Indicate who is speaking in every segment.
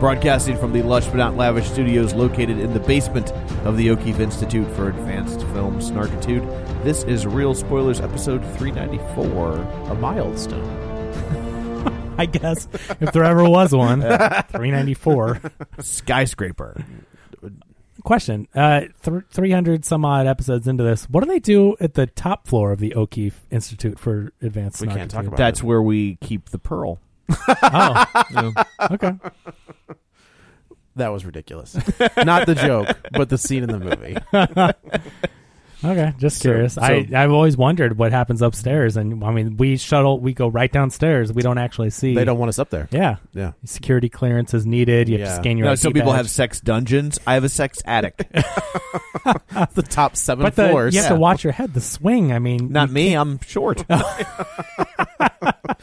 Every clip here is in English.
Speaker 1: Broadcasting from the lush but not lavish studios located in the basement of the O'Keefe Institute for Advanced Film Snarkitude, this is Real Spoilers episode 394, a milestone.
Speaker 2: I guess if there ever was one. 394.
Speaker 1: Skyscraper.
Speaker 2: Question: uh, th- 300 some odd episodes into this, what do they do at the top floor of the O'Keefe Institute for Advanced?
Speaker 3: We can't talk
Speaker 2: Architecture?
Speaker 3: about
Speaker 1: That's where we keep the pearl.
Speaker 2: Oh, okay.
Speaker 3: That was ridiculous. Not the joke, but the scene in the movie.
Speaker 2: Okay, just curious.
Speaker 1: so-
Speaker 2: I I've always wondered what happens upstairs, and I mean, we shuttle, we go right downstairs. We don't actually see.
Speaker 3: They don't want us up there.
Speaker 2: Yeah,
Speaker 3: Yeah.
Speaker 2: Security clearance is needed. You have
Speaker 3: Yeah.
Speaker 2: to scan your.
Speaker 1: No,
Speaker 2: ID
Speaker 1: some people
Speaker 2: badge.
Speaker 1: have sex dungeons. I have a sex attic.
Speaker 3: The top seven
Speaker 2: but the, you have
Speaker 3: floors.
Speaker 2: to watch your head. The swing. I mean,
Speaker 1: Not me, I'm short.
Speaker 3: Works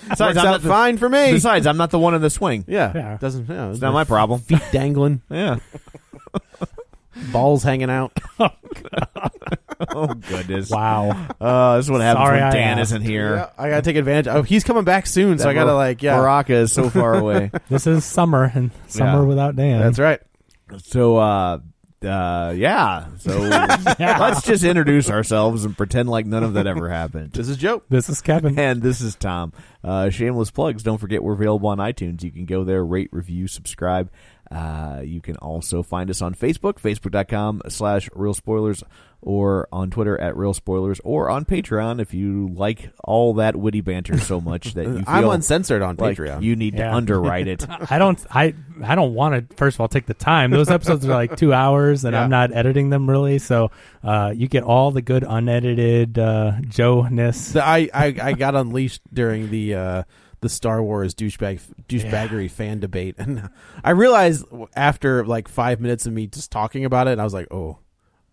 Speaker 1: besides, I'm
Speaker 3: out
Speaker 1: not the,
Speaker 3: fine for me.
Speaker 1: besides, I'm not the one in the swing.
Speaker 3: yeah.
Speaker 2: Yeah.
Speaker 3: Doesn't. Yeah,
Speaker 1: It's not my problem.
Speaker 3: Feet dangling,
Speaker 1: Yeah.
Speaker 3: balls hanging out.
Speaker 1: Oh, goodness.
Speaker 2: wow.
Speaker 1: Uh, this is what happens
Speaker 2: Sorry
Speaker 1: when
Speaker 2: I
Speaker 1: Dan
Speaker 2: asked.
Speaker 1: isn't here.
Speaker 3: Yeah, I gotta take advantage. Oh, he's coming back soon, so I gotta
Speaker 1: Bar-
Speaker 3: like yeah.
Speaker 1: Baraka is so far away.
Speaker 2: this is summer and summer
Speaker 1: Yeah.
Speaker 2: without Dan.
Speaker 3: That's right.
Speaker 1: so uh uh yeah. So let's just introduce ourselves and pretend like none of that ever happened.
Speaker 3: This is Joe.
Speaker 2: This is Kevin.
Speaker 1: And this is Tom. Uh, shameless plugs. Don't forget we're available on iTunes. You can go there, rate, review, subscribe. Uh, you can also find us on Facebook, facebook.com slash real spoilers, or on Twitter at real spoilers, or on Patreon if you like all that witty banter so much that you feel
Speaker 3: I'm uncensored on
Speaker 1: like
Speaker 3: Patreon.
Speaker 1: you need to
Speaker 2: Yeah.
Speaker 1: underwrite it.
Speaker 2: I don't I I don't want to first of all take the time. Those episodes are like 2 hours and I'm not editing them really. So uh you get all the good unedited uh Joe-ness.
Speaker 3: So I, I I got unleashed during the uh, the Star Wars douchebag douchebaggery fan debate, and I realized after like five minutes of me just talking about it, I was like, oh,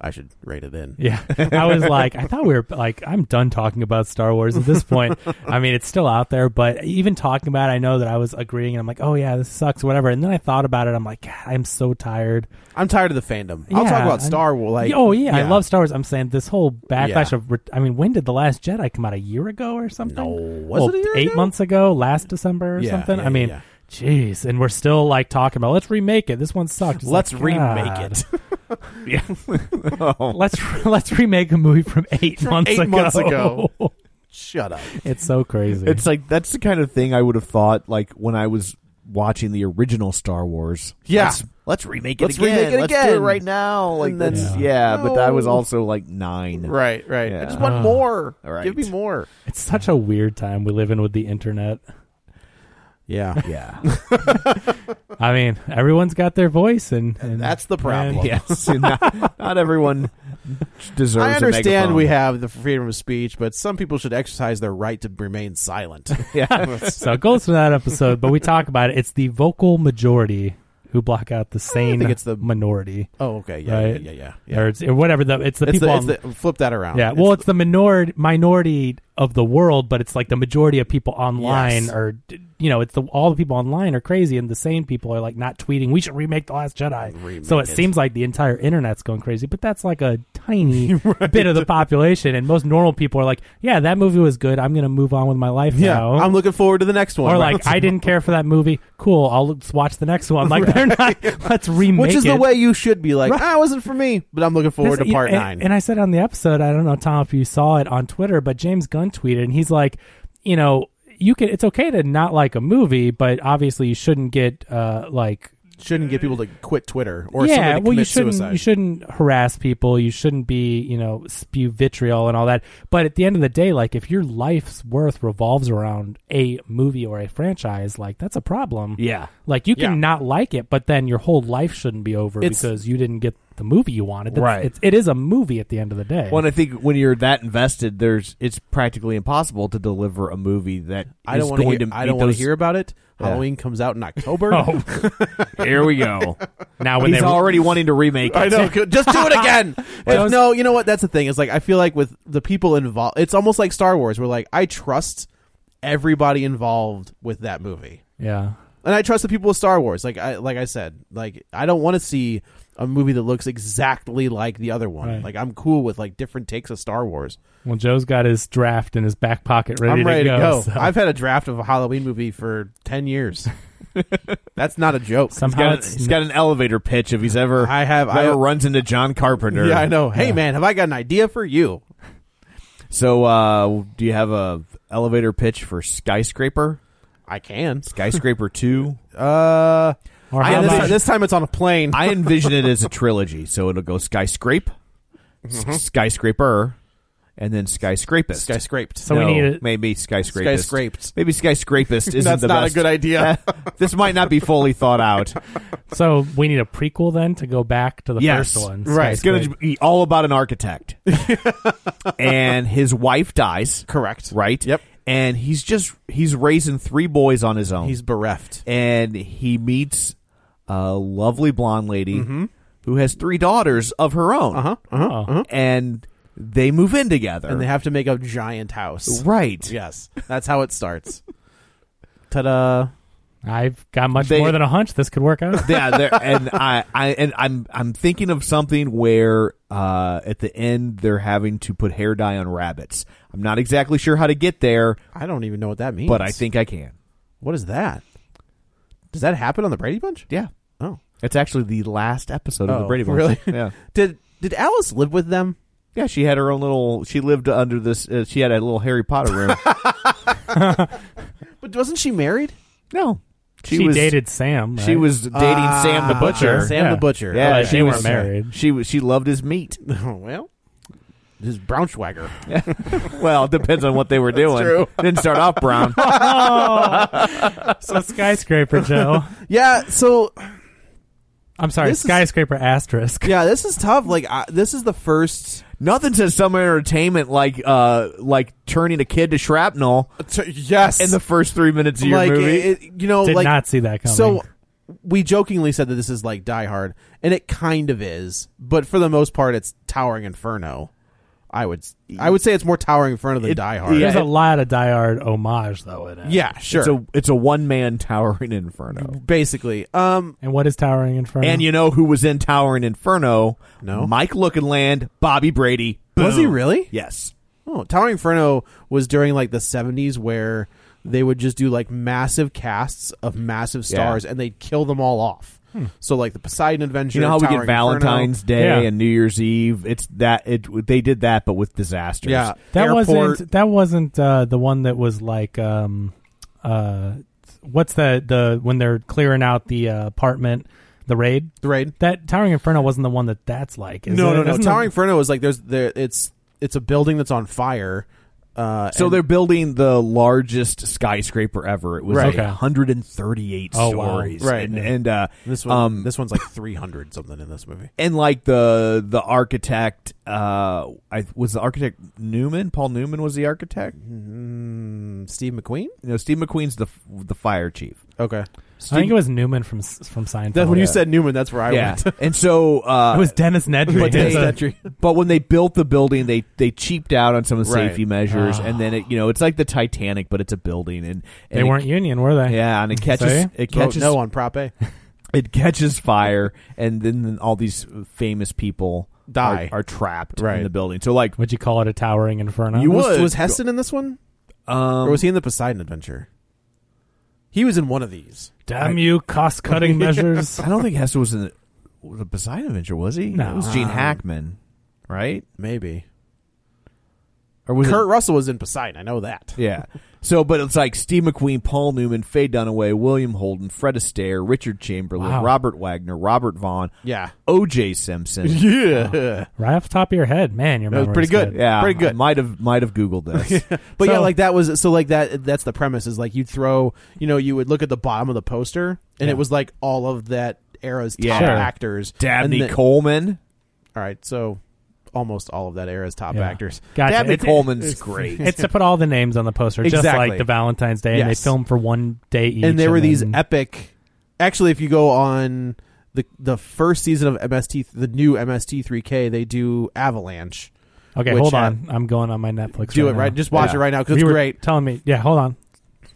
Speaker 3: I should rate it in.
Speaker 2: Yeah. I was like I thought we were like I'm done talking about Star Wars at this point. I mean, it's still out there, but even talking about it, I know that I was agreeing and I'm like, "Oh yeah, this sucks whatever." And then I thought about it. I'm like, God, "I'm so tired."
Speaker 3: I'm tired of the fandom. I'll talk
Speaker 2: Yeah,
Speaker 3: about
Speaker 2: I'm-
Speaker 3: Star Wars. Like,
Speaker 2: oh yeah, I love Star Wars. I'm saying this whole backlash
Speaker 3: Yeah.
Speaker 2: of. Re- I mean, when did the Last Jedi come out? A year ago or something?
Speaker 3: No, was
Speaker 2: Well,
Speaker 3: it a year
Speaker 2: eight
Speaker 3: ago?
Speaker 2: months ago? Last December or
Speaker 3: Yeah,
Speaker 2: something?
Speaker 3: yeah,
Speaker 2: I mean,
Speaker 3: yeah.
Speaker 2: jeez, and we're still like talking about let's remake it. This one sucked. It's
Speaker 1: Let's
Speaker 2: like,
Speaker 1: remake
Speaker 2: Oh God.
Speaker 1: it.
Speaker 2: let's let's remake a movie from eight months
Speaker 3: eight
Speaker 2: ago.
Speaker 3: months ago. Shut up.
Speaker 2: it's so crazy.
Speaker 1: It's like that's the kind of thing I would have thought like when I was watching the original Star Wars.
Speaker 3: Yeah.
Speaker 1: Let's, let's remake it
Speaker 3: Let's
Speaker 1: again.
Speaker 3: remake it
Speaker 1: let's do
Speaker 3: again.
Speaker 1: it right now. Like
Speaker 3: And then-
Speaker 1: that's yeah,
Speaker 3: Yeah.
Speaker 1: but I was
Speaker 3: No.
Speaker 1: also like 9.
Speaker 3: Right, right.
Speaker 1: Yeah.
Speaker 3: I just want more.
Speaker 1: All right.
Speaker 3: Give me more.
Speaker 2: it's such a weird time we live in with the internet.
Speaker 3: Yeah.
Speaker 1: Yeah.
Speaker 2: I mean, everyone's got their voice, and, and
Speaker 3: That's the problem.
Speaker 2: and-
Speaker 1: yes. And Not, not everyone deserves
Speaker 3: I
Speaker 1: a
Speaker 3: understand
Speaker 1: megaphone.
Speaker 3: we have the freedom of speech, but some people should exercise their right to remain silent.
Speaker 1: Yeah.
Speaker 2: So it goes to that episode, but we talk about it. It's the vocal majority who block out the sane
Speaker 3: think it's the-
Speaker 2: minority.
Speaker 3: oh, okay. Yeah,
Speaker 2: Right.
Speaker 3: yeah, yeah, yeah. yeah.
Speaker 2: Or, it's, or whatever. The, it's the
Speaker 3: it's
Speaker 2: people.
Speaker 3: the,
Speaker 2: on,
Speaker 3: it's the, flip that around.
Speaker 2: yeah.
Speaker 3: Oh, It's
Speaker 2: well, it's, the minority minority of the world, but it's like the majority of people online
Speaker 3: Yes.
Speaker 2: are, d- you know, it's the all the people online are crazy, and the sane people are like not tweeting. We should remake the Last Jedi. so it,
Speaker 3: it.
Speaker 2: seems like the entire internet's going crazy, but that's like a tiny bit of the population, and most normal people are like, yeah, that movie was good. I'm gonna move on with my life
Speaker 3: Yeah,
Speaker 2: now.
Speaker 3: I'm looking forward to the next one.
Speaker 2: or like I didn't care for that movie. Cool, I'll let's watch the next one. Like they're not. Let's remake
Speaker 3: which is the
Speaker 2: it.
Speaker 3: way you should be. Like,
Speaker 2: Right.
Speaker 3: ah, it wasn't for me, but I'm looking forward
Speaker 2: This-
Speaker 3: to part
Speaker 2: and,
Speaker 3: nine.
Speaker 2: And I said on the episode, I don't know Tom if you saw it on Twitter, but James Gunn tweeted, and he's like, you know, you can. It's okay to not like a movie, but obviously you shouldn't get uh like
Speaker 3: shouldn't get people to quit Twitter or
Speaker 2: yeah,
Speaker 3: somebody
Speaker 2: well,
Speaker 3: to
Speaker 2: you
Speaker 3: commit
Speaker 2: shouldn't
Speaker 3: suicide.
Speaker 2: you shouldn't harass people. You shouldn't be you know spew vitriol and all that. But at the end of the day, like if your life's worth revolves around a movie or a franchise, like that's a problem.
Speaker 1: yeah.
Speaker 2: Like you can
Speaker 3: Yeah.
Speaker 2: not like it, but then your whole life shouldn't be over
Speaker 3: It's-
Speaker 2: because you didn't get the movie you wanted. That's-
Speaker 1: Right.
Speaker 2: It's, it is a movie at the end of the day.
Speaker 1: Well, and I think when you're that invested, there's it's practically impossible to deliver a movie that
Speaker 3: I don't
Speaker 1: is
Speaker 3: want to.
Speaker 1: going
Speaker 3: Hear,
Speaker 1: to.
Speaker 3: I
Speaker 1: meet
Speaker 3: don't want
Speaker 1: those-
Speaker 3: to hear about it.
Speaker 1: Yeah.
Speaker 3: Halloween comes out in October.
Speaker 2: Oh,
Speaker 1: Here we go.
Speaker 2: now when
Speaker 1: He's
Speaker 2: they
Speaker 1: already wanting to remake. It.
Speaker 3: I know. Just do it again. Like, no, you know what? That's the thing. It's like I feel like with the people involved, it's almost like Star Wars. We're like, I trust everybody involved with that movie,
Speaker 2: yeah,
Speaker 3: and I trust the people with Star Wars. Like I, like I said, like I don't want to see a movie that looks exactly like the other one.
Speaker 2: Right.
Speaker 3: Like I'm cool with like different takes of Star Wars.
Speaker 2: well, Joe's got his draft in his back pocket ready,
Speaker 3: I'm ready to go.
Speaker 2: so-
Speaker 3: I've had a draft of a Halloween movie for ten years. That's not a joke.
Speaker 1: He's
Speaker 2: somehow
Speaker 1: got,
Speaker 2: it's
Speaker 1: he's got an elevator pitch if he's ever.
Speaker 3: I have-
Speaker 1: if he
Speaker 3: I-
Speaker 1: ever runs into John Carpenter.
Speaker 3: Yeah, I know. Hey, man, have I got an idea for you?
Speaker 1: So, uh, do you have a elevator pitch for skyscraper?
Speaker 3: I can.
Speaker 1: Skyscraper two.
Speaker 3: Uh,
Speaker 2: or
Speaker 3: I-
Speaker 2: how
Speaker 3: this,
Speaker 2: about-
Speaker 3: time, this time it's on a plane.
Speaker 1: I envision it as a trilogy, so it'll go skyscrape,
Speaker 3: Mm-hmm.
Speaker 1: s- skyscraper, and then skyscrapist.
Speaker 3: skyscraped.
Speaker 2: So we
Speaker 1: No,
Speaker 2: need a-
Speaker 1: maybe skyscrapist.
Speaker 3: Skyscraped.
Speaker 1: Maybe skyscrapist isn't
Speaker 3: That's
Speaker 1: the
Speaker 3: not a
Speaker 1: best.
Speaker 3: good idea.
Speaker 1: this might not be fully thought out.
Speaker 2: so we need a prequel then to go back to the
Speaker 1: yes,
Speaker 2: first one.
Speaker 3: Right.
Speaker 1: It's going to be all about an architect, and his wife dies.
Speaker 3: Correct.
Speaker 1: Right.
Speaker 3: Yep.
Speaker 1: And he's just he's raising three boys on his own.
Speaker 3: He's bereft.
Speaker 1: and he meets a lovely blonde lady
Speaker 3: Mm-hmm.
Speaker 1: who has three daughters of her own. Uh-huh,
Speaker 2: Oh.
Speaker 1: And they move in together.
Speaker 3: And they have to make a giant house.
Speaker 1: right.
Speaker 3: Yes. That's how it starts. Ta da.
Speaker 2: I've got much
Speaker 1: They-
Speaker 2: more than a hunch. This could work out.
Speaker 1: yeah, they're- and I, I and I'm I'm thinking of something where uh, at the end they're having to put hair dye on rabbits. I'm not exactly sure how to get there,
Speaker 3: I don't even know what that means.
Speaker 1: but I think I can.
Speaker 3: What is that? Does that happen on the Brady Bunch?
Speaker 1: Yeah,
Speaker 3: Oh.
Speaker 1: it's actually the last episode of the
Speaker 3: Oh,
Speaker 1: Brady Bunch.
Speaker 3: really?
Speaker 1: Yeah,
Speaker 3: Did Did Alice live with them?
Speaker 1: yeah. She had her own little. She lived under this. Uh, she had a little Harry Potter room.
Speaker 3: But wasn't she married?
Speaker 1: no,
Speaker 2: She, dated Sam.
Speaker 1: She
Speaker 2: right?
Speaker 1: was dating Sam the butcher.
Speaker 3: Ah, Sam
Speaker 2: Yeah.
Speaker 3: the Butcher.
Speaker 1: Yeah,
Speaker 2: Like,
Speaker 1: she
Speaker 2: they were
Speaker 1: was-
Speaker 2: married.
Speaker 1: She was- she loved his meat.
Speaker 3: Oh, well, this is Braunschweiger.
Speaker 1: Well, it depends on what they were doing.
Speaker 3: true.
Speaker 1: Didn't start off brown.
Speaker 2: So skyscraper Joe.
Speaker 3: yeah. So
Speaker 2: I'm sorry,
Speaker 3: This is-
Speaker 2: skyscraper asterisk.
Speaker 3: yeah, this is tough. Like I, this is the first.
Speaker 1: Nothing says summer entertainment like uh like turning a kid to shrapnel
Speaker 3: yes.
Speaker 1: in the first three minutes of your
Speaker 3: like
Speaker 1: movie.
Speaker 3: it- it- you know,
Speaker 2: Did
Speaker 3: like
Speaker 2: not see that coming.
Speaker 3: So we jokingly said that this is like Die Hard, and it kind of is, but for the most part, it's Towering Inferno. I would I would say it's more Towering Inferno than
Speaker 1: It-
Speaker 3: Die Hard.
Speaker 1: yeah.
Speaker 2: There's a lot of Die Hard homage though in it.
Speaker 3: Yeah, sure.
Speaker 1: It's a it's a one man towering inferno.
Speaker 3: basically, um,
Speaker 2: And what is towering inferno?
Speaker 1: And you know who was in Towering Inferno?
Speaker 3: No.
Speaker 1: Mike Lookinland, Bobby Brady.
Speaker 3: was he
Speaker 1: Boom.
Speaker 3: really?
Speaker 1: Yes.
Speaker 3: Oh, Towering Inferno was during like the '70s where they would just do like massive casts of massive
Speaker 1: Yeah. Hmm.
Speaker 3: stars, and they'd kill them all off. So like the Poseidon Adventure.
Speaker 1: You know how we get
Speaker 3: Towering Inferno.
Speaker 1: Valentine's
Speaker 2: Yeah.
Speaker 1: Day and New Year's Eve? It's that it they did that but with disasters.
Speaker 3: Yeah,
Speaker 2: that
Speaker 3: Airport.
Speaker 2: wasn't that wasn't uh, the one that was like um uh what's the the when they're clearing out the uh, apartment the raid
Speaker 3: the raid.
Speaker 2: that towering inferno wasn't the one that that's like is
Speaker 3: no,
Speaker 2: it?
Speaker 3: no, no.
Speaker 2: Isn't
Speaker 3: Tower
Speaker 2: the-
Speaker 3: Inferno is like there's there. It's it's a building that's on fire. Uh,
Speaker 1: So
Speaker 3: and
Speaker 1: they're building the largest skyscraper ever. It was
Speaker 3: Right.
Speaker 1: like
Speaker 2: Okay.
Speaker 1: 138
Speaker 2: Oh, wow.
Speaker 1: stories,
Speaker 3: Right.
Speaker 1: And and, uh,
Speaker 3: this one.
Speaker 1: um,
Speaker 3: this one's like three hundred something in this movie.
Speaker 1: and like the the architect, uh, I was the architect Newman. Paul Newman was the architect.
Speaker 3: Mm, Steve McQueen.
Speaker 1: You know, Steve McQueen's the the fire chief.
Speaker 3: Okay,
Speaker 2: I think it was Newman from S- from Seinfeld.
Speaker 3: that's when you
Speaker 2: Yeah.
Speaker 3: said Newman. That's where I
Speaker 1: yeah,
Speaker 3: went.
Speaker 1: and so uh,
Speaker 2: it was Dennis Nedry.
Speaker 1: but
Speaker 2: It's
Speaker 1: they-
Speaker 2: a-
Speaker 1: But when they built the building, they they cheaped out on some of the
Speaker 3: Right.
Speaker 1: safety measures, and then it you know it's like the Titanic, but it's a building, and, and
Speaker 2: Ah. they
Speaker 1: it-
Speaker 2: weren't union, were they?
Speaker 1: Yeah, and it catches
Speaker 2: See?
Speaker 1: it
Speaker 3: Vote
Speaker 1: catches
Speaker 3: no on Prop A.
Speaker 1: it catches fire, and then all these famous people
Speaker 3: Die.
Speaker 1: are, are trapped
Speaker 3: Right.
Speaker 1: in the building. So like,
Speaker 2: Would you call it a towering inferno?
Speaker 1: You
Speaker 3: Was,
Speaker 1: would.
Speaker 3: was Heston in this one,
Speaker 1: um,
Speaker 3: or was he in the Poseidon Adventure? He was in one of these.
Speaker 2: Damn you, cost cutting measures.
Speaker 1: I don't think Hester was in the, was the Poseidon Adventure, was he?
Speaker 2: No. Uh,
Speaker 1: it was Gene Hackman, right?
Speaker 3: Maybe
Speaker 1: Or was
Speaker 3: Kurt
Speaker 1: it?
Speaker 3: Russell was in Poseidon. I know that.
Speaker 1: Yeah. So, but it's like Steve McQueen, Paul Newman, Faye Dunaway, William Holden, Fred Astaire, Richard Chamberlain,
Speaker 2: Wow.
Speaker 1: Robert Wagner, Robert Vaughn,
Speaker 3: Yeah. Oh.
Speaker 1: O.J. Simpson.
Speaker 3: Yeah.
Speaker 2: Right off the top of your head, man, your
Speaker 3: That was
Speaker 2: memory's
Speaker 3: pretty good.
Speaker 1: Yeah,
Speaker 3: Pretty good.
Speaker 1: I Might have might have googled this.
Speaker 3: But yeah,
Speaker 2: So-
Speaker 3: like that was so like that that's the premise is like you'd throw you know, you would look at the bottom of the poster and
Speaker 2: Yeah.
Speaker 3: it was like all of that era's
Speaker 1: Yeah.
Speaker 3: top
Speaker 1: Sure.
Speaker 3: actors.
Speaker 1: Dabney
Speaker 3: and the-
Speaker 1: Coleman.
Speaker 3: All right, so almost all of that era's top
Speaker 2: Yeah.
Speaker 3: actors.
Speaker 2: Gotcha.
Speaker 1: Dabney
Speaker 2: It's-
Speaker 1: Coleman's
Speaker 2: it's-
Speaker 1: great.
Speaker 2: It's to put all the names on the poster, just
Speaker 3: Exactly.
Speaker 2: like the Valentine's Day, and they
Speaker 3: Yes.
Speaker 2: film for one day each.
Speaker 3: and there were these
Speaker 2: then-
Speaker 3: epic. Actually, if you go on the the first season of MST, the new MST3K, they do Avalanche.
Speaker 2: Okay,
Speaker 3: which
Speaker 2: hold
Speaker 3: had-
Speaker 2: on. I'm going on my Netflix.
Speaker 3: do it
Speaker 2: now.
Speaker 3: right. Just watch
Speaker 1: Yeah.
Speaker 3: it right now because
Speaker 2: You
Speaker 3: it's
Speaker 2: were
Speaker 3: great.
Speaker 2: Telling me, yeah. Hold on.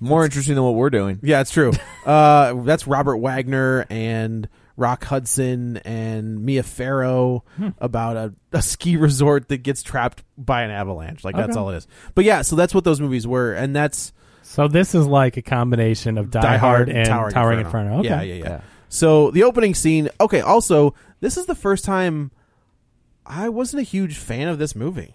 Speaker 1: More interesting than what we're doing.
Speaker 3: Yeah, it's true. uh, that's Robert Wagner and Rock Hudson and Mia Farrow
Speaker 2: Hmm.
Speaker 3: about a, a ski resort that gets trapped by an avalanche. Like that's
Speaker 2: Okay.
Speaker 3: all it is. But yeah, so that's what those movies were, and that's
Speaker 2: So this is like a combination of Die, Hard and Towering, Inferno.
Speaker 3: Yeah,
Speaker 2: Okay.
Speaker 3: yeah, yeah,
Speaker 1: Yeah.
Speaker 3: So the opening scene. Okay. Also, this is the first time I wasn't a huge fan of this movie.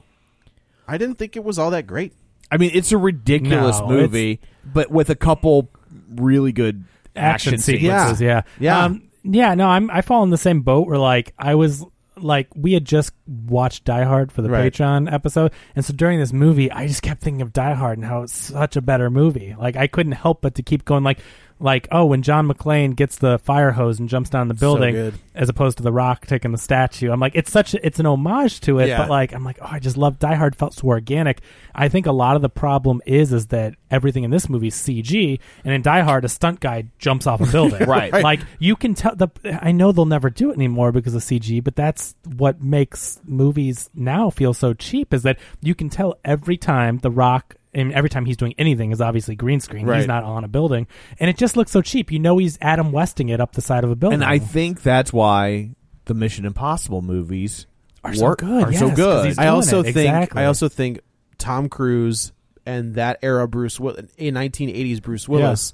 Speaker 3: I didn't think it was all that great.
Speaker 1: I mean, it's a ridiculous
Speaker 2: No,
Speaker 1: movie, but with a couple really good
Speaker 2: action
Speaker 1: scenes.
Speaker 2: sequences. Yeah,
Speaker 3: Yeah.
Speaker 2: um, yeah. No, I'm I fall in the same boat where like I was like we had just watched Die Hard for the
Speaker 3: Right.
Speaker 2: Patreon episode, and so during this movie, I just kept thinking of Die Hard and how it's such a better movie. Like I couldn't help but to keep going like. Like oh, when John McClane gets the fire hose and jumps down the building,
Speaker 3: good.
Speaker 2: as opposed to the Rock taking the statue, I'm like, it's such a, it's an homage to it,
Speaker 3: Yeah.
Speaker 2: but like I'm like, oh, I just love Die Hard felt so organic. I think a lot of the problem is is that everything in this movie is CG, and in Die Hard, a stunt guy jumps off a building,
Speaker 1: Right.
Speaker 2: Like you can tell the I know they'll never do it anymore because of CG, but that's what makes movies now feel so cheap is that you can tell every time The Rock. And every time he's doing anything is obviously green screen.
Speaker 3: Right.
Speaker 2: He's not on a building, and it just looks so cheap. You know he's Adam Westing it up the side of a building.
Speaker 1: And I think that's why the Mission Impossible movies
Speaker 2: Are
Speaker 1: work,
Speaker 2: so good,
Speaker 1: Are so
Speaker 2: yes, 'cause
Speaker 1: good.
Speaker 2: he's
Speaker 3: I
Speaker 2: doing
Speaker 3: also
Speaker 2: it,
Speaker 3: think
Speaker 2: exactly.
Speaker 3: I also think Tom Cruise and that era Bruce Will a nineteen eighties Bruce Willis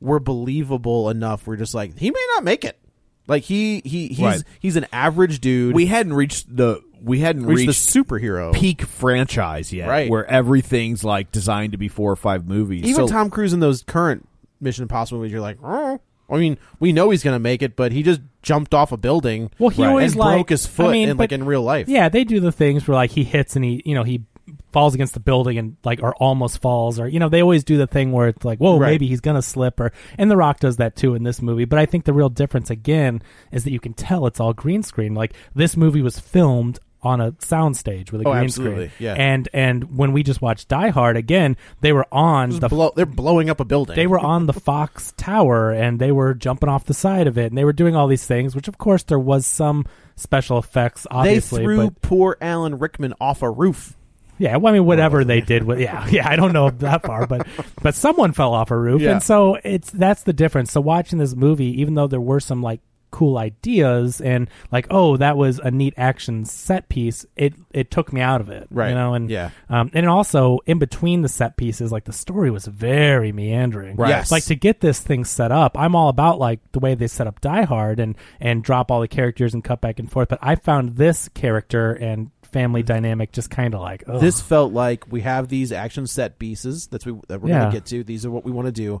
Speaker 3: were believable enough. We're just like he may not make it. Like he he he's
Speaker 1: Right.
Speaker 3: he's an average dude.
Speaker 1: we hadn't reached the we hadn't
Speaker 3: reached
Speaker 1: reached,
Speaker 3: the superhero
Speaker 1: peak franchise yet,
Speaker 3: Right.
Speaker 1: Where everything's like designed to be four or five movies.
Speaker 3: Even
Speaker 1: so,
Speaker 3: Tom Cruise in those current Mission Impossible movies, you're like, oh. I mean, we know he's gonna make it, but he just jumped off a building.
Speaker 2: Well, he
Speaker 3: and
Speaker 2: always like,
Speaker 3: broke his foot
Speaker 2: I mean,
Speaker 3: in like
Speaker 2: but-
Speaker 3: in real life.
Speaker 2: Yeah, they do the things where like he hits and he, you know, he falls against the building and like or almost falls or you know they always do the thing where it's like whoa
Speaker 3: Right.
Speaker 2: maybe he's gonna slip or and the rock does that too in this movie but i think the real difference again is that you can tell it's all green screen like this movie was filmed on a soundstage with a
Speaker 3: Oh,
Speaker 2: green
Speaker 3: absolutely,
Speaker 2: screen
Speaker 3: yeah.
Speaker 2: and and when we just watched die hard again they were on
Speaker 3: Just
Speaker 2: the
Speaker 3: blow- they're blowing up a building.
Speaker 2: they were on the Fox Tower and they were jumping off the side of it and they were doing all these things, which of course there was some special effects,
Speaker 3: they
Speaker 2: obviously.
Speaker 3: threw
Speaker 2: but
Speaker 3: poor Alan Rickman off a roof.
Speaker 2: yeah, well, I mean, whatever they did, with, yeah, yeah, I don't know that far, but but someone fell off a roof,
Speaker 3: Yeah.
Speaker 2: and so it's that's the difference. So watching this movie, even though there were some like cool ideas and like oh that was a neat action set piece it it took me out of it
Speaker 3: Right.
Speaker 2: you know and
Speaker 3: Yeah.
Speaker 2: um and also in between the set pieces like the story was very meandering
Speaker 3: Right. Yes.
Speaker 2: like to get this thing set up i'm all about like the way they set up die hard and and drop all the characters and cut back and forth but i found this character and family dynamic just kind of like ugh.
Speaker 3: This felt like we have these action set pieces that we that we're
Speaker 2: Yeah.
Speaker 3: gonna get to. These are what we want to do.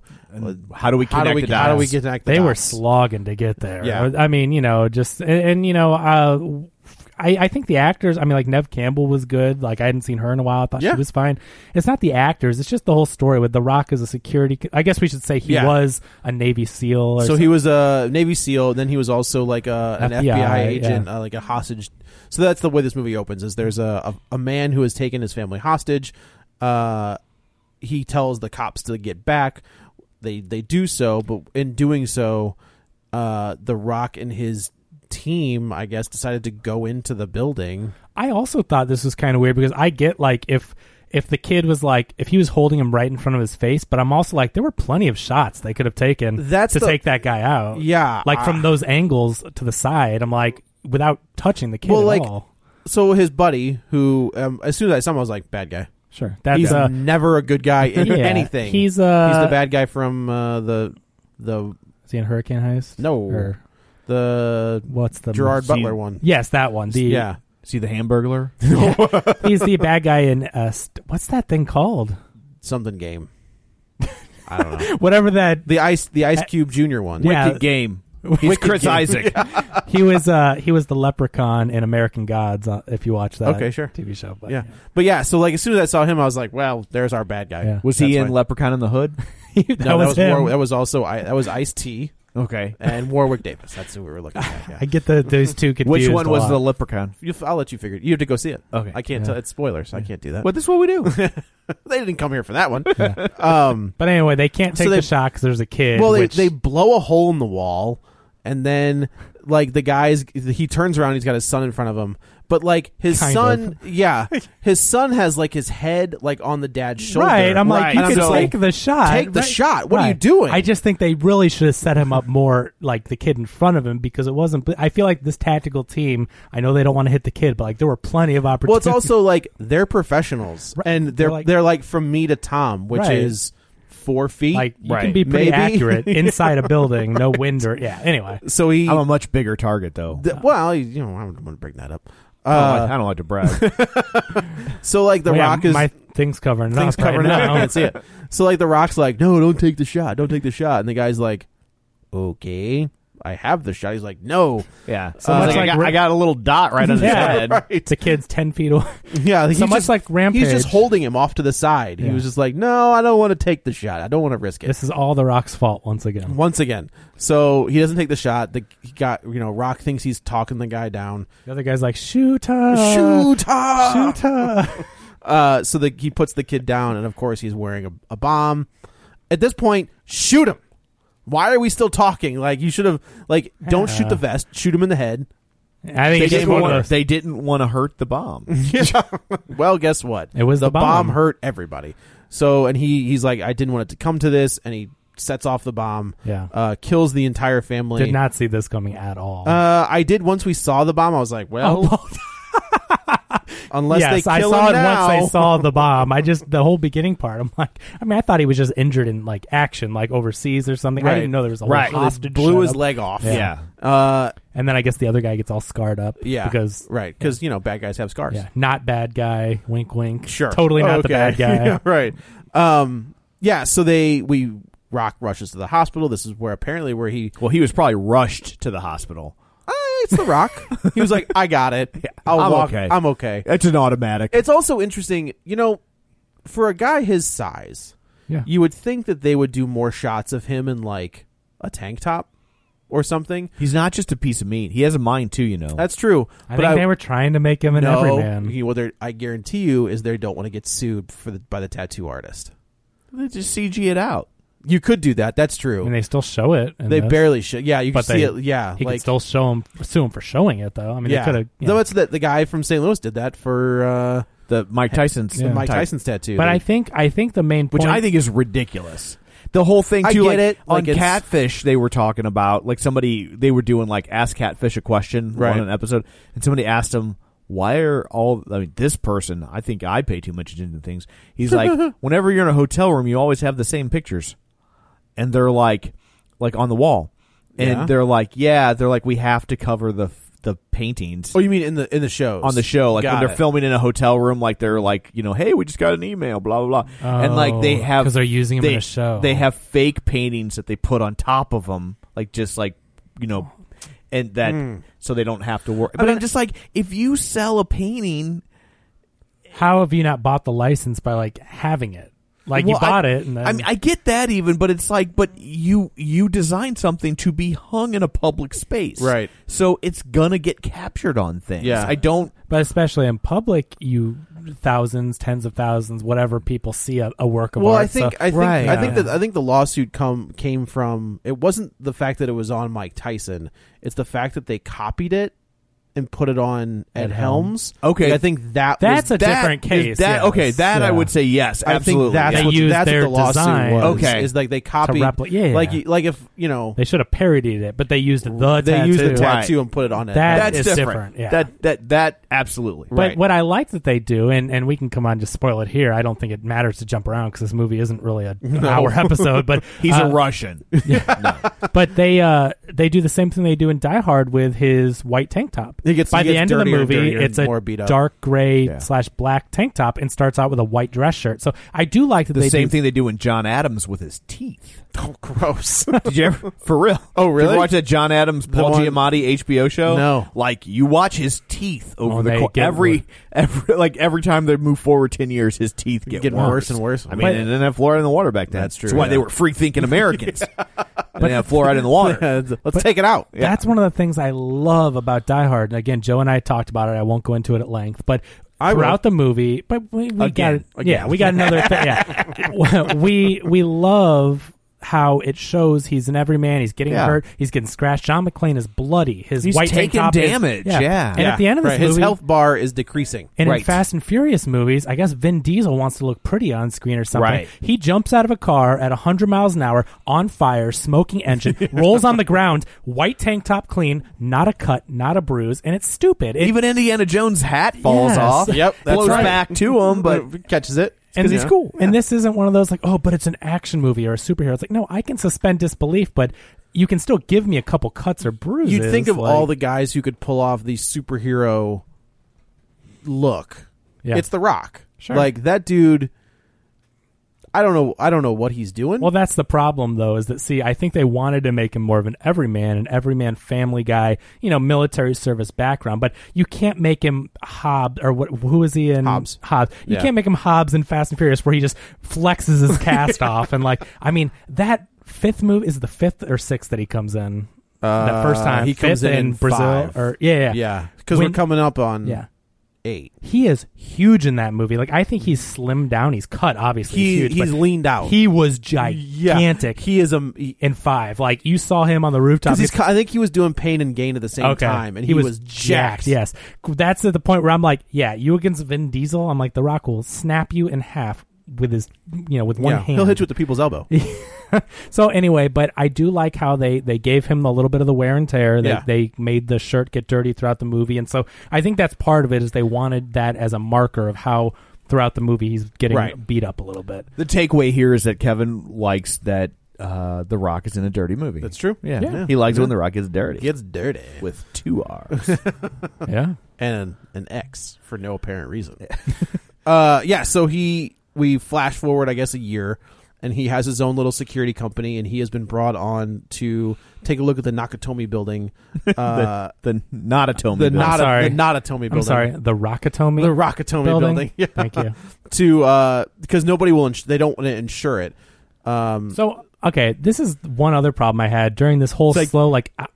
Speaker 1: how do we
Speaker 3: How
Speaker 1: connect
Speaker 3: do we
Speaker 1: the
Speaker 3: how do
Speaker 1: dots?
Speaker 3: we connect? The
Speaker 2: they were
Speaker 3: dots?
Speaker 2: slogging to get there.
Speaker 3: Yeah.
Speaker 2: I mean, you know, just and, and, you know, uh, I I think the actors. I mean, like Nev Campbell was good. Like I hadn't seen her in a while. I thought
Speaker 3: Yeah.
Speaker 2: she was fine. It's not the actors. It's just the whole story with The Rock as a security. c- I guess we should say he
Speaker 3: Yeah.
Speaker 2: was a Navy SEAL. Or
Speaker 3: so he was a Navy SEAL. Then he was also like a, an FBI,
Speaker 2: FBI,
Speaker 3: agent,
Speaker 2: yeah.
Speaker 3: uh, like a hostage. So that's the way this movie opens: is there's a a, a man who has taken his family hostage. Uh, he tells the cops to get back. They they do so, but in doing so, uh, the Rock and his team, I guess, decided to go into the building.
Speaker 2: I also thought this was kind of weird because I get like if if the kid was like if he was holding him right in front of his face, but I'm also like there were plenty of shots they could have taken
Speaker 3: That's
Speaker 2: to
Speaker 3: the-
Speaker 2: take that guy out.
Speaker 3: Yeah,
Speaker 2: like from
Speaker 3: I-
Speaker 2: those angles to the side. I'm like without touching the kid
Speaker 3: Well,
Speaker 2: at
Speaker 3: like-
Speaker 2: all.
Speaker 3: So his buddy, who um, as soon as I saw him, I was like, bad guy.
Speaker 2: Sure, that's
Speaker 3: he's
Speaker 2: uh,
Speaker 3: never a good guy in
Speaker 2: yeah.
Speaker 3: anything.
Speaker 2: He's,
Speaker 3: he's
Speaker 2: uh,
Speaker 3: the bad guy from uh, the the
Speaker 2: is he in Hurricane Heist?
Speaker 3: No.
Speaker 2: or
Speaker 3: the
Speaker 2: what's the
Speaker 3: Gerard
Speaker 1: Seen-
Speaker 3: Butler one.
Speaker 2: Yes, that one. The,
Speaker 3: yeah,
Speaker 1: see the Hamburglar?
Speaker 2: he's the bad guy in uh, st- what's that thing called?
Speaker 3: something game. I don't know.
Speaker 2: Whatever that
Speaker 3: The ice, the Ice Cube Junior one.
Speaker 2: Yeah.
Speaker 1: Wicked game. He's Chris Isaac.
Speaker 2: he was. Uh, he was the leprechaun in American Gods. Uh, if you watch that,
Speaker 3: Okay, sure.
Speaker 2: TV show. But
Speaker 3: yeah. But yeah, so like as soon as I saw him, I was like, "Well, there's our bad guy."
Speaker 2: Yeah.
Speaker 1: Was
Speaker 3: That's
Speaker 1: he in
Speaker 3: fine.
Speaker 1: Leprechaun in the Hood?
Speaker 2: that,
Speaker 3: no,
Speaker 2: was
Speaker 3: that was
Speaker 2: him.
Speaker 3: more. That was also I, that was Ice T.
Speaker 1: Okay.
Speaker 3: and Warwick Davis. That's who we were looking at. yeah.
Speaker 2: I get the, those two confused.
Speaker 1: Which one
Speaker 2: a
Speaker 1: was
Speaker 2: lot.
Speaker 1: the leprechaun?
Speaker 3: You- I'll let you figure it. You have to go see it.
Speaker 1: Okay.
Speaker 3: I can't
Speaker 2: Yeah.
Speaker 3: tell. It's spoilers. I can't do that.
Speaker 1: Well, this is what we do.
Speaker 3: they didn't come here for that one. Um,
Speaker 2: But anyway, they can't
Speaker 3: So
Speaker 2: take
Speaker 3: they-
Speaker 2: the shot because there's a kid.
Speaker 3: well, they,
Speaker 2: which-
Speaker 3: they blow a hole in the wall, and then like the guys, he turns around. He's got his son in front of him, but like his
Speaker 2: Kind
Speaker 3: son, yeah, his son has like his head like on the dad's shoulder.
Speaker 2: Right, I'm like,
Speaker 1: Right.
Speaker 2: you
Speaker 3: And I'm
Speaker 2: can
Speaker 3: just
Speaker 2: take the shot.
Speaker 3: Take the
Speaker 2: Right.
Speaker 3: shot. What are you
Speaker 2: Right.
Speaker 3: doing?
Speaker 2: I just think they really should have set him up more like the kid in front of him because it wasn't. I feel like this tactical team. I know they don't want to hit the kid, but like there were plenty of
Speaker 3: Well,
Speaker 2: opportunities.
Speaker 3: it's also like they're professionals,
Speaker 2: Right.
Speaker 3: and they're
Speaker 2: They're
Speaker 3: they're
Speaker 2: like-
Speaker 3: like, from me to Tom, which
Speaker 2: Right.
Speaker 3: is four feet.
Speaker 2: like you can be pretty
Speaker 3: Maybe.
Speaker 2: accurate inside a building, no wind or yeah. Anyway,
Speaker 3: so he.
Speaker 1: I'm a much bigger target, though.
Speaker 3: th- well, you know, I'm going to bring that up.
Speaker 2: Oh,
Speaker 1: I don't
Speaker 3: Uh,
Speaker 1: like- I don't like to brag.
Speaker 3: so like the
Speaker 2: Well, yeah,
Speaker 3: Rock is
Speaker 2: my thing's covering it
Speaker 3: things
Speaker 2: up right
Speaker 3: covering up. I
Speaker 2: now.
Speaker 3: can't see it. So like the Rock's like, no, don't take the shot, don't take the shot, and the guy's like, okay, I have the shot. He's like, no,
Speaker 1: yeah.
Speaker 2: So
Speaker 1: Uh,
Speaker 2: much
Speaker 1: like I,
Speaker 2: like
Speaker 1: got,
Speaker 2: we're-
Speaker 1: I got a little dot right under
Speaker 2: Yeah.
Speaker 1: his head.
Speaker 3: right.
Speaker 2: The kid's ten feet away.
Speaker 3: Yeah, he's
Speaker 2: So much
Speaker 3: just-
Speaker 2: like Rampage.
Speaker 3: He's just holding him off to the side. He
Speaker 2: Yeah.
Speaker 3: was just like, no, I don't want to take the shot. I don't want to risk it.
Speaker 2: This is all the Rock's fault once again.
Speaker 3: once again. So he doesn't take the shot. The he got you know Rock thinks he's talking the guy down.
Speaker 2: The other guy's like, shoot her,
Speaker 3: shoot! ah!
Speaker 2: shoot her.
Speaker 3: Uh, so the, he puts the kid down, and of course he's wearing a, a bomb. At this point, shoot him. Why are we still talking? Like you should have like don't shoot the vest. Shoot him in the head.
Speaker 2: I think
Speaker 1: They
Speaker 2: it's just
Speaker 1: didn't,
Speaker 2: one of
Speaker 1: want,
Speaker 2: those.
Speaker 1: they didn't want to hurt the bomb.
Speaker 3: well, guess what?
Speaker 2: It was the bomb.
Speaker 3: bomb. hurt everybody. So and he he's like I didn't want it to come to this, and he sets off the bomb.
Speaker 2: Yeah.
Speaker 3: uh, kills the entire family.
Speaker 2: Did not see this coming at all.
Speaker 3: Uh, I did once we saw the bomb. I was like, well,
Speaker 2: Oh,
Speaker 3: unless
Speaker 2: yes,
Speaker 3: they
Speaker 2: I
Speaker 3: kill
Speaker 2: saw
Speaker 3: him
Speaker 2: it
Speaker 3: now,
Speaker 2: once I saw the bomb. I just the whole beginning part. I'm like, I mean, I thought he was just injured in like action, like overseas or something. I
Speaker 3: Right.
Speaker 2: didn't know there was a
Speaker 1: Right.
Speaker 2: whole hostage.
Speaker 3: blew his
Speaker 2: setup.
Speaker 3: leg off.
Speaker 1: Yeah.
Speaker 3: Uh,
Speaker 2: and then I guess the other guy gets all scarred up.
Speaker 3: yeah.
Speaker 2: because
Speaker 3: right, because you know bad guys have scars.
Speaker 2: yeah, not bad guy. Wink, wink.
Speaker 3: Sure. Oh,
Speaker 2: totally not the
Speaker 3: Okay.
Speaker 2: bad guy.
Speaker 3: Yeah, right. Um. Yeah. So they we Rock rushes to the hospital. This is where apparently where he
Speaker 1: Well, he was probably rushed to the hospital.
Speaker 3: "Ah, it's the Rock. he was like, I got it. I'll
Speaker 1: I'm
Speaker 3: walk.
Speaker 1: okay."
Speaker 3: I'm okay.
Speaker 1: It's an automatic.
Speaker 3: It's also interesting, you know, for a guy his size,
Speaker 2: Yeah.
Speaker 3: you would think that they would do more shots of him in like a tank top or something.
Speaker 1: He's not just a piece of meat. He has a mind too, you know.
Speaker 3: That's true.
Speaker 2: I think they were trying to make him an
Speaker 3: no,
Speaker 2: everyman.
Speaker 3: you- what they're- I guarantee you is they don't want to get sued for the, by the tattoo artist.
Speaker 1: They just CG it out.
Speaker 3: You could do that. That's true.
Speaker 2: I mean, they still show it. in
Speaker 3: they
Speaker 2: this,
Speaker 3: barely should. Yeah, you can
Speaker 2: but
Speaker 3: see
Speaker 2: they,
Speaker 3: it. Yeah,
Speaker 2: he
Speaker 3: like
Speaker 2: could still show him, sue him for showing it though. I mean,
Speaker 3: yeah.
Speaker 2: they could have.
Speaker 3: Though it's that the guy from St. Louis did that for uh,
Speaker 1: The Mike Tyson's
Speaker 2: Yeah.
Speaker 3: Mike
Speaker 1: Ty-
Speaker 3: Tyson's tattoo.
Speaker 2: But
Speaker 3: They-
Speaker 2: I think I think the main
Speaker 1: which
Speaker 2: point,
Speaker 1: I think is ridiculous. The whole thing
Speaker 3: I
Speaker 1: too, like,
Speaker 3: get it,
Speaker 1: on
Speaker 3: like, it's-
Speaker 1: Catfish, they were talking about like somebody they were doing like ask Catfish a question
Speaker 3: Right.
Speaker 1: on an episode, and somebody asked him why are all I mean this person I think I pay too much attention to things. He's like, whenever you're in a hotel room, you always have the same pictures, and they're like, like on the wall, and
Speaker 3: Yeah.
Speaker 1: they're like, yeah, they're like we have to cover the the paintings
Speaker 3: Oh, you mean in the in the shows
Speaker 1: on the show, like
Speaker 3: Got
Speaker 1: when they're
Speaker 3: it.
Speaker 1: filming in a hotel room, like they're like, you know, hey, we just got an email, blah blah blah, and like they
Speaker 2: Oh,
Speaker 1: have
Speaker 2: 'cause they're using 'em in
Speaker 1: they-
Speaker 2: a show.
Speaker 1: They have fake paintings that they put on top of them, like just like you know, and that
Speaker 3: Hmm.
Speaker 1: so they don't have to worry. But I'm just like, if you sell a painting,
Speaker 2: how have you not bought the license by like having it? Like
Speaker 1: well,
Speaker 2: you bought
Speaker 1: I,
Speaker 2: it, and then,
Speaker 1: I mean, I get that even, but it's like, but you you design something to be hung in a public space,
Speaker 3: Right.
Speaker 1: So it's gonna get captured on things.
Speaker 3: Yeah.
Speaker 1: I don't.
Speaker 2: but especially in public, you thousands, tens of thousands, whatever people see a, a work of
Speaker 3: Well,
Speaker 2: art.
Speaker 3: I think
Speaker 2: so-
Speaker 3: I think
Speaker 1: Right.
Speaker 3: I think
Speaker 2: Yeah.
Speaker 3: that I think the lawsuit come came from it wasn't the fact that it was on Mike Tyson. It's the fact that they copied it and put it on Ed,
Speaker 2: Ed
Speaker 3: Helms.
Speaker 1: Okay.
Speaker 3: Like, I think that
Speaker 2: That's
Speaker 3: was,
Speaker 2: a different
Speaker 1: That is-
Speaker 2: case.
Speaker 1: that
Speaker 2: yes.
Speaker 1: okay? That I
Speaker 2: Yeah.
Speaker 1: would say yes.
Speaker 3: I
Speaker 1: Absolutely.
Speaker 3: think that's
Speaker 2: They
Speaker 3: what,
Speaker 2: used
Speaker 3: that's what
Speaker 2: their
Speaker 3: the lawsuit
Speaker 2: design
Speaker 3: was.
Speaker 1: Okay.
Speaker 3: is like they copied
Speaker 2: repli- yeah.
Speaker 3: like you- like if you know
Speaker 2: they should have parodied it, but they used the
Speaker 3: they
Speaker 2: tattoo.
Speaker 3: used the
Speaker 1: Right.
Speaker 3: tattoo and put it on Ed.
Speaker 2: That-
Speaker 3: Helms.
Speaker 1: that's
Speaker 2: is
Speaker 1: different.
Speaker 2: different, yeah.
Speaker 1: That that that absolutely.
Speaker 2: But
Speaker 3: Right.
Speaker 2: what I like that they do, and, and we can come on to spoil it here. I don't think it matters to jump around because this movie isn't really a, an hour episode. But
Speaker 1: He's
Speaker 2: uh,
Speaker 1: a Russian.
Speaker 2: but they uh they do the same thing they do in Die Hard with his white tank top.
Speaker 3: He gets-
Speaker 2: by
Speaker 3: he
Speaker 2: the end
Speaker 3: gets
Speaker 2: of the
Speaker 3: dirtier and
Speaker 2: movie,
Speaker 3: dirtier and
Speaker 2: it's a
Speaker 3: more beat up.
Speaker 2: dark gray
Speaker 1: Yeah.
Speaker 2: slash black tank top and starts out with a white dress shirt. So I do like that
Speaker 1: the
Speaker 2: they
Speaker 1: same
Speaker 2: do,
Speaker 1: thing they do in John Adams with his teeth.
Speaker 3: oh, gross.
Speaker 1: Did you ever? For real?
Speaker 3: Oh,
Speaker 1: Did you
Speaker 3: really?
Speaker 1: ever watch that John Adams Paul
Speaker 3: one-
Speaker 1: Giamatti HBO show?
Speaker 3: No.
Speaker 1: Like you watch his teeth over
Speaker 2: Oh,
Speaker 1: the
Speaker 2: they
Speaker 1: course.
Speaker 2: get
Speaker 1: every
Speaker 2: wor-
Speaker 1: every like every time they move forward ten years, his teeth get,
Speaker 3: Get worse and worse.
Speaker 1: I mean,
Speaker 3: But-
Speaker 1: they didn't have Florida in the water back then.
Speaker 3: That's true,
Speaker 1: That's why they
Speaker 3: yeah.
Speaker 1: were free thinking Americans. and they have fluoride in the water.
Speaker 3: Let's
Speaker 2: But-
Speaker 3: take it out. Yeah.
Speaker 2: That's one of the things I love about Die Hard. And again, Joe and I talked about it. I won't go into it at length, but
Speaker 3: I will.
Speaker 2: throughout the movie, but we, we got
Speaker 3: Again. Again.
Speaker 2: yeah, we got another thing. Yeah, we we love how it shows he's an everyman. He's getting
Speaker 1: Yeah.
Speaker 2: hurt. He's getting scratched. John McClane is bloody. His
Speaker 1: He's
Speaker 2: white tank
Speaker 1: taking
Speaker 2: top is-
Speaker 1: damage, yeah.
Speaker 2: and at the end of this
Speaker 3: right.
Speaker 2: movie,
Speaker 3: his health bar is decreasing.
Speaker 2: and
Speaker 1: Right.
Speaker 2: in Fast and Furious movies, I guess Vin Diesel wants to look pretty on screen or something.
Speaker 1: Right.
Speaker 2: He jumps out of a car at 100 miles an hour, on fire, smoking engine, rolls on the ground, white tank top clean, not a cut, not a bruise, and it's stupid. It-
Speaker 1: Even Indiana Jones' hat falls
Speaker 2: Yes.
Speaker 1: off.
Speaker 3: Yep, that's
Speaker 1: blows
Speaker 3: right.
Speaker 1: back to him, but
Speaker 3: catches it
Speaker 2: and
Speaker 3: he's
Speaker 2: it's cool. And this isn't one of those like, oh, but it's an action movie or a superhero. It's like, no, I can suspend disbelief, but you can still give me a couple cuts or bruises.
Speaker 3: You'd think of
Speaker 2: like-
Speaker 3: all the guys who could pull off the superhero look.
Speaker 2: Yeah.
Speaker 3: It's The Rock.
Speaker 2: Sure.
Speaker 3: Like that dude. I don't know. I don't know what he's doing.
Speaker 2: Well, that's the problem, though, is that see, I think they wanted to make him more of an everyman, an everyman family guy, you know, military service background. But you can't make him Hobbs or what? Who is he in
Speaker 3: Hobbs.
Speaker 2: You
Speaker 3: Yeah.
Speaker 2: can't make him Hobbs in Fast and Furious, where he just flexes his cast off and like. I mean, that fifth move is the fifth or sixth that he comes in. that first
Speaker 3: Uh,
Speaker 2: time
Speaker 3: he comes
Speaker 2: Fifth
Speaker 3: in
Speaker 2: in,
Speaker 3: in
Speaker 2: Brazil
Speaker 3: five.
Speaker 2: or yeah, yeah,
Speaker 3: yeah, because we're
Speaker 2: When-
Speaker 3: coming up on
Speaker 2: yeah.
Speaker 3: eight.
Speaker 2: He is huge in that movie. Like I think he's slimmed down. He's cut, obviously.
Speaker 3: He-
Speaker 2: huge,
Speaker 3: he's
Speaker 2: but
Speaker 3: leaned out.
Speaker 2: He was gigantic
Speaker 3: He is a. He,
Speaker 2: in five. Like you saw him on the rooftop.
Speaker 3: Because he's, I think he was doing pain and gain at the same time, and he, was, jacked.
Speaker 2: Yes, that's at the point where I'm like, yeah, you against Vin Diesel. I'm like, The Rock will snap you in half with his, you know, with one
Speaker 3: Yeah.
Speaker 2: hand.
Speaker 3: He'll hit you with the people's elbow.
Speaker 2: So anyway, but I do like how they they gave him a little bit of the wear and tear. They,
Speaker 3: Yeah.
Speaker 2: they made the shirt get dirty throughout the movie, and so I think that's part of it is they wanted that as a marker of how throughout the movie he's getting
Speaker 3: Right.
Speaker 2: beat up a little bit.
Speaker 1: the takeaway here is that Kevin likes that uh, The Rock is in a dirty movie.
Speaker 3: That's true.
Speaker 1: Yeah,
Speaker 3: Yeah.
Speaker 1: he likes it when The Rock is dirty.
Speaker 3: He gets dirty
Speaker 1: with two R's.
Speaker 2: Yeah.
Speaker 3: and an X for no apparent reason. uh, yeah. So he we flash forward, I guess, a year, and he has his own little security company, and he has been brought on to take a look at the Nakatomi building, uh,
Speaker 1: the not a Tommy.
Speaker 3: the,
Speaker 1: bill.
Speaker 3: Nata-
Speaker 2: sorry.
Speaker 3: the Nakatomi building.
Speaker 2: I'm sorry, the Rockatomi.
Speaker 3: The Rockatomi building,
Speaker 2: building.
Speaker 3: Yeah.
Speaker 2: Thank you.
Speaker 3: to uh, because nobody will ins- they don't want to insure it. Um,
Speaker 2: So okay, this is one other problem I had during this whole
Speaker 1: It's like-
Speaker 2: slow like uh,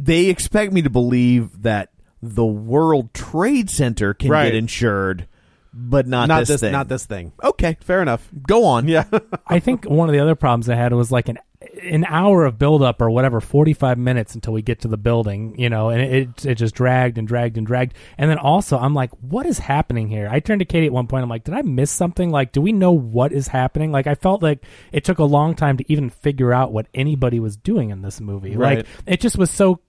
Speaker 1: they expect me to believe that the World Trade Center can
Speaker 3: Right.
Speaker 1: get insured, but not,
Speaker 3: not
Speaker 1: this,
Speaker 3: this,
Speaker 1: thing.
Speaker 3: not this thing.
Speaker 1: Okay,
Speaker 3: Fair enough.
Speaker 1: go on.
Speaker 3: Yeah.
Speaker 2: I think one of the other problems I had was like an an hour of buildup or whatever, forty five minutes until we get to the building, you know, and it it just dragged and dragged and dragged. And then also I'm like, what is happening here? I turned to Katie at one point, I'm like, did I miss something? Like, do we know what is happening? Like I felt like it took a long time to even figure out what anybody was doing in this movie.
Speaker 3: Right.
Speaker 2: Like it just was so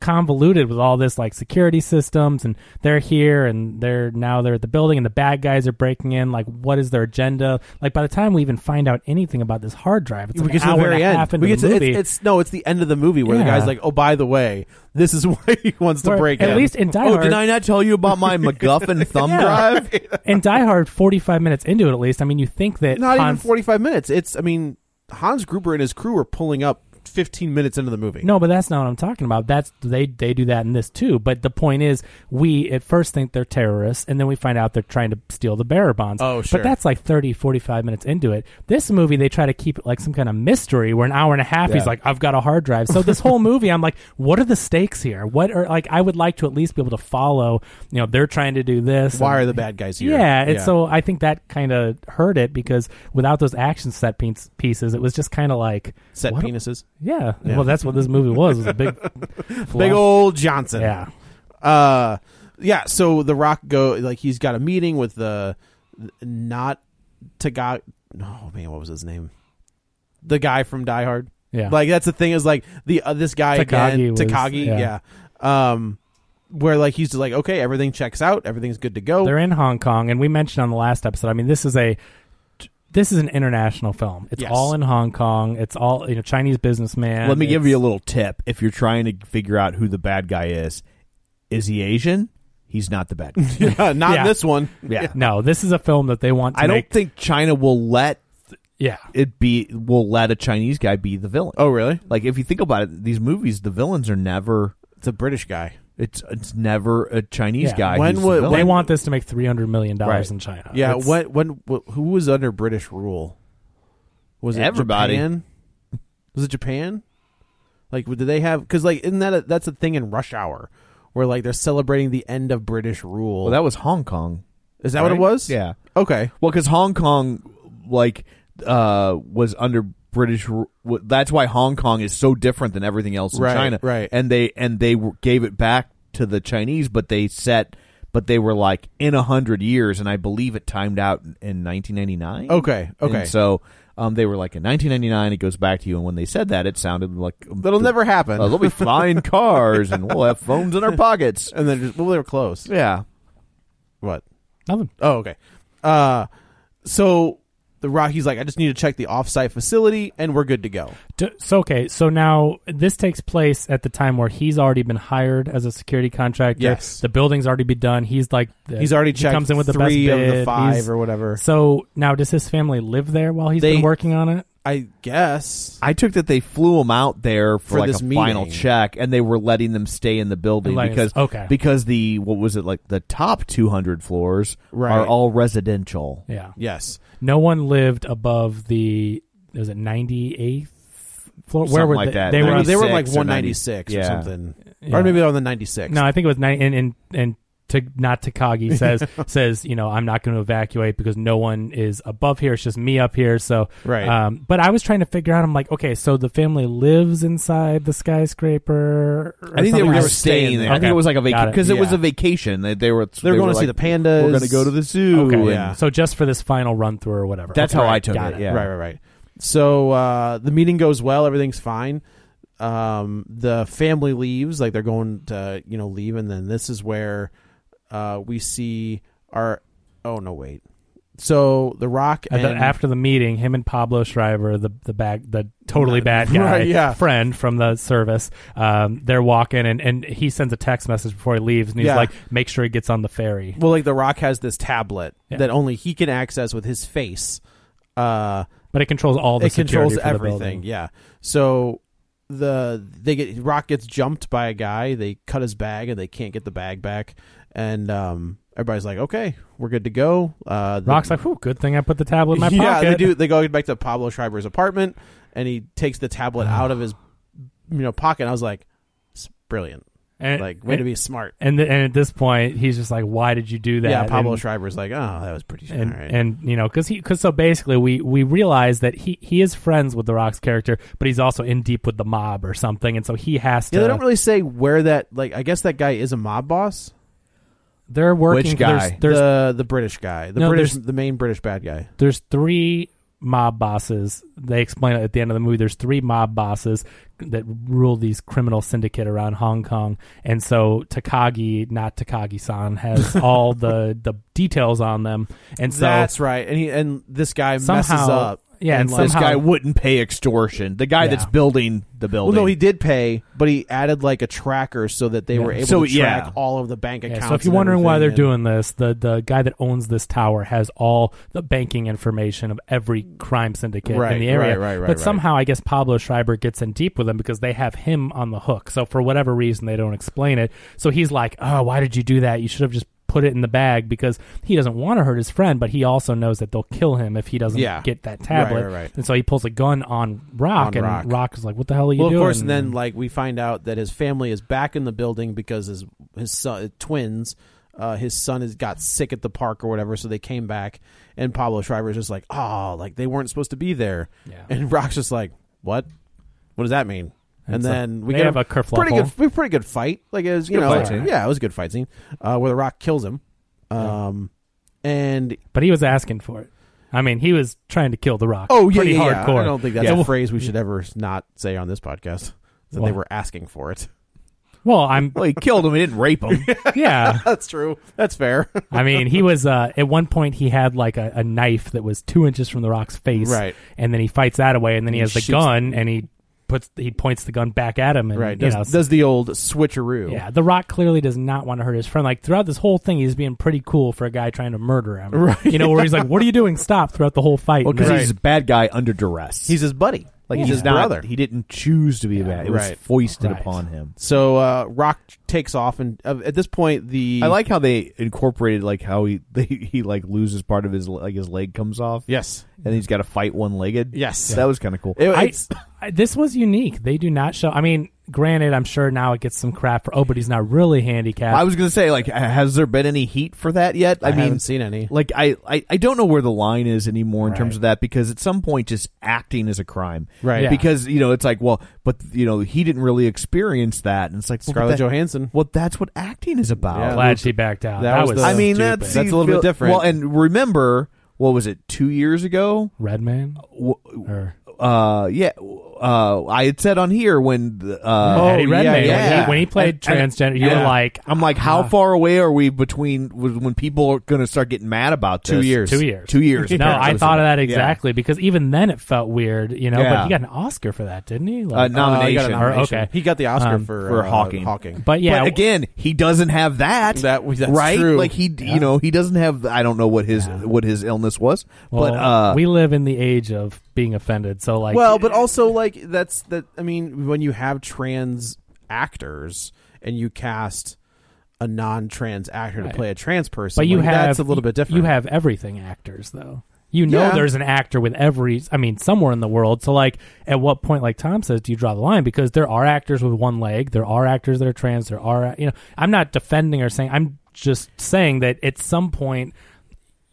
Speaker 2: convoluted with all this like security systems and they're here and they're now they're at the building and the bad guys are breaking in like what is their agenda like by the time we even find out anything about this hard drive it's
Speaker 3: we
Speaker 2: like
Speaker 3: get
Speaker 2: an
Speaker 3: to the
Speaker 2: hour
Speaker 3: very
Speaker 2: and a
Speaker 3: end.
Speaker 2: half into
Speaker 3: we get
Speaker 2: the
Speaker 3: to,
Speaker 2: movie
Speaker 3: It's, it's no, it's the end of the movie where the
Speaker 2: Yeah.
Speaker 3: guy's like, "Oh, by the way, this is why he wants to
Speaker 2: Where-
Speaker 3: break."
Speaker 2: at
Speaker 3: in.
Speaker 2: least in Die
Speaker 1: Oh,
Speaker 2: Hard
Speaker 1: did I not tell you about my MacGuffin thumb drive?
Speaker 2: in Die Hard 45 minutes into it at least I mean you think that
Speaker 3: not even
Speaker 2: Hans-
Speaker 3: forty-five minutes. It's I mean, Hans Gruber and his crew are pulling up fifteen minutes into the movie.
Speaker 2: No, but that's not what I'm talking about. That's they they do that in this too. But the point is, we at first think they're terrorists, and then we find out they're trying to steal the bearer bonds.
Speaker 3: Oh, sure.
Speaker 2: But that's like 30, 45 minutes into it. This movie, they try to keep it like some kind of mystery where an hour and a half, he's
Speaker 3: Yeah.
Speaker 2: like, I've got a hard drive. So this whole movie, I'm like, what are the stakes here? What are like? I would like to at least be able to follow. You know, they're trying to do this.
Speaker 3: why
Speaker 2: and-
Speaker 3: are the bad guys here?
Speaker 2: yeah, and so I think that kind of hurt it because without those action set piece, pieces, it was just kind of like
Speaker 3: set
Speaker 2: what-
Speaker 3: penises,
Speaker 2: yeah. Well, that's what this movie was. was a big,
Speaker 3: big old Johnson.
Speaker 2: Yeah.
Speaker 3: uh, yeah. So the Rock go like he's got a meeting with the not Taga. Oh man, what was his name? The guy from Die Hard.
Speaker 2: Yeah.
Speaker 3: Like that's the thing is like the uh, this guy
Speaker 2: Takagi
Speaker 3: again,
Speaker 2: was-
Speaker 3: Takagi, yeah.
Speaker 2: yeah.
Speaker 3: Um, where like he's just like, okay, everything checks out, everything's good to go.
Speaker 2: They're in Hong Kong, and we mentioned on the last episode. I mean, this is a this is an international film. It's
Speaker 3: Yes.
Speaker 2: all in Hong Kong. It's all you know, Chinese businessman.
Speaker 1: Let me give
Speaker 2: It's-
Speaker 1: you a little tip. If you're trying to figure out who the bad guy is, is he Asian? He's not the bad guy.
Speaker 3: Yeah, not
Speaker 2: Yeah.
Speaker 3: this one.
Speaker 1: Yeah.
Speaker 2: No, this is a film that they want. To
Speaker 1: I don't
Speaker 2: make-
Speaker 1: think China will let
Speaker 2: Yeah.
Speaker 1: it be will let a Chinese guy be the villain.
Speaker 3: Oh, really?
Speaker 1: Like if you think about it, these movies, the villains are never
Speaker 3: It's a British guy.
Speaker 1: it's it's never a Chinese
Speaker 2: Yeah.
Speaker 1: guy.
Speaker 3: When
Speaker 1: who's the
Speaker 3: would-
Speaker 1: villain.
Speaker 2: They want this to make three hundred million dollars
Speaker 1: Right.
Speaker 2: in China. Uh,
Speaker 3: Yeah.
Speaker 2: It's-
Speaker 3: When when wh- who was under British rule? Was it
Speaker 1: Everybody.
Speaker 3: Japan? Was it Japan? Like, did they have? Because like, isn't that a, that's a thing in Rush Hour, where like they're celebrating the end of British rule?
Speaker 1: Well, that was Hong Kong.
Speaker 3: Is that what it
Speaker 1: right?
Speaker 3: was?
Speaker 1: Yeah.
Speaker 3: Okay.
Speaker 1: Well, because Hong Kong, like, uh, was under British. ru- w- That's why Hong Kong is so different than everything else in
Speaker 3: Right,
Speaker 1: China.
Speaker 3: right.
Speaker 1: And they and they w- gave it back to the Chinese, but they set, but they were like in a hundred years, and I believe it timed out in, in 1999.
Speaker 3: Okay, okay.
Speaker 1: And so. Um, they were like in 1999, it goes back to you, and when they said that, it sounded like
Speaker 3: That'll never happen.
Speaker 1: Uh, they'll be flying cars, and we'll have phones in our pockets.
Speaker 3: And then just well, they were close.
Speaker 1: Yeah,
Speaker 3: What?
Speaker 2: Nothing.
Speaker 3: Oh, okay. Uh, so the Rockies like, I just need to check the offsite facility, and we're good to go.
Speaker 2: D- So okay, so now this takes place at the time where he's already been hired as a security contractor.
Speaker 3: Yes.
Speaker 2: the building's already been done. He's like the-
Speaker 3: He's already
Speaker 2: he
Speaker 3: checked
Speaker 2: comes in with the
Speaker 3: three
Speaker 2: best
Speaker 3: of the
Speaker 2: bid.
Speaker 3: five
Speaker 2: He's-
Speaker 3: or whatever.
Speaker 2: So now does his family live there while he's
Speaker 3: They-
Speaker 2: been working on it?
Speaker 3: I guess.
Speaker 1: I took that they flew them out there for,
Speaker 3: For
Speaker 1: like
Speaker 3: this
Speaker 1: a final
Speaker 3: meeting.
Speaker 1: check, and they were letting them stay in the building
Speaker 2: Letting us-
Speaker 1: because
Speaker 2: okay.
Speaker 1: because the what was it like the top two hundred floors
Speaker 3: Right.
Speaker 1: are all residential.
Speaker 2: Yeah.
Speaker 3: Yes.
Speaker 2: No one lived above the was it ninety eighth floor? Where
Speaker 1: Something
Speaker 2: were
Speaker 1: like
Speaker 2: they?
Speaker 1: that.
Speaker 2: They were
Speaker 3: They, they were like
Speaker 1: 96 or
Speaker 3: 196
Speaker 1: 90.
Speaker 3: or,
Speaker 1: Yeah.
Speaker 3: something,
Speaker 2: Yeah.
Speaker 3: or maybe on the 96.
Speaker 2: no, I think it was ninety. And and, and to, not Takagi says says you know I'm not going to evacuate because no one is above here. It's just me up here. So
Speaker 3: Right.
Speaker 2: Um, but I was trying to figure out. I'm like, okay, so the family lives inside the skyscraper. or
Speaker 1: I think they
Speaker 2: something?
Speaker 1: were,
Speaker 3: They were
Speaker 1: just staying
Speaker 3: staying
Speaker 1: there.
Speaker 3: there.
Speaker 1: I think it was like a
Speaker 2: Got
Speaker 1: vacation
Speaker 2: it.
Speaker 1: because it, was
Speaker 3: Yeah.
Speaker 1: a vacation. They, they were
Speaker 3: they were, going to see the pandas.
Speaker 1: We're going to go to the zoo.
Speaker 2: Okay,
Speaker 1: and-
Speaker 3: yeah.
Speaker 2: So just for this final run through or whatever.
Speaker 1: That's
Speaker 2: Okay,
Speaker 1: how I
Speaker 2: right,
Speaker 1: took
Speaker 2: got
Speaker 1: it, yeah.
Speaker 3: Right, right, right. So uh, the meeting goes well. Everything's fine. Um, the family leaves, like they're going to, you know, leave, and then this is where uh, we see our. Oh no, wait. So the Rock
Speaker 2: At
Speaker 3: and
Speaker 2: the- after the meeting, him and Pablo Schreiber, the the bad, the totally bad guy,
Speaker 3: Right, yeah.
Speaker 2: friend from the service, um, they're walking, and, and he sends a text message before he leaves, and he's
Speaker 3: Yeah.
Speaker 2: like, "Make sure he gets on the ferry."
Speaker 3: well, like the Rock has this tablet
Speaker 2: Yeah.
Speaker 3: that only he can access with his face. Uh,
Speaker 2: But it controls all the
Speaker 3: it
Speaker 2: security
Speaker 3: controls
Speaker 2: for the
Speaker 3: everything.
Speaker 2: building.
Speaker 3: yeah. So the they get Rock gets jumped by a guy. They cut his bag and they can't get the bag back. And um, everybody's like, "Okay, we're good to go." Uh, the-
Speaker 2: Rock's like, "Whew, good thing I put the tablet in my
Speaker 3: yeah,
Speaker 2: pocket."
Speaker 3: they do. They go back to Pablo Schreiber's apartment, and he takes the tablet out of his you know pocket. And I was like, "It's brilliant!
Speaker 2: And,
Speaker 3: Like, way to be smart."
Speaker 2: And th- and at this point, he's just like, "Why did you do that?"
Speaker 3: Yeah, Pablo
Speaker 2: And-
Speaker 3: Schreiber's like, "Oh, that was pretty."
Speaker 2: and
Speaker 3: all right.
Speaker 2: and you know because he because so basically we we realize that he he is friends with the rock's character but he's also in deep with the mob or something and so he has to
Speaker 3: yeah, they don't really say where that. Like, I guess that guy is a mob boss.
Speaker 2: they're working
Speaker 1: Which guy?
Speaker 2: there's there's,
Speaker 3: the the British guy, the
Speaker 2: No,
Speaker 3: British,
Speaker 2: there's-
Speaker 3: the main British bad guy.
Speaker 2: there's three mob bosses they explain it at the end of the movie there's three mob bosses that rule these criminal syndicate around hong kong and so takagi not takagi-san has all the the details on them and so
Speaker 3: That's right. And he and this guy messes
Speaker 2: Somehow-
Speaker 3: up.
Speaker 2: yeah, and
Speaker 3: like,
Speaker 1: This
Speaker 2: somehow-
Speaker 1: guy wouldn't pay extortion. The guy
Speaker 2: Yeah.
Speaker 1: that's building the
Speaker 3: well,
Speaker 1: building.
Speaker 3: no, he did pay, but he added like a tracker so that they were able
Speaker 1: So,
Speaker 3: to track
Speaker 1: yeah.
Speaker 3: all of the bank accounts.
Speaker 2: Yeah, so if you're
Speaker 3: and
Speaker 2: wondering why they're
Speaker 3: everything, and-
Speaker 2: doing this, the the guy that owns this tower has all the banking information of every crime syndicate
Speaker 3: Right,
Speaker 2: in the area.
Speaker 3: right, right, right,
Speaker 2: but
Speaker 3: right.
Speaker 2: somehow, I guess Pablo Schreiber gets in deep with them because they have him on the hook. So for whatever reason, they don't explain it. So he's like, "Oh, why did you do that? You should have just." Put it in the bag because he doesn't want to hurt his friend, but he also knows that they'll kill him if he doesn't
Speaker 3: Yeah.
Speaker 2: get that
Speaker 3: Right,
Speaker 2: tablet.
Speaker 3: right, right.
Speaker 2: And so he pulls a gun on Rock,
Speaker 3: On
Speaker 2: and
Speaker 3: Rock.
Speaker 2: Rock. is like, "What the hell are you
Speaker 3: Well,
Speaker 2: doing?"
Speaker 3: of course, and then like we find out that his family is back in the building because his his son, twins, uh, his son has got sick at the park or whatever, so they came back, and Pablo Schreiber's just like, oh, like they weren't supposed to be there,
Speaker 2: Yeah.
Speaker 3: and Rock's just like, what, what does that mean? And,
Speaker 2: And so
Speaker 3: then we
Speaker 2: they
Speaker 3: get
Speaker 2: have a kerfluffle.
Speaker 3: pretty good, we- pretty good fight. Like it was, you
Speaker 1: Good
Speaker 3: know,
Speaker 1: fight
Speaker 3: like-
Speaker 1: scene.
Speaker 3: yeah, it was a good fight scene uh, where the Rock kills him, um, and
Speaker 2: But he was asking for it. I mean, he was trying to kill The Rock.
Speaker 3: Oh yeah,
Speaker 2: pretty
Speaker 3: yeah, yeah.
Speaker 2: hardcore.
Speaker 3: I don't think that's
Speaker 2: Yeah.
Speaker 3: a phrase we should ever not say on this podcast. That
Speaker 2: Why?
Speaker 3: they were asking for it.
Speaker 2: Well, I'm
Speaker 1: well, he killed him. He didn't rape him.
Speaker 2: yeah.
Speaker 3: That's true. That's fair.
Speaker 2: I mean, he was uh, at one point he had like a, a knife that was two inches from The Rock's face,
Speaker 3: Right.
Speaker 2: And then he fights that away, and then he,
Speaker 3: And
Speaker 2: has
Speaker 3: he
Speaker 2: the
Speaker 3: shoots-
Speaker 2: gun, and he puts he points the gun back at him, and
Speaker 3: right.
Speaker 2: you
Speaker 3: Does,
Speaker 2: know,
Speaker 3: does the old switcheroo?
Speaker 2: yeah. The Rock clearly does not want to hurt his friend. Like throughout this whole thing, he's being pretty cool for a guy trying to murder him,
Speaker 3: Right.
Speaker 2: You know, where he's like, "What are you doing? Stop!" Throughout the whole fight,
Speaker 1: Well,
Speaker 2: And
Speaker 1: because
Speaker 2: then-
Speaker 1: he's a bad guy under duress.
Speaker 3: He's his buddy.
Speaker 1: like
Speaker 3: he's
Speaker 1: he's
Speaker 3: his
Speaker 1: not,
Speaker 3: brother.
Speaker 1: He didn't choose to be a bad. It was
Speaker 3: Right.
Speaker 1: foisted
Speaker 2: Right.
Speaker 1: upon him.
Speaker 3: So uh, Rock takes off, and uh, at this point, the
Speaker 1: I like how they incorporated like how he they, he like loses part of his like his leg comes off.
Speaker 3: yes,
Speaker 1: and he's got to fight one legged.
Speaker 3: Yes.
Speaker 1: that was kind of cool.
Speaker 3: It-
Speaker 2: I,
Speaker 3: it's-
Speaker 2: I- this was unique. They do not show. I mean, granted, I'm sure now it gets some crap for. Oh, but he's not really handicapped.
Speaker 1: I was gonna say, like, has there been any heat for that yet? I,
Speaker 3: I
Speaker 1: mean,
Speaker 3: haven't seen any.
Speaker 1: Like, I, I, I don't know where the line is anymore in terms of that because at some point, just acting is a crime,
Speaker 3: Right. Yeah.
Speaker 1: Because you know, it's like, well, but you know, he didn't really experience that, and it's like well, but
Speaker 3: Scarlett
Speaker 1: that-
Speaker 3: Johansson.
Speaker 1: Well, that's what acting is about.
Speaker 3: Yeah.
Speaker 2: glad she backed out.
Speaker 3: that
Speaker 2: That,
Speaker 3: was
Speaker 2: was.
Speaker 3: the-
Speaker 1: I mean,
Speaker 2: stupid.
Speaker 1: that's
Speaker 3: That's a little bit different.
Speaker 1: Well, and remember, what was it? Two years ago,
Speaker 2: Redman.
Speaker 1: W-
Speaker 2: Or
Speaker 1: uh, yeah, uh, I had said on here when the, uh,
Speaker 3: Oh,
Speaker 2: Eddie Redmayne.
Speaker 3: yeah,
Speaker 2: when he-
Speaker 3: yeah.
Speaker 2: When he played
Speaker 1: And- and-
Speaker 2: transgender, you were
Speaker 1: yeah.
Speaker 2: like, "Ah."
Speaker 1: I'm like, how far away are we between when people are going to start getting mad about this?
Speaker 3: Two years.
Speaker 2: two years.
Speaker 1: Two years.
Speaker 2: No, I
Speaker 1: apparently.
Speaker 2: thought of that
Speaker 1: Yeah.
Speaker 2: exactly because even then it felt weird, you know.
Speaker 1: Yeah.
Speaker 2: But he got an Oscar for that, didn't he?
Speaker 1: Uh,
Speaker 2: Like,
Speaker 3: Oh,
Speaker 1: nomination.
Speaker 2: Or- okay.
Speaker 3: He got the Oscar
Speaker 2: Um,
Speaker 3: for
Speaker 1: for
Speaker 3: uh,
Speaker 1: Hawking.
Speaker 3: Hawking.
Speaker 2: But yeah,
Speaker 1: but again, he doesn't have that.
Speaker 3: That- that's
Speaker 1: right.
Speaker 3: true.
Speaker 1: Like he, you know, he doesn't have. I don't know what his what his illness was,
Speaker 2: well,
Speaker 1: but uh,
Speaker 2: we live in the age of being offended. So like,
Speaker 3: well, but also like that's that. I mean, when you have trans actors and you cast a non-trans actor
Speaker 2: Right.
Speaker 3: to play a trans person,
Speaker 2: but you
Speaker 3: like,
Speaker 2: have
Speaker 3: that's a little bit different.
Speaker 2: You have everything actors though. You know,
Speaker 3: Yeah.
Speaker 2: there's an actor with every. I mean, somewhere in the world. So like, at what point, like Tom says, do you draw the line? Because there are actors with one leg. There are actors that are trans. There are. You know, I'm not defending or saying. I'm just saying that at some point.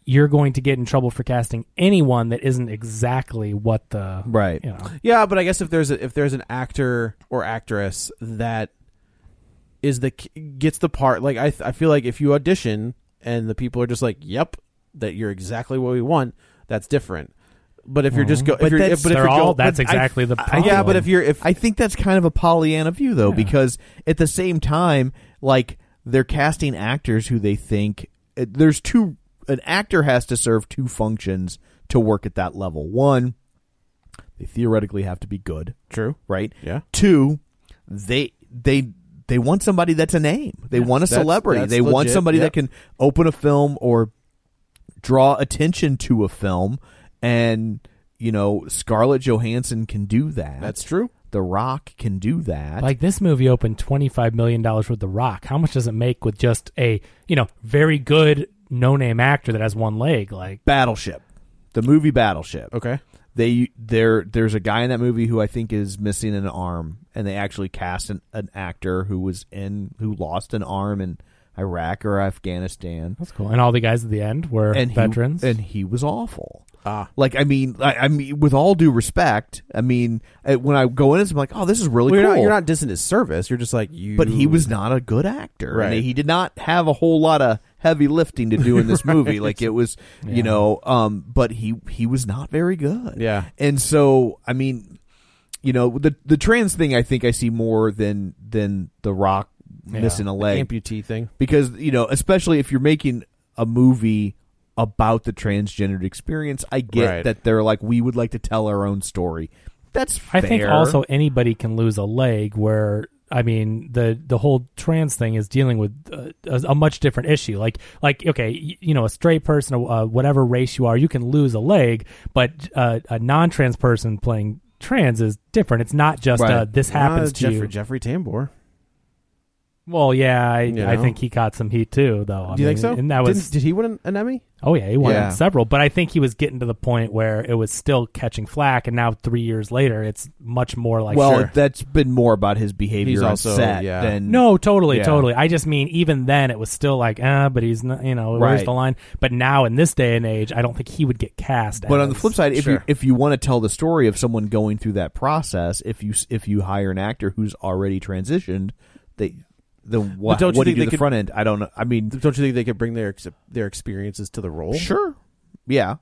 Speaker 2: You're going to get in trouble for casting anyone that isn't exactly what the
Speaker 1: Right.
Speaker 2: You know,
Speaker 3: yeah, but I guess if there's a, if there's an actor or actress that is the gets the part, like I th- I feel like if you audition and the people are just like, "Yep, that you're exactly what we want," that's different. But if you're just go, if
Speaker 1: But
Speaker 3: you're,
Speaker 1: that's-
Speaker 3: if, but if
Speaker 2: they're
Speaker 3: you're go-
Speaker 2: all.
Speaker 3: but
Speaker 2: Mm-hmm. That's
Speaker 3: I-
Speaker 2: exactly the
Speaker 3: I-
Speaker 2: problem.
Speaker 3: yeah, but if you're if
Speaker 1: I think that's kind of a Pollyanna view though, because at the same time, like they're casting actors who they think it- there's two. An actor has to serve two functions to work at that level. One, they theoretically have to be good,
Speaker 3: true,
Speaker 1: right?
Speaker 3: Yeah.
Speaker 1: Two, they they they want somebody that's a name. They want a
Speaker 3: That's-
Speaker 1: celebrity.
Speaker 3: that's
Speaker 1: They want
Speaker 3: legit,
Speaker 1: somebody
Speaker 3: yeah.
Speaker 1: that can open a film or draw attention to a film and you know, Scarlett Johansson can do that.
Speaker 3: that's true.
Speaker 1: The Rock can do that.
Speaker 2: Like this movie opened twenty five million dollars with The Rock. How much does it make with just a you know very good no name actor that has one leg? Like
Speaker 1: Battleship, the movie Battleship.
Speaker 3: Okay,
Speaker 1: They there there's a guy in that movie who I think is missing an arm, and they actually cast an, an actor who was in who lost an arm in Iraq or Afghanistan,
Speaker 2: that's cool. And all the guys at the end were
Speaker 1: and he-
Speaker 2: veterans.
Speaker 1: and he was awful.
Speaker 3: Ah.
Speaker 1: Like I mean, I, I mean, with all due respect, I mean, I, when I go in, I'm like, oh, this is really
Speaker 3: well, you're
Speaker 1: cool.
Speaker 3: not you're not dissing his service. You're just like you.
Speaker 1: but he was not a good actor.
Speaker 3: Right.
Speaker 1: And he did not have a whole lot of heavy lifting to do in this movie. Like it was, you know, um, but he he was not very good.
Speaker 3: Yeah.
Speaker 1: And so, I mean, you know, the the trans thing I think I see more than than the rock missing a leg
Speaker 3: amputee thing.
Speaker 1: because, you know, especially if you're making a movie about the transgendered experience, I get
Speaker 3: Right.
Speaker 1: that they're like we would like to tell our own story. That's
Speaker 2: I
Speaker 1: fair.
Speaker 2: think also anybody can lose a leg. Where I mean the the whole trans thing is dealing with uh, a, a much different issue. Like like okay, you, you know a straight person, uh, whatever race you are, you can lose a leg, but uh, a non trans person playing trans is different. It's not just uh,
Speaker 1: Right.
Speaker 2: this happens
Speaker 3: Ah,
Speaker 2: to
Speaker 3: Jeffrey,
Speaker 2: you.
Speaker 3: Jeffrey Tambor.
Speaker 2: Well, yeah, I,
Speaker 3: You
Speaker 2: I
Speaker 3: know?
Speaker 2: think he caught some heat too, though. I
Speaker 3: Do you think
Speaker 2: mean,
Speaker 3: so?
Speaker 2: And that was
Speaker 3: Didn't- did he win an, an Emmy?
Speaker 2: oh yeah, he won
Speaker 1: Yeah.
Speaker 2: several, but I think he was getting to the point where it was still catching flack, and now three years later, it's much more like
Speaker 1: well,
Speaker 3: Sure.
Speaker 1: that's been more about his behavior
Speaker 3: He's
Speaker 1: on
Speaker 3: also-
Speaker 1: set
Speaker 3: yeah.
Speaker 1: than
Speaker 2: No, totally,
Speaker 1: Yeah.
Speaker 2: totally. I just mean even then it was still like, ah, but he's not, you know, where's
Speaker 1: Right.
Speaker 2: the line? But now in this day and age, I don't think he would get cast.
Speaker 1: But
Speaker 2: as-
Speaker 1: on the flip side, if you
Speaker 3: Sure.
Speaker 1: if you want to tell the story of someone going through that process, if you if you hire an actor who's already transitioned, they then what,
Speaker 3: don't you
Speaker 1: what do you
Speaker 3: think
Speaker 1: do
Speaker 3: they
Speaker 1: at the
Speaker 3: could-
Speaker 1: front end? I don't know. I mean,
Speaker 3: Don't you think they could bring their ex- their experiences to the role?
Speaker 1: sure, yeah,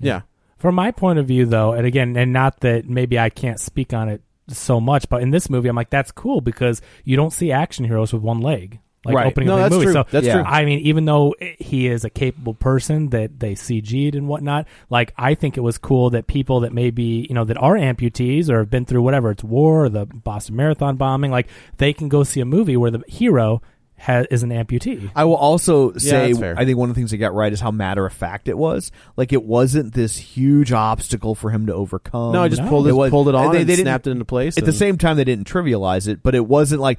Speaker 3: Yeah.
Speaker 2: From my point of view, though, and again, and not that maybe I can't speak on it so much, but in this movie, I'm like, that's cool because you don't see action heroes with one leg. Like
Speaker 1: Right.
Speaker 2: opening
Speaker 3: No,
Speaker 2: up a
Speaker 3: that's
Speaker 2: movie.
Speaker 3: true.
Speaker 2: So
Speaker 3: That's
Speaker 1: Yeah. true.
Speaker 2: I mean, even though he is a capable person that they CG'd and whatnot, like I think it was cool that people that maybe you know that are amputees or have been through whatever it's war or the Boston Marathon bombing, like they can go see a movie where the hero has, is an amputee.
Speaker 1: I will also say
Speaker 3: that's fair.
Speaker 1: I think one of the things they got right is how matter of fact it was. Like it wasn't this huge obstacle for him to overcome.
Speaker 3: Oh, No, I just
Speaker 2: No.
Speaker 3: pulled it,
Speaker 1: was-
Speaker 3: pulled it on
Speaker 1: They,
Speaker 3: and
Speaker 1: they didn't-
Speaker 3: snapped it into place.
Speaker 1: At the
Speaker 3: and-
Speaker 1: same time, they didn't trivialize it, but it wasn't like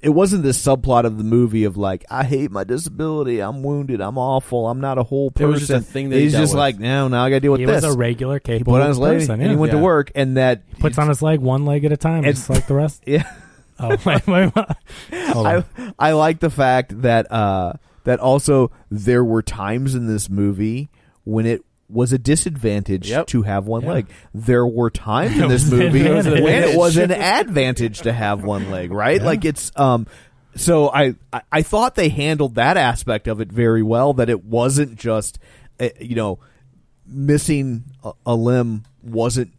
Speaker 1: it wasn't this subplot of the movie of like I hate my disability, I'm wounded, I'm awful, I'm not a whole
Speaker 3: It
Speaker 1: person.
Speaker 3: was just a thing that he
Speaker 1: he's
Speaker 3: dealt
Speaker 1: just
Speaker 3: with.
Speaker 1: like no, now I got to deal with
Speaker 2: He
Speaker 1: this.
Speaker 2: was a regular
Speaker 1: he
Speaker 2: capable
Speaker 1: put on his leg
Speaker 2: person.
Speaker 1: and he
Speaker 2: yeah.
Speaker 1: went to
Speaker 3: Yeah.
Speaker 1: work, and that
Speaker 2: Puts on his leg one leg at a time,
Speaker 1: And-
Speaker 2: just like the rest.
Speaker 1: Yeah,
Speaker 2: Oh my! my, my. Hold on.
Speaker 1: I I like the fact that uh that also there were times in this movie when it was a disadvantage
Speaker 3: Yep.
Speaker 1: to have one
Speaker 2: Yeah.
Speaker 1: leg. There were times in this
Speaker 2: was an
Speaker 1: movie when
Speaker 2: advantage.
Speaker 1: it was an advantage to have one leg, right? Like it's um so I, I I thought they handled that aspect of it very well that it wasn't just uh, you know missing a, a limb wasn't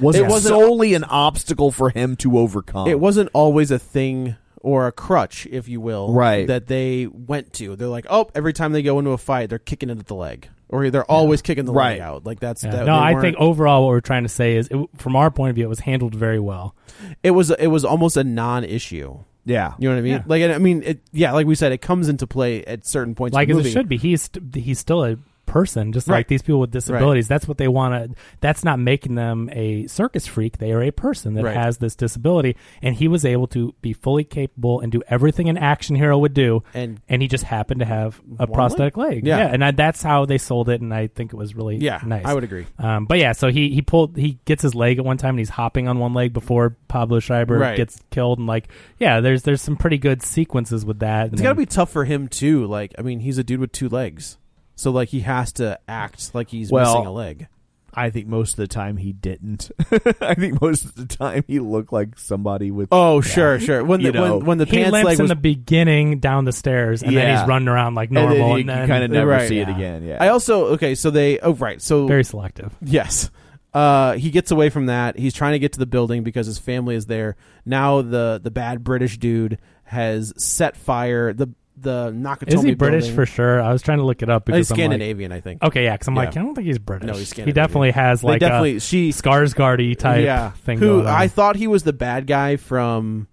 Speaker 1: wasn't
Speaker 3: It wasn't-
Speaker 1: solely an obstacle for him to overcome.
Speaker 3: it wasn't always a thing or a crutch, if you will,
Speaker 1: Right.
Speaker 3: That they went to. They're like, oh, every time they go into a fight, they're kicking it at the leg, or they're always kicking the
Speaker 1: Right.
Speaker 3: leg out. Like that's
Speaker 2: Yeah.
Speaker 3: that,
Speaker 2: no,
Speaker 3: they
Speaker 2: I
Speaker 3: weren't-
Speaker 2: think oh overall what we're trying to say is, it, from our point of view, it was handled very well.
Speaker 3: it was it was almost a non-issue.
Speaker 1: yeah.
Speaker 3: You know what I mean?
Speaker 2: Yeah.
Speaker 3: Like I mean, it, yeah, like we said, it comes into play at certain points.
Speaker 2: Like
Speaker 3: in
Speaker 2: as
Speaker 3: the
Speaker 2: it
Speaker 3: movie.
Speaker 2: should be. He's st- he's still a person, just
Speaker 3: Right.
Speaker 2: like these people with disabilities. That's what they want to. That's not making them a circus freak. They are a person that
Speaker 3: Right.
Speaker 2: has this disability, and he was able to be fully capable and do everything an action hero would do.
Speaker 3: And-
Speaker 2: he just happened to have a
Speaker 3: leg?
Speaker 2: prosthetic leg.
Speaker 3: Yeah.
Speaker 2: and I, that's how they sold it, and I think it was really
Speaker 3: Yeah,
Speaker 2: nice.
Speaker 3: I would agree.
Speaker 2: Um, but yeah, so he he pulled he gets his leg at one time and he's hopping on one leg before Pablo Schreiber
Speaker 3: Right.
Speaker 2: gets killed and like yeah, there's there's some pretty good sequences with that.
Speaker 3: It's got to be tough for him too. Like I mean, he's a dude with two legs, so like he has to act like he's
Speaker 1: Well-
Speaker 3: missing a leg.
Speaker 1: I think most of the time he didn't. I think most of the time he looked like somebody with.
Speaker 3: Oh sure, sure. When
Speaker 1: You
Speaker 3: the,
Speaker 1: know.
Speaker 3: when, when the
Speaker 2: he
Speaker 3: pants
Speaker 2: limps
Speaker 3: leg
Speaker 2: in
Speaker 3: was
Speaker 2: the beginning down the stairs and then
Speaker 1: Yeah.
Speaker 2: he's running around like
Speaker 1: and then
Speaker 2: normal
Speaker 1: you,
Speaker 2: and then,
Speaker 1: kind of never
Speaker 3: Right.
Speaker 1: see it
Speaker 2: Yeah.
Speaker 1: again. Yeah,
Speaker 3: I also okay. So they oh right. So
Speaker 2: very selective.
Speaker 3: yes, uh, he gets away from that. He's trying to get to the building because his family is there. Now the the bad British dude has set fire the the Nakatomi.
Speaker 2: Is he British
Speaker 3: building.
Speaker 2: for sure? I was trying to look it up
Speaker 3: Uh,
Speaker 2: because
Speaker 3: He's
Speaker 2: I'm
Speaker 3: Scandinavian, I think.
Speaker 2: Like, okay, yeah, because I'm like
Speaker 3: Yeah.
Speaker 2: I don't think he's British.
Speaker 3: No, he's
Speaker 2: he
Speaker 3: Scandinavian.
Speaker 2: definitely has
Speaker 3: They
Speaker 2: like
Speaker 3: definitely
Speaker 2: a
Speaker 3: she
Speaker 2: Skarsgardy type
Speaker 3: yeah
Speaker 2: thing.
Speaker 3: who
Speaker 2: going on.
Speaker 3: I thought he was the bad guy from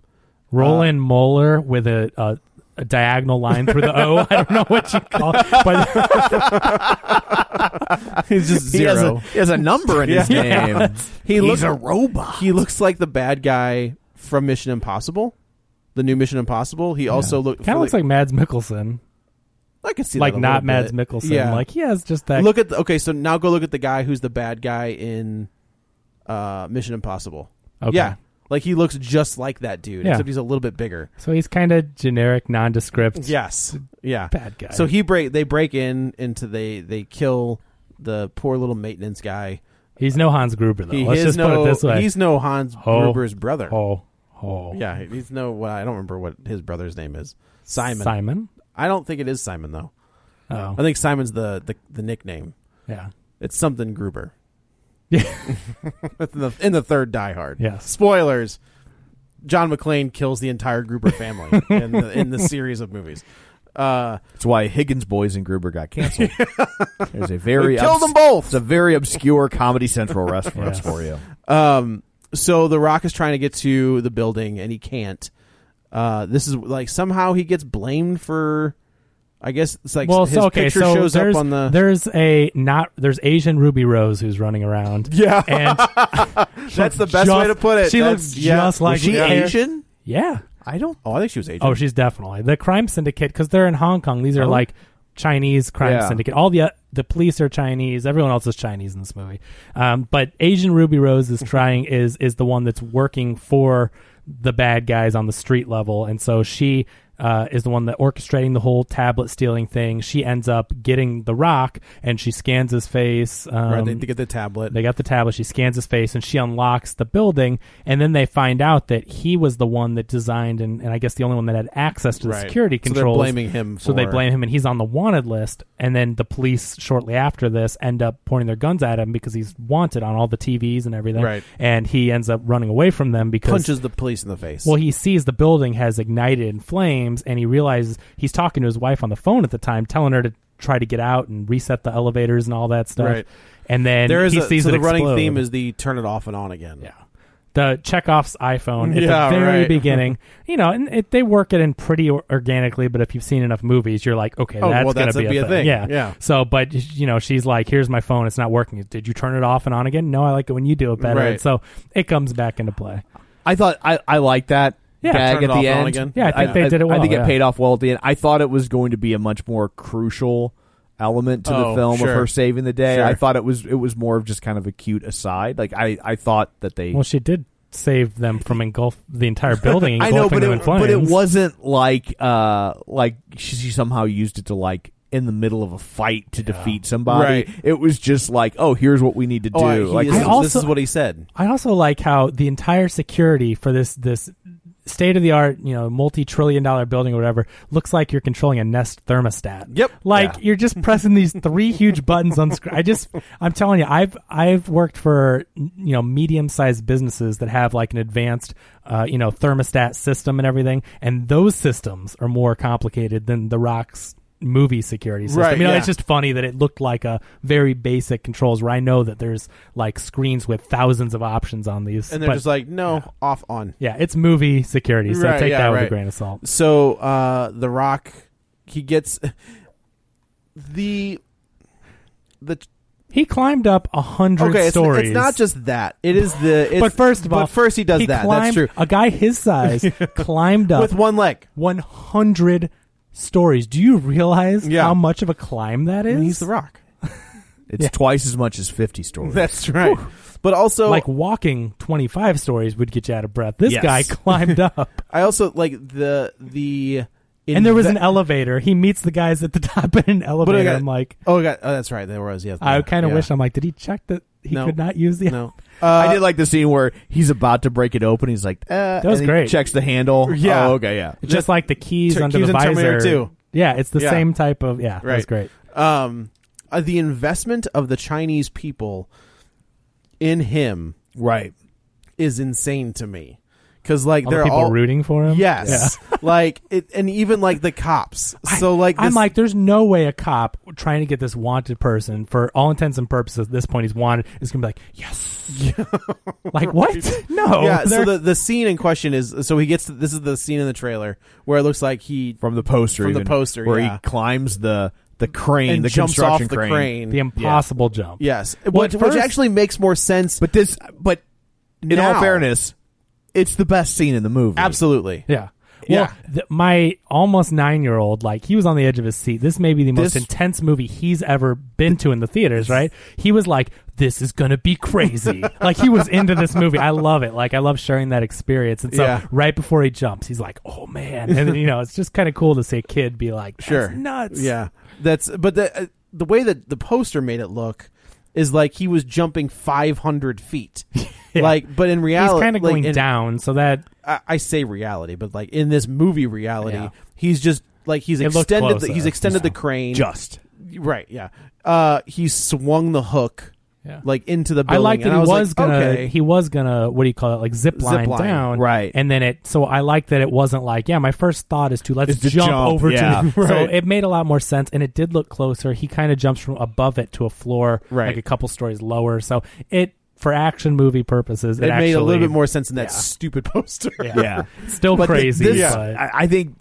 Speaker 3: uh,
Speaker 2: Roland Moeller with a, a, a diagonal line through the O. I don't know what you call, but
Speaker 3: he's just
Speaker 1: he has, a,
Speaker 3: zero.
Speaker 1: he has a number in his
Speaker 3: Yeah.
Speaker 1: name.
Speaker 3: He looks
Speaker 1: robot.
Speaker 3: he looks like the bad guy from Mission Impossible, the new Mission Impossible. He also look
Speaker 2: Kind of looks like Mads Mikkelsen,
Speaker 3: I can see
Speaker 2: like
Speaker 3: that a
Speaker 2: not
Speaker 3: little
Speaker 2: Mads
Speaker 3: bit.
Speaker 2: Mikkelsen.
Speaker 3: Yeah,
Speaker 2: Like he has just that.
Speaker 3: look at the, okay. So now go look at the guy who's the bad guy in uh, Mission Impossible.
Speaker 2: okay.
Speaker 3: Yeah, like he looks just like that dude,
Speaker 2: Yeah.
Speaker 3: except he's a little bit bigger.
Speaker 2: So he's kind of generic, nondescript.
Speaker 3: Yes, yeah,
Speaker 2: Bad guy.
Speaker 3: So he break they break in into they they kill the poor little maintenance guy.
Speaker 2: He's no Hans Gruber though.
Speaker 3: He
Speaker 2: Let's
Speaker 3: is
Speaker 2: just
Speaker 3: no
Speaker 2: put it this way.
Speaker 3: he's no Hans
Speaker 2: Oh.
Speaker 3: Gruber's brother.
Speaker 2: oh, oh,
Speaker 3: Yeah, he's no. Well, I don't remember what his brother's name is. Simon.
Speaker 2: Simon.
Speaker 3: I don't think it is Simon though.
Speaker 2: Oh,
Speaker 3: I think Simon's the the, the nickname.
Speaker 2: yeah.
Speaker 3: It's something Gruber.
Speaker 2: Yeah.
Speaker 3: in, the, in the third Die Hard.
Speaker 2: Yes.
Speaker 3: Spoilers. John McClane kills the entire Gruber family in the in the series of movies. Uh,
Speaker 1: That's why Higgins Boys and Gruber got canceled. There's a very
Speaker 3: We killed
Speaker 1: obs-
Speaker 3: them both!
Speaker 1: It's a very obscure Comedy Central reference
Speaker 2: Yes.
Speaker 1: for you.
Speaker 3: um, so The Rock is trying to get to the building and he can't. Uh, this is like somehow he gets blamed for. I guess it's like
Speaker 2: Well,
Speaker 3: his
Speaker 2: so okay,
Speaker 3: picture
Speaker 2: so
Speaker 3: shows up
Speaker 2: there's
Speaker 3: on the.
Speaker 2: there's a not there's Asian Ruby Rose who's running around.
Speaker 3: Yeah.
Speaker 2: and
Speaker 3: That's the best
Speaker 2: just-
Speaker 3: way to put it.
Speaker 2: she
Speaker 3: That's-
Speaker 2: looks
Speaker 3: yeah.
Speaker 2: just like
Speaker 3: Was she
Speaker 2: the other-
Speaker 3: Asian.
Speaker 2: yeah.
Speaker 3: I don't. Oh, I think she was Asian.
Speaker 2: Oh, she's definitely the crime syndicate because they're in Hong Kong. These are
Speaker 3: Oh.
Speaker 2: like Chinese crime
Speaker 1: Yeah.
Speaker 2: syndicate. All the uh, the police are Chinese. Everyone else is Chinese in this movie. Um, but Asian Ruby Rose is trying is is the one that's working for the bad guys on the street level, and so she. Uh, is the one that orchestrating the whole tablet stealing thing. She ends up getting the rock, and she scans his face. Um,
Speaker 3: right, they, they get the tablet.
Speaker 2: they got the tablet. She scans his face and she unlocks the building. And then they find out that he was the one that designed and, and I guess the only one that had access to the
Speaker 3: Right.
Speaker 2: security
Speaker 3: So they're
Speaker 2: controls.
Speaker 3: blaming him
Speaker 2: So they
Speaker 3: for-
Speaker 2: blame him and he's on the wanted list. And then the police, shortly after this, end up pointing their guns at him because he's wanted on all the TVs and everything.
Speaker 3: Right.
Speaker 2: And he ends up running away from them because.
Speaker 3: punches the police in the face.
Speaker 2: Well, he sees the building has ignited in flames, and he realizes he's talking to his wife on the phone at the time, telling her to try to get out and reset the elevators and all that stuff.
Speaker 3: Right.
Speaker 2: And then
Speaker 3: there is
Speaker 2: he
Speaker 3: a,
Speaker 2: sees
Speaker 3: so
Speaker 2: it
Speaker 3: the running
Speaker 2: explode.
Speaker 3: theme is the turn it off and on again.
Speaker 2: yeah, the Chekhov's iPhone at
Speaker 3: Yeah,
Speaker 2: the very
Speaker 3: right.
Speaker 2: beginning. You know, and it, they work it in pretty or- organically. But if you've seen enough movies, you're like, okay,
Speaker 3: Oh,
Speaker 2: that's
Speaker 3: well,
Speaker 2: gonna
Speaker 3: that's a-
Speaker 2: be,
Speaker 3: be a
Speaker 2: thing.
Speaker 3: thing.
Speaker 2: Yeah,
Speaker 3: Yeah.
Speaker 2: So, but you know, she's like, "Here's my phone. It's not working. Did you turn it off and on again? No, I like it when you do it better."
Speaker 3: Right.
Speaker 2: And so it comes back into play.
Speaker 1: I thought I I like that.
Speaker 2: Yeah,
Speaker 1: gag
Speaker 3: turn it
Speaker 1: at the
Speaker 3: off and on
Speaker 1: end.
Speaker 3: again.
Speaker 2: Yeah, I think they did it well,
Speaker 1: I think
Speaker 2: yeah.
Speaker 1: it paid off well at the end. I thought it was going to be a much more crucial element to the
Speaker 3: Oh,
Speaker 1: film
Speaker 3: sure.
Speaker 1: of her saving the day.
Speaker 3: Sure.
Speaker 1: I thought it was it was more of just kind of a cute aside. Like I I thought that they.
Speaker 2: Well, she did save them from engulf the entire building,
Speaker 1: I
Speaker 2: engulfing
Speaker 1: know, but
Speaker 2: them
Speaker 1: it,
Speaker 2: in flames.
Speaker 1: but it wasn't like uh like she, she somehow used it to like in the middle of a fight to defeat somebody.
Speaker 3: Right.
Speaker 1: It was just like, oh, here's what we need to do.
Speaker 3: Oh, I- he
Speaker 1: like
Speaker 3: is-
Speaker 2: I also-
Speaker 3: this is what he said.
Speaker 2: I also like how the entire security for this this state of the art, you know, multi trillion dollar building or whatever looks like you're controlling a Nest thermostat.
Speaker 3: Yep.
Speaker 2: Like
Speaker 3: Yeah.
Speaker 2: you're just pressing these three huge buttons on screen. I just I'm telling you, I've I've worked for you know medium sized businesses that have like an advanced uh, you know thermostat system and everything, and those systems are more complicated than the rocks movie security system.
Speaker 3: Right,
Speaker 2: you know,
Speaker 3: yeah.
Speaker 2: it's just funny that it looked like a very basic controls where I know that there's like screens with thousands of options on these.
Speaker 3: And they're
Speaker 2: but-
Speaker 3: just like, no, off on.
Speaker 2: yeah, it's movie security, so
Speaker 3: Right,
Speaker 2: take
Speaker 3: yeah,
Speaker 2: that with a
Speaker 3: right.
Speaker 2: grain of salt.
Speaker 3: So uh The Rock he gets the the
Speaker 2: He climbed up a hundred
Speaker 3: okay, it's,
Speaker 2: stories.
Speaker 3: it's not just that. It is the it's,
Speaker 2: but first of all,
Speaker 3: but first he does that.
Speaker 2: climbed-
Speaker 3: That's true.
Speaker 2: A guy his size climbed up
Speaker 3: With one leg.
Speaker 2: one hundred stories. Do you realize
Speaker 3: Yeah.
Speaker 2: how much of a climb that is?
Speaker 3: And he's The Rock.
Speaker 1: it's twice as much as fifty stories.
Speaker 3: That's right. But also
Speaker 2: like walking twenty five stories would get you out of breath. This
Speaker 1: Yes.
Speaker 2: guy climbed up,
Speaker 3: I also like the the
Speaker 2: and there was an
Speaker 3: inve-
Speaker 2: elevator. He meets the guys at the top in an elevator.
Speaker 3: got-
Speaker 2: I'm like,
Speaker 3: Oh, God. oh, that's right. There was yes.
Speaker 2: I
Speaker 3: yeah,
Speaker 2: kind of
Speaker 3: yeah.
Speaker 2: wish. I'm like, did he check that he
Speaker 3: No.
Speaker 2: could not use the?
Speaker 3: no. Uh,
Speaker 1: I did like the scene where he's about to break it open. He's like, eh,
Speaker 2: was
Speaker 1: and he
Speaker 2: great.
Speaker 1: Checks the handle.
Speaker 3: Yeah.
Speaker 1: Oh, okay, yeah.
Speaker 2: just like the keys
Speaker 3: Tur-
Speaker 2: under
Speaker 3: keys
Speaker 2: the
Speaker 3: in Terminator
Speaker 2: visor.
Speaker 3: 2.
Speaker 2: Yeah, it's the
Speaker 3: Yeah.
Speaker 2: same type of yeah. That's
Speaker 3: Right.
Speaker 2: great.
Speaker 3: um, uh, the investment of the Chinese people in him
Speaker 1: Right.
Speaker 3: is insane to me because like
Speaker 2: All the
Speaker 3: they're
Speaker 2: people
Speaker 3: all
Speaker 2: rooting for him.
Speaker 3: Yes, like it, and even like the cops. So like
Speaker 2: I'm
Speaker 3: this-
Speaker 2: like, there's no way a cop trying to get this wanted person for all intents and purposes at this point he's wanted is gonna be like yes, like what? No,
Speaker 3: yeah. So
Speaker 2: they're-
Speaker 3: the the scene in question is so he gets to, this is the scene in the trailer where it looks like he
Speaker 1: From the poster.
Speaker 3: From the
Speaker 1: even,
Speaker 3: poster,
Speaker 1: Where
Speaker 3: yeah.
Speaker 1: he climbs the, the crane,
Speaker 3: and
Speaker 1: the
Speaker 3: jumps off
Speaker 1: construction
Speaker 3: the crane.
Speaker 2: the impossible jump.
Speaker 3: yes,
Speaker 2: Well,
Speaker 3: which,
Speaker 2: at
Speaker 3: which
Speaker 2: first-
Speaker 3: actually makes more sense.
Speaker 1: But this, but in
Speaker 3: Now.
Speaker 1: all fairness, it's the best scene in the movie.
Speaker 3: absolutely,
Speaker 2: Yeah.
Speaker 3: Yeah.
Speaker 2: Well, th- my almost nine year old, like, he was on the edge of his seat. This may be the most
Speaker 1: This-
Speaker 2: intense movie he's ever been to in the theaters, right? He was like, this is going to be crazy. like, he was into this movie. I love it. Like, I love sharing that experience. And so,
Speaker 3: Yeah.
Speaker 2: right before he jumps, he's like, oh, man. And, then, you know, it's just kind of cool to see a kid be like, That's
Speaker 3: sure
Speaker 2: nuts.
Speaker 3: yeah that's but the uh, the way that the poster made it look is like he was jumping 500 feet like but in
Speaker 2: He's
Speaker 3: reality
Speaker 2: kind of
Speaker 3: like,
Speaker 2: going
Speaker 3: in-
Speaker 2: down, so that
Speaker 3: I, I say reality but like in this movie reality
Speaker 2: Yeah.
Speaker 3: he's just like he's
Speaker 2: It looked
Speaker 3: extended
Speaker 2: close,
Speaker 3: the, he's
Speaker 2: though.
Speaker 3: extended the crane
Speaker 1: Just.
Speaker 3: right yeah uh he swung the hook
Speaker 2: Yeah.
Speaker 3: like into the
Speaker 2: I
Speaker 3: building
Speaker 2: like that
Speaker 3: and
Speaker 2: he
Speaker 3: I
Speaker 2: was,
Speaker 3: was, like,
Speaker 2: gonna
Speaker 3: okay
Speaker 2: he was gonna what do you call it like zip line,
Speaker 3: line,
Speaker 2: down
Speaker 1: right.
Speaker 2: and then it so I like that it wasn't like yeah my first thought is to let's
Speaker 1: Is to
Speaker 2: jump,
Speaker 1: jump,
Speaker 2: over
Speaker 1: yeah.
Speaker 2: to so
Speaker 3: Right.
Speaker 2: it made a lot more sense and it did look closer he kind of jumps from above it to a floor
Speaker 3: Right.
Speaker 2: like a couple stories lower so it for action movie purposes it,
Speaker 3: it made a little
Speaker 2: actually-
Speaker 3: bit more sense in that
Speaker 2: Yeah.
Speaker 3: stupid poster
Speaker 1: Yeah.
Speaker 2: still
Speaker 1: But th-
Speaker 2: crazy
Speaker 1: this-
Speaker 2: but-
Speaker 1: I I think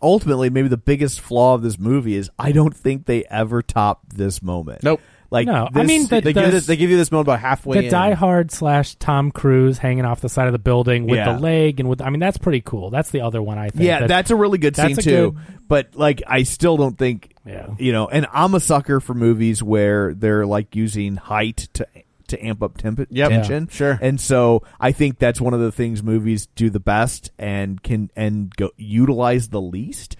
Speaker 1: ultimately, maybe the biggest flaw of this movie is I don't think they ever top this moment.
Speaker 3: Nope.
Speaker 1: Like,
Speaker 2: No, I
Speaker 1: this-
Speaker 2: mean, the-
Speaker 3: they give, this, they give you this moment about halfway
Speaker 2: the
Speaker 3: in.
Speaker 2: Die Hard slash Tom Cruise hanging off the side of the building with
Speaker 1: Yeah.
Speaker 2: the leg and with I mean that's pretty cool that's the other one I think
Speaker 1: Yeah, that's a really good
Speaker 2: that's
Speaker 1: scene
Speaker 2: a
Speaker 1: too. But like, I still don't think,
Speaker 2: Yeah.
Speaker 1: you know. And I'm a sucker for movies where they're like using height to to amp up temp-
Speaker 3: Yep.
Speaker 1: tension.
Speaker 3: Yeah, sure.
Speaker 1: And so I think that's one of the things movies do the best and can and go utilize the least.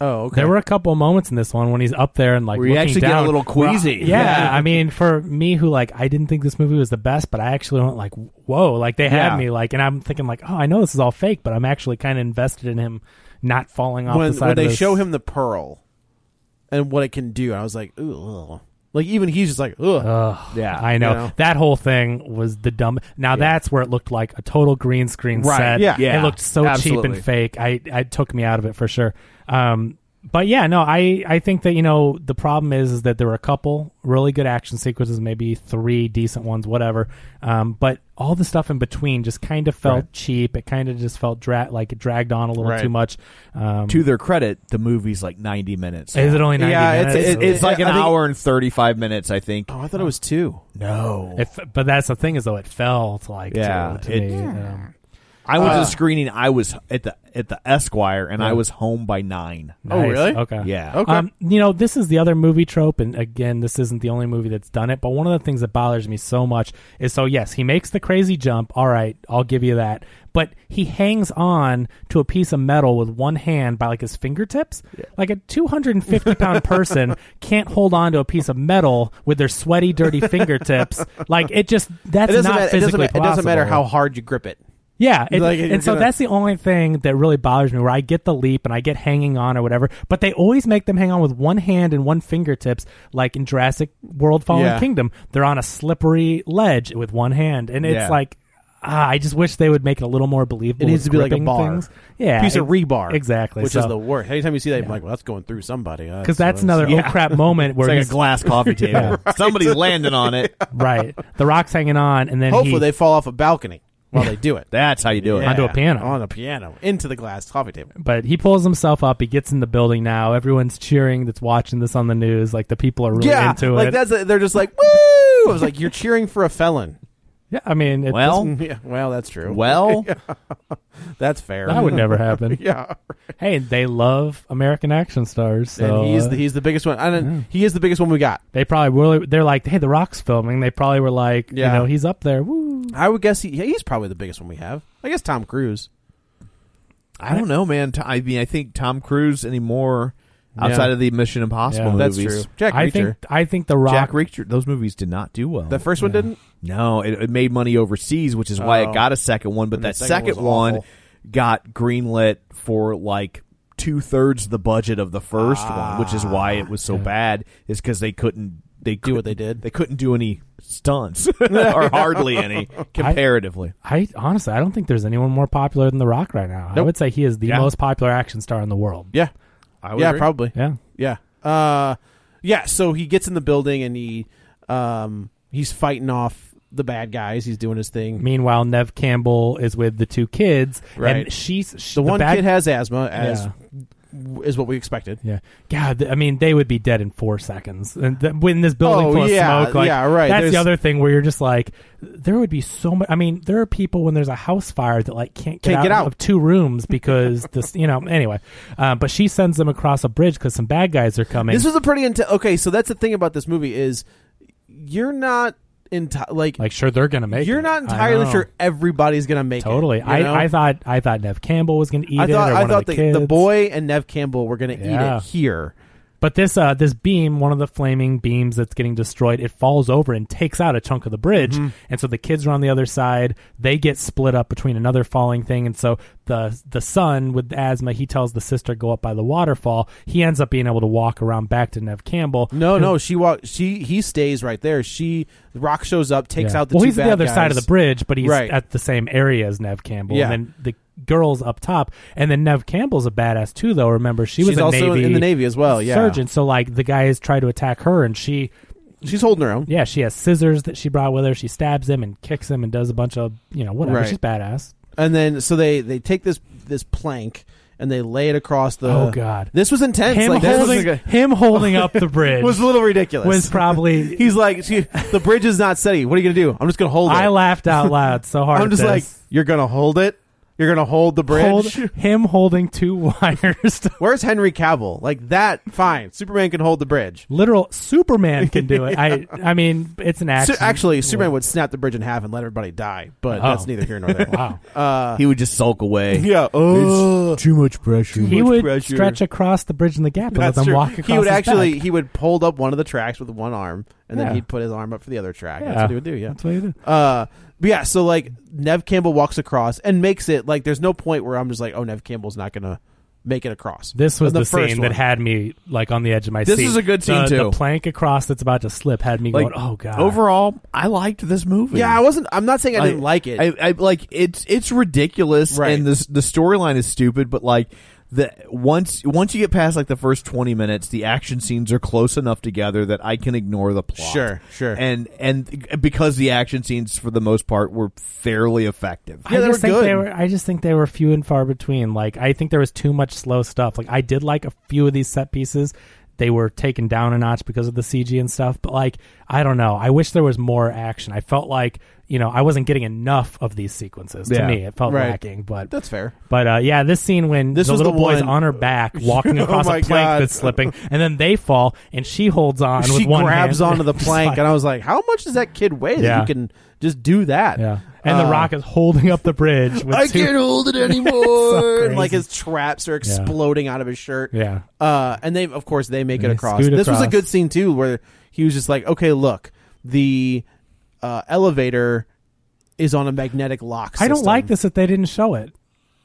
Speaker 3: oh okay
Speaker 2: There were a couple moments in this one when he's up there and like
Speaker 1: Where you
Speaker 2: looking
Speaker 1: actually get a
Speaker 2: down,
Speaker 1: little queasy.
Speaker 2: Where- yeah, I mean, for me who like I didn't think this movie was the best, but I actually went like, whoa, like they had
Speaker 1: Yeah.
Speaker 2: me like, and I'm thinking like, oh, I know this is all fake, but I'm actually kind of invested in him not falling off
Speaker 3: when,
Speaker 2: the side.
Speaker 3: when
Speaker 2: of
Speaker 3: they
Speaker 2: this-
Speaker 3: show him the pearl and what it can do, I was like, ooh, ugh." like even he's just like, ugh.
Speaker 2: Uh,
Speaker 1: Yeah,
Speaker 2: I know.
Speaker 3: you know.
Speaker 2: that whole thing was the dumb. Now that's where it looked like a total green screen
Speaker 1: Right,
Speaker 2: set.
Speaker 3: yeah.
Speaker 1: Yeah,
Speaker 2: it looked so cheap
Speaker 1: absolutely.
Speaker 2: and fake. I, I it took me out of it for sure. Um, but yeah, no, I I think that you know the problem is is that there were a couple really good action sequences, maybe three decent ones, whatever. Um, but all the stuff in between just kind of felt cheap. It kind of just felt dra- like it dragged on a little
Speaker 3: Right.
Speaker 2: too much. Um,
Speaker 1: To their credit, the movie's like 90 minutes.
Speaker 2: is it only ninety
Speaker 3: Yeah, it's-
Speaker 2: minutes?
Speaker 3: it-
Speaker 1: It's like an
Speaker 3: I think-
Speaker 1: hour and 35 minutes, I think.
Speaker 3: Oh, I thought it was two.
Speaker 1: No.
Speaker 2: It f- but that's the thing is though it felt like
Speaker 1: Yeah,
Speaker 2: to, to
Speaker 1: it-
Speaker 2: me. um,
Speaker 1: I went to the screening. I was at the at the Esquire, and I was home by nine.
Speaker 3: Oh,
Speaker 2: Nice.
Speaker 3: really?
Speaker 2: Okay.
Speaker 1: Yeah.
Speaker 3: Okay.
Speaker 2: Um, you know, this is the other movie trope, and again, this isn't the only movie that's done it. But one of the things that bothers me so much is so yes, he makes the crazy jump. All right, I'll give you that. But he hangs on to a piece of metal with one hand by like his fingertips. Like a 250 pound person can't hold on to a piece of metal with their sweaty, dirty fingertips. Like it just that's
Speaker 3: it doesn't
Speaker 2: not
Speaker 3: matter. It doesn't,
Speaker 2: physically
Speaker 3: ma- it doesn't matter
Speaker 2: possible.
Speaker 3: how hard you grip it.
Speaker 2: Yeah, it-
Speaker 3: Like, you're
Speaker 2: and so
Speaker 3: gonna-
Speaker 2: that's the only thing that really bothers me. Where I get the leap and I get hanging on or whatever, but they always make them hang on with one hand and one fingertips, like in Jurassic World: Fallen
Speaker 3: Yeah.
Speaker 2: Kingdom. They're on a slippery ledge with one hand, and it's
Speaker 1: Yeah.
Speaker 2: like ah, I just wish they would make it a little more believable.
Speaker 3: It needs
Speaker 2: with
Speaker 3: to be like a
Speaker 2: gripping
Speaker 3: bar.
Speaker 2: things. yeah,
Speaker 3: Piece of
Speaker 2: ex-
Speaker 3: rebar,
Speaker 2: exactly,
Speaker 3: which is the worst. Anytime you see that, you're
Speaker 2: Yeah.
Speaker 3: like, well, that's going through somebody.
Speaker 2: because that's another oh crap moment
Speaker 1: It's
Speaker 2: where
Speaker 1: like a
Speaker 2: he's-
Speaker 1: glass coffee
Speaker 2: Yeah.
Speaker 1: table. Somebody's landing on it.
Speaker 2: right, the rock's hanging on, and then
Speaker 3: Hopefully,
Speaker 2: he,
Speaker 3: they fall off a balcony while they do it.
Speaker 1: That's how you do it.
Speaker 2: Onto a piano.
Speaker 3: On a piano, into the glass coffee table.
Speaker 2: but he pulls himself up. He gets in the building now. Everyone's cheering. That's watching this on the news. Like the people are really
Speaker 3: yeah,
Speaker 2: into
Speaker 3: like
Speaker 2: it.
Speaker 3: that's they're just like, woo! I was like, you're cheering for a felon.
Speaker 2: yeah, I mean, it
Speaker 1: Well,
Speaker 2: doesn't-
Speaker 3: Yeah, well, that's true.
Speaker 1: well,
Speaker 3: that's fair.
Speaker 2: that would never happen.
Speaker 3: yeah,
Speaker 2: Hey, they love American action stars, so
Speaker 3: and he's the,
Speaker 2: uh,
Speaker 3: he's the biggest one. I don't, He is the biggest one we got.
Speaker 2: they probably really they're like, hey, The Rock's filming. They probably were like,
Speaker 3: Yeah.
Speaker 2: you know, he's up there. Woo.
Speaker 3: I would guess he, he's probably the biggest one we have. I guess Tom Cruise.
Speaker 1: I don't know, man. T- I mean, I think Tom Cruise anymore outside
Speaker 3: Yeah.
Speaker 1: of the Mission Impossible
Speaker 2: Yeah.
Speaker 1: movies.
Speaker 3: That's true. Jack
Speaker 2: I
Speaker 3: Reacher.
Speaker 2: think I think The Rock.
Speaker 1: Jack Reacher. Those movies did not do well.
Speaker 3: the first one didn't.
Speaker 1: no, it, it made money overseas, which is why
Speaker 3: Oh.
Speaker 1: it got a second one. But
Speaker 3: And the
Speaker 1: that
Speaker 3: second
Speaker 1: second,
Speaker 3: was
Speaker 1: one
Speaker 3: awful.
Speaker 1: got greenlit for like two thirds the budget of the first one, which is why it was so
Speaker 3: Ah,
Speaker 1: bad. Is because they couldn't they do
Speaker 3: what they did.
Speaker 1: They couldn't do any stunts or hardly any comparatively.
Speaker 2: I honestly, I don't think there's anyone more popular than The Rock right now. I
Speaker 3: Nope.
Speaker 2: would say he is the
Speaker 1: Yeah.
Speaker 2: most popular action star in the world.
Speaker 3: Yeah,
Speaker 1: I would
Speaker 3: yeah,
Speaker 1: agree.
Speaker 3: probably.
Speaker 2: Yeah,
Speaker 3: Yeah. Uh yeah, so he gets in the building and he um he's fighting off the bad guys. He's doing his thing.
Speaker 2: Meanwhile, Nev Campbell is with the two kids,
Speaker 3: Right.
Speaker 2: and she's she,
Speaker 3: the, one
Speaker 2: bad-
Speaker 3: kid has asthma as
Speaker 2: Yeah.
Speaker 3: is what we expected.
Speaker 2: Yeah, God. th- I mean, they would be dead in four seconds, and th- when this building
Speaker 3: Oh,
Speaker 2: full of
Speaker 3: yeah,
Speaker 2: smoke, like,
Speaker 3: yeah, right.
Speaker 2: That's
Speaker 3: There's-
Speaker 2: the other thing where you're just like, there would be so much. I mean, there are people when there's a house fire that like can't get,
Speaker 3: Can't
Speaker 2: out,
Speaker 3: get out.
Speaker 2: of two rooms because this, you know. Anyway, uh, but she sends them across a bridge because some bad guys are coming.
Speaker 3: This was a pretty intense. Okay, so that's the thing about this movie is you're not enti- like,
Speaker 2: like, sure, they're gonna make.
Speaker 3: you're
Speaker 2: it.
Speaker 3: not
Speaker 2: I
Speaker 3: entirely
Speaker 2: know.
Speaker 3: sure everybody's going to make it,
Speaker 2: Totally.
Speaker 3: you know?
Speaker 2: I, I thought I thought Nev Campbell was gonna eat
Speaker 3: I thought
Speaker 2: it. Or
Speaker 3: I
Speaker 2: one
Speaker 3: thought
Speaker 2: of the,
Speaker 3: the, the
Speaker 2: kids.
Speaker 3: boy and Nev Campbell were going to
Speaker 2: Yeah.
Speaker 3: eat it here.
Speaker 2: But this uh, this beam, one of the flaming beams that's getting destroyed, it falls over and takes out a chunk of the bridge.
Speaker 3: Mm-hmm.
Speaker 2: And so the kids are on the other side. They get split up between another falling thing. And so the the son with asthma, he tells the sister go up by the waterfall. He ends up being able to walk around back to Nev Campbell.
Speaker 3: No, no, she walk. She he stays right there. She Rock shows up, takes
Speaker 2: Yeah.
Speaker 3: out the
Speaker 2: well,
Speaker 3: two
Speaker 2: he's the
Speaker 3: bad
Speaker 2: other side of
Speaker 3: guys.
Speaker 2: the bridge, but he's
Speaker 3: Right.
Speaker 2: at the same area as Nev Campbell.
Speaker 3: Yeah.
Speaker 2: And then the girls up top, and then Nev Campbell's a badass too. Though remember, she was
Speaker 3: She's
Speaker 2: a
Speaker 3: also
Speaker 2: Navy
Speaker 3: in the Navy as well, yeah.
Speaker 2: surgeon. So like the guys try to attack her, and she
Speaker 3: She's holding her own.
Speaker 2: Yeah, she has scissors that she brought with her. She stabs him and kicks him and does a bunch of you know whatever.
Speaker 3: Right.
Speaker 2: She's badass.
Speaker 3: And then so they they take this this plank and they lay it across the.
Speaker 2: Oh, God.
Speaker 3: this was intense.
Speaker 2: Him
Speaker 3: like, this was
Speaker 2: holding
Speaker 3: like
Speaker 2: him holding up the
Speaker 3: a-
Speaker 2: bridge
Speaker 3: was
Speaker 2: was,
Speaker 3: a little ridiculous.
Speaker 2: probably.
Speaker 3: He's like, she, the bridge is not steady. What are you gonna do? I'm just gonna hold it.
Speaker 2: I laughed out loud so hard.
Speaker 3: I'm
Speaker 2: at
Speaker 3: just like,
Speaker 2: this.
Speaker 3: you're gonna hold it. You're gonna hold the bridge.
Speaker 2: Hold, him holding two wires. to-
Speaker 3: Where's Henry Cavill? Like that? Fine. Superman can hold the bridge.
Speaker 2: Literal Superman can do it. I I mean, it's an
Speaker 3: Su-
Speaker 2: action.
Speaker 3: actually, Superman would snap the bridge in half and let everybody die. But
Speaker 2: Oh.
Speaker 3: that's neither here nor there.
Speaker 2: Wow.
Speaker 1: he would just sulk away.
Speaker 3: Yeah. Oh.
Speaker 1: Too much pressure.
Speaker 2: he would
Speaker 3: pressure.
Speaker 2: stretch across the bridge in the gap and let
Speaker 3: That's
Speaker 2: them
Speaker 3: true.
Speaker 2: walk across.
Speaker 3: he would
Speaker 2: his
Speaker 3: actually
Speaker 2: back.
Speaker 3: he would hold up one of the tracks with one arm, and
Speaker 2: Yeah.
Speaker 3: then he'd put his arm up for the other track.
Speaker 2: Yeah.
Speaker 3: That's what he would do. Yeah.
Speaker 2: That's what he did.
Speaker 3: Uh, but yeah. So like Nev Campbell walks across and makes it. Like there's no point where I'm just like, oh, Nev Campbell's not gonna make it across.
Speaker 2: This was
Speaker 3: And
Speaker 2: the,
Speaker 3: first
Speaker 2: scene
Speaker 3: one.
Speaker 2: that had me like on the edge of my
Speaker 1: This
Speaker 2: seat.
Speaker 1: is a good
Speaker 2: The-
Speaker 1: scene,
Speaker 2: The
Speaker 1: too.
Speaker 2: plank across that's about to slip had me
Speaker 1: Like,
Speaker 2: going, "Oh god!"
Speaker 1: Overall, I liked this movie.
Speaker 3: Yeah, I wasn't. I'm not saying I, didn't like it.
Speaker 1: I, I like it's it's ridiculous,
Speaker 3: Right.
Speaker 1: and this the storyline is stupid. But like the once once you get past like the first twenty minutes, the action scenes are close enough together that I can ignore the plot.
Speaker 3: Sure, sure.
Speaker 1: and and because the action scenes for the most part were fairly effective.
Speaker 3: Yeah,
Speaker 2: I
Speaker 3: they
Speaker 2: just
Speaker 3: were
Speaker 2: think
Speaker 3: good.
Speaker 2: they were. I just think they were few and far between. Like I think there was too much slow stuff. Like I did like a few of these set pieces. They were taken down a notch because of the CG and stuff. But like I don't know. I wish there was more action. I felt like you know, I wasn't getting enough of these sequences.
Speaker 1: Yeah.
Speaker 2: To me, it felt
Speaker 3: Right.
Speaker 2: lacking. But
Speaker 3: That's fair.
Speaker 2: but uh, yeah, this scene when
Speaker 3: This
Speaker 2: the
Speaker 3: was
Speaker 2: little
Speaker 3: the
Speaker 2: boy's
Speaker 3: one-
Speaker 2: on her back walking
Speaker 3: Oh
Speaker 2: across
Speaker 3: my
Speaker 2: a plank
Speaker 3: God.
Speaker 2: that's slipping, and then they fall, and she holds on
Speaker 3: she
Speaker 2: with one
Speaker 3: grabs
Speaker 2: hand.
Speaker 3: onto the
Speaker 2: It's
Speaker 3: plank,
Speaker 2: like-
Speaker 3: and I was like, "How much does that kid weigh that
Speaker 2: Yeah.
Speaker 3: you can just do that?"
Speaker 2: yeah, and
Speaker 3: Uh,
Speaker 2: the rock is holding up the bridge. With
Speaker 3: I
Speaker 2: two,
Speaker 3: can't hold it anymore. and, like
Speaker 2: crazy.
Speaker 3: his traps are exploding out of his shirt.
Speaker 2: Yeah,
Speaker 3: Uh, and they, of course, they make
Speaker 2: And
Speaker 3: it
Speaker 2: they
Speaker 3: across.
Speaker 2: scoot
Speaker 3: This was a
Speaker 2: across.
Speaker 3: good scene too, where he was just like, "Okay, look, the uh, elevator is on a magnetic lock."
Speaker 2: I don't
Speaker 3: system."
Speaker 2: like this that they didn't show it.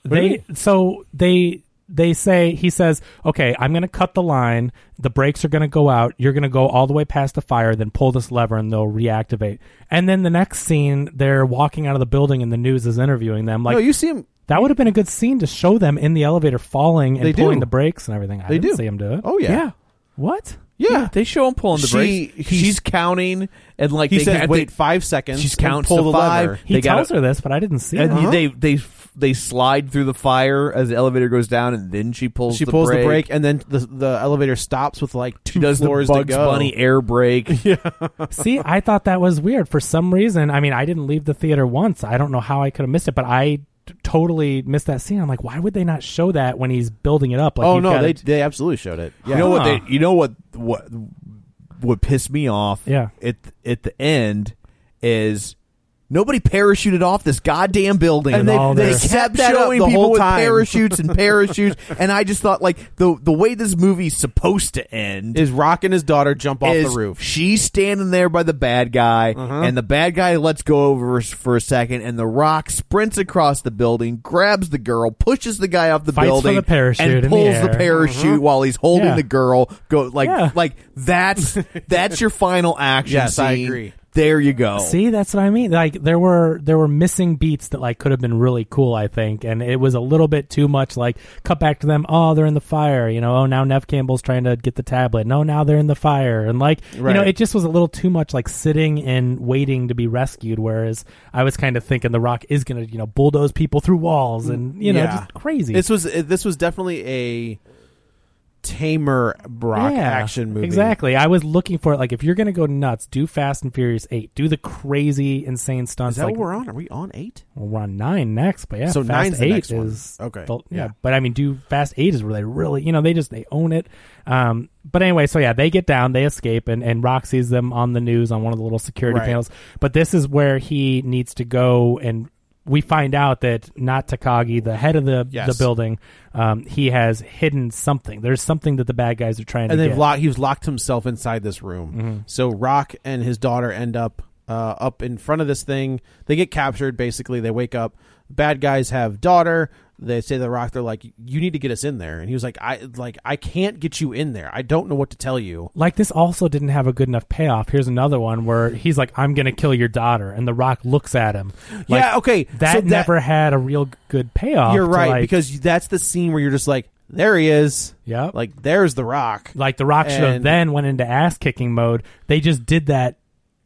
Speaker 2: They so they they say he says, "Okay, I'm going to cut the line. The brakes are going to go out. You're going to go all the way past the fire, then pull this lever, and they'll reactivate." And then the next scene, they're walking out of the building, and the news is interviewing them. Like
Speaker 3: no, you see him.
Speaker 2: that would have been a good scene to show them in the elevator falling and
Speaker 3: They do.
Speaker 2: pulling the brakes and everything. I
Speaker 3: They
Speaker 2: didn't
Speaker 3: do.
Speaker 2: see him do it.
Speaker 3: Oh, yeah.
Speaker 2: What?
Speaker 3: Yeah,
Speaker 1: They show him pulling the
Speaker 3: She-
Speaker 1: brakes.
Speaker 3: he's-
Speaker 1: She's counting and like
Speaker 3: he
Speaker 1: they
Speaker 3: says,
Speaker 1: they-
Speaker 3: "Wait five seconds."
Speaker 1: She's
Speaker 3: and
Speaker 1: counts
Speaker 3: pull
Speaker 1: to
Speaker 3: the
Speaker 1: five.
Speaker 3: lever.
Speaker 2: He
Speaker 1: They gotta-
Speaker 2: tells her this, but I didn't see it.
Speaker 1: And
Speaker 3: Uh-huh.
Speaker 1: they they they slide through the fire as the elevator goes down, and then she pulls.
Speaker 3: She
Speaker 1: the
Speaker 3: pulls
Speaker 1: brake.
Speaker 3: the brake, and then the the elevator stops with like two
Speaker 1: She does the
Speaker 3: floors
Speaker 1: Bugs
Speaker 3: to go.
Speaker 1: Bunny air brake.
Speaker 2: See, I thought that was weird for some reason. I mean, I didn't leave the theater once. I don't know how I could have missed it, but I t- totally missed that scene. I'm like, why would they not show that when he's building it up? Like,
Speaker 3: oh
Speaker 2: you've
Speaker 3: no,
Speaker 2: gotta-
Speaker 3: they they absolutely showed it.
Speaker 1: You know what?
Speaker 2: Huh.
Speaker 1: They, you know what? What what pissed me off?
Speaker 2: Yeah.
Speaker 1: At at the end is nobody parachuted off this goddamn building,
Speaker 2: And they- all
Speaker 1: they
Speaker 2: their-
Speaker 1: kept
Speaker 3: that up
Speaker 1: showing
Speaker 3: the
Speaker 1: people
Speaker 3: whole
Speaker 1: with
Speaker 3: time.
Speaker 1: parachutes and parachutes, and I just thought like the the way this movie's supposed to end
Speaker 3: Is Rock and his daughter jump off the
Speaker 1: is
Speaker 3: roof?
Speaker 1: She's standing there by the bad guy, and the bad guy lets go over s- for a second, and the rock sprints across the building, grabs the girl, pushes the guy off the
Speaker 2: Fights for
Speaker 1: building,
Speaker 2: the parachute in
Speaker 1: and
Speaker 2: the
Speaker 1: pulls the,
Speaker 2: air.
Speaker 1: parachute while he's holding
Speaker 2: Yeah.
Speaker 1: the girl. Go like
Speaker 2: Yeah.
Speaker 1: like that's that's your final action.
Speaker 3: Yes, I
Speaker 1: scene.
Speaker 3: agree.
Speaker 1: There you go.
Speaker 3: Oh.
Speaker 2: See, that's what I mean. Like there were there were missing beats that like could have been really cool, I think, and it was a little bit too much. Like cut back to them. Oh, they're in the fire. You know. Oh, now Nev Campbell's trying to get the tablet. No, now they're in the fire. And like you know,
Speaker 3: Right.
Speaker 2: it just was a little too much like sitting and waiting to be rescued. Whereas I was kind of thinking the Rock is gonna you know bulldoze people through walls and you know
Speaker 3: Yeah.
Speaker 2: just crazy.
Speaker 3: This was it- this was definitely a tamer Brock
Speaker 2: Yeah,
Speaker 3: action movie.
Speaker 2: Exactly. I was looking for it. Like, if you're going to go nuts, do Fast and Furious 8. Do the crazy, insane stunts.
Speaker 3: Is that
Speaker 2: like,
Speaker 3: what we're on? Are we on eight?
Speaker 2: Well, we're on nine next, but yeah,
Speaker 3: So
Speaker 2: Fast
Speaker 3: nine's the
Speaker 2: Eight
Speaker 3: next one.
Speaker 2: is
Speaker 3: Okay,
Speaker 2: the- yeah.
Speaker 3: yeah.
Speaker 2: but I mean, do Fast Eight is where they really, you know, they just they own it. Um, but anyway, so yeah, they get down, they escape, and and Rock sees them on the news on one of the little security
Speaker 3: Right.
Speaker 2: panels. But this is where he needs to go, and we find out that not Takagi, the head of the
Speaker 3: Yes.
Speaker 2: the building, um, he has hidden something. There's something that the bad guys are trying to
Speaker 3: And they've
Speaker 2: get.
Speaker 3: locked. He was locked himself inside this room. So Rock and his daughter end up uh, up in front of this thing. They get captured. Basically, they wake up. Bad guys have daughter. They say to the Rock, they're like, "You need to get us in there." And he was like, "I like I can't get you in there. I don't know what to tell you."
Speaker 2: like this also didn't have a good enough payoff. Here's another one where he's like, "I'm gonna kill your daughter," and The Rock looks at him. Like,
Speaker 3: Yeah, okay, so
Speaker 2: That
Speaker 3: that-
Speaker 2: never had a real good payoff.
Speaker 3: You're
Speaker 2: to,
Speaker 3: right
Speaker 2: like-
Speaker 3: because that's the scene where you're just like, "There he is."
Speaker 2: Yep.
Speaker 3: Like there's the Rock.
Speaker 2: like The Rock should have
Speaker 3: And-
Speaker 2: then went into ass kicking mode. They just did that,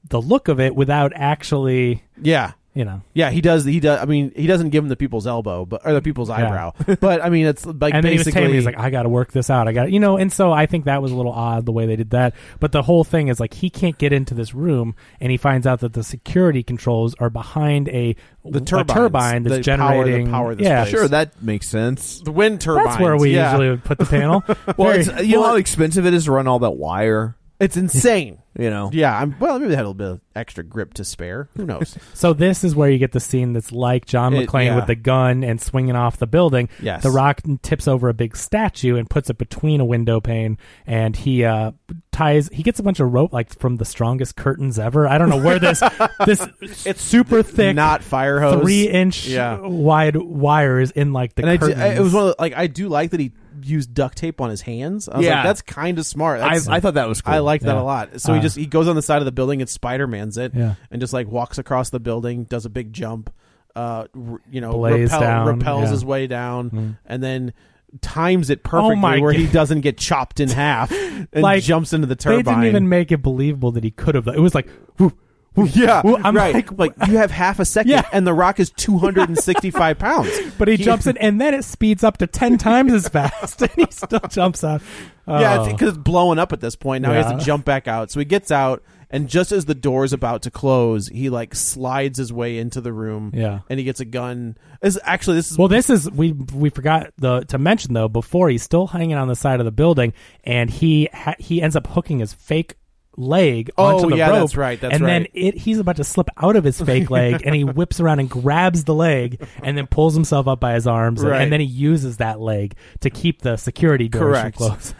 Speaker 2: the look of it, without actually,
Speaker 3: Yeah.
Speaker 2: you know.
Speaker 3: Yeah, he does. He does. I mean, he doesn't give him the people's elbow, but or the people's eyebrow. But I mean, it's like
Speaker 2: and then he was
Speaker 3: basically
Speaker 2: telling me, he's like, I got to work this out. I got, you know, and so I think that was a little odd the way they did that. But the whole thing is like, he can't get into this room and he finds out that the security controls are behind a,
Speaker 3: The
Speaker 2: a
Speaker 3: turbines,
Speaker 2: turbine that's
Speaker 3: the power- the
Speaker 2: generating
Speaker 3: power of this
Speaker 2: yeah,
Speaker 3: place.
Speaker 1: Sure, that makes sense.
Speaker 3: the wind turbine.
Speaker 2: That's where we
Speaker 3: yeah.
Speaker 2: usually would put the panel.
Speaker 1: Well,
Speaker 2: Very-
Speaker 1: it's, you know how expensive it is to run all that wire.
Speaker 3: It's insane.
Speaker 1: You know,
Speaker 3: yeah. I'm, well, maybe they had a little bit of extra grip to spare. Who knows?
Speaker 2: so this is where you get the scene that's like John
Speaker 3: It-
Speaker 2: McClane
Speaker 3: yeah.
Speaker 2: with the gun and swinging off the building.
Speaker 3: Yes.
Speaker 2: The Rock tips over a big statue and puts it between a window pane, and he uh, ties. He gets a bunch of rope like from the strongest curtains ever. I don't know where this this it's super thick,
Speaker 3: Not fire hose.
Speaker 2: three inch
Speaker 3: Yeah.
Speaker 2: wide wires in like the
Speaker 3: And I, did-
Speaker 2: curtains.
Speaker 3: I- it was one of the, like I do like that he used duct tape on his hands. I was
Speaker 1: Yeah.
Speaker 3: like, that's kind of smart.
Speaker 1: I,
Speaker 3: That's-
Speaker 1: I thought that was cool.
Speaker 3: I like that
Speaker 2: Yeah.
Speaker 3: a lot. So he
Speaker 2: Uh,
Speaker 3: just he goes on the side of the building and Spider Man's it,
Speaker 2: Yeah.
Speaker 3: and just like walks across the building, does a big jump, uh, r- you know,
Speaker 2: Blaze
Speaker 3: rappel,
Speaker 2: down,
Speaker 3: repels
Speaker 2: yeah. Mm-hmm. Oh
Speaker 3: his way down, and then times it perfectly
Speaker 2: my
Speaker 3: where he
Speaker 2: God.
Speaker 3: doesn't get chopped in half and
Speaker 2: Like,
Speaker 3: jumps into the
Speaker 2: they
Speaker 3: turbine.
Speaker 2: didn't even make it believable that he could have. It was like, whoo, whoo,
Speaker 3: yeah,
Speaker 2: whoo. I'm
Speaker 3: right.
Speaker 2: like,
Speaker 3: you have half a second,
Speaker 2: Yeah.
Speaker 3: and the rock is two hundred and sixty-five pounds.
Speaker 2: But he, jumps in, and then it speeds up to ten times as fast, and he still jumps out.
Speaker 3: Yeah,
Speaker 2: Oh.
Speaker 3: because it's blowing up at this point. Now he has
Speaker 2: Yeah.
Speaker 3: to jump back out. So he gets out And just as the door is about to close, he like slides his way into the room.
Speaker 2: Yeah.
Speaker 3: and he gets a gun. This actually this is
Speaker 2: Well, this is we we forgot the to mention though before he's still hanging on the side of the building and he ha- he ends up hooking his fake leg
Speaker 3: Oh,
Speaker 2: onto the
Speaker 3: yeah,
Speaker 2: rope.
Speaker 3: that's right, that's
Speaker 2: and then
Speaker 3: right.
Speaker 2: it he's about to slip out of his fake leg and he whips around and grabs the leg and then pulls himself up by his arms and-
Speaker 3: Right.
Speaker 2: and then he uses that leg to keep the security doors
Speaker 3: Correct.
Speaker 2: from closed.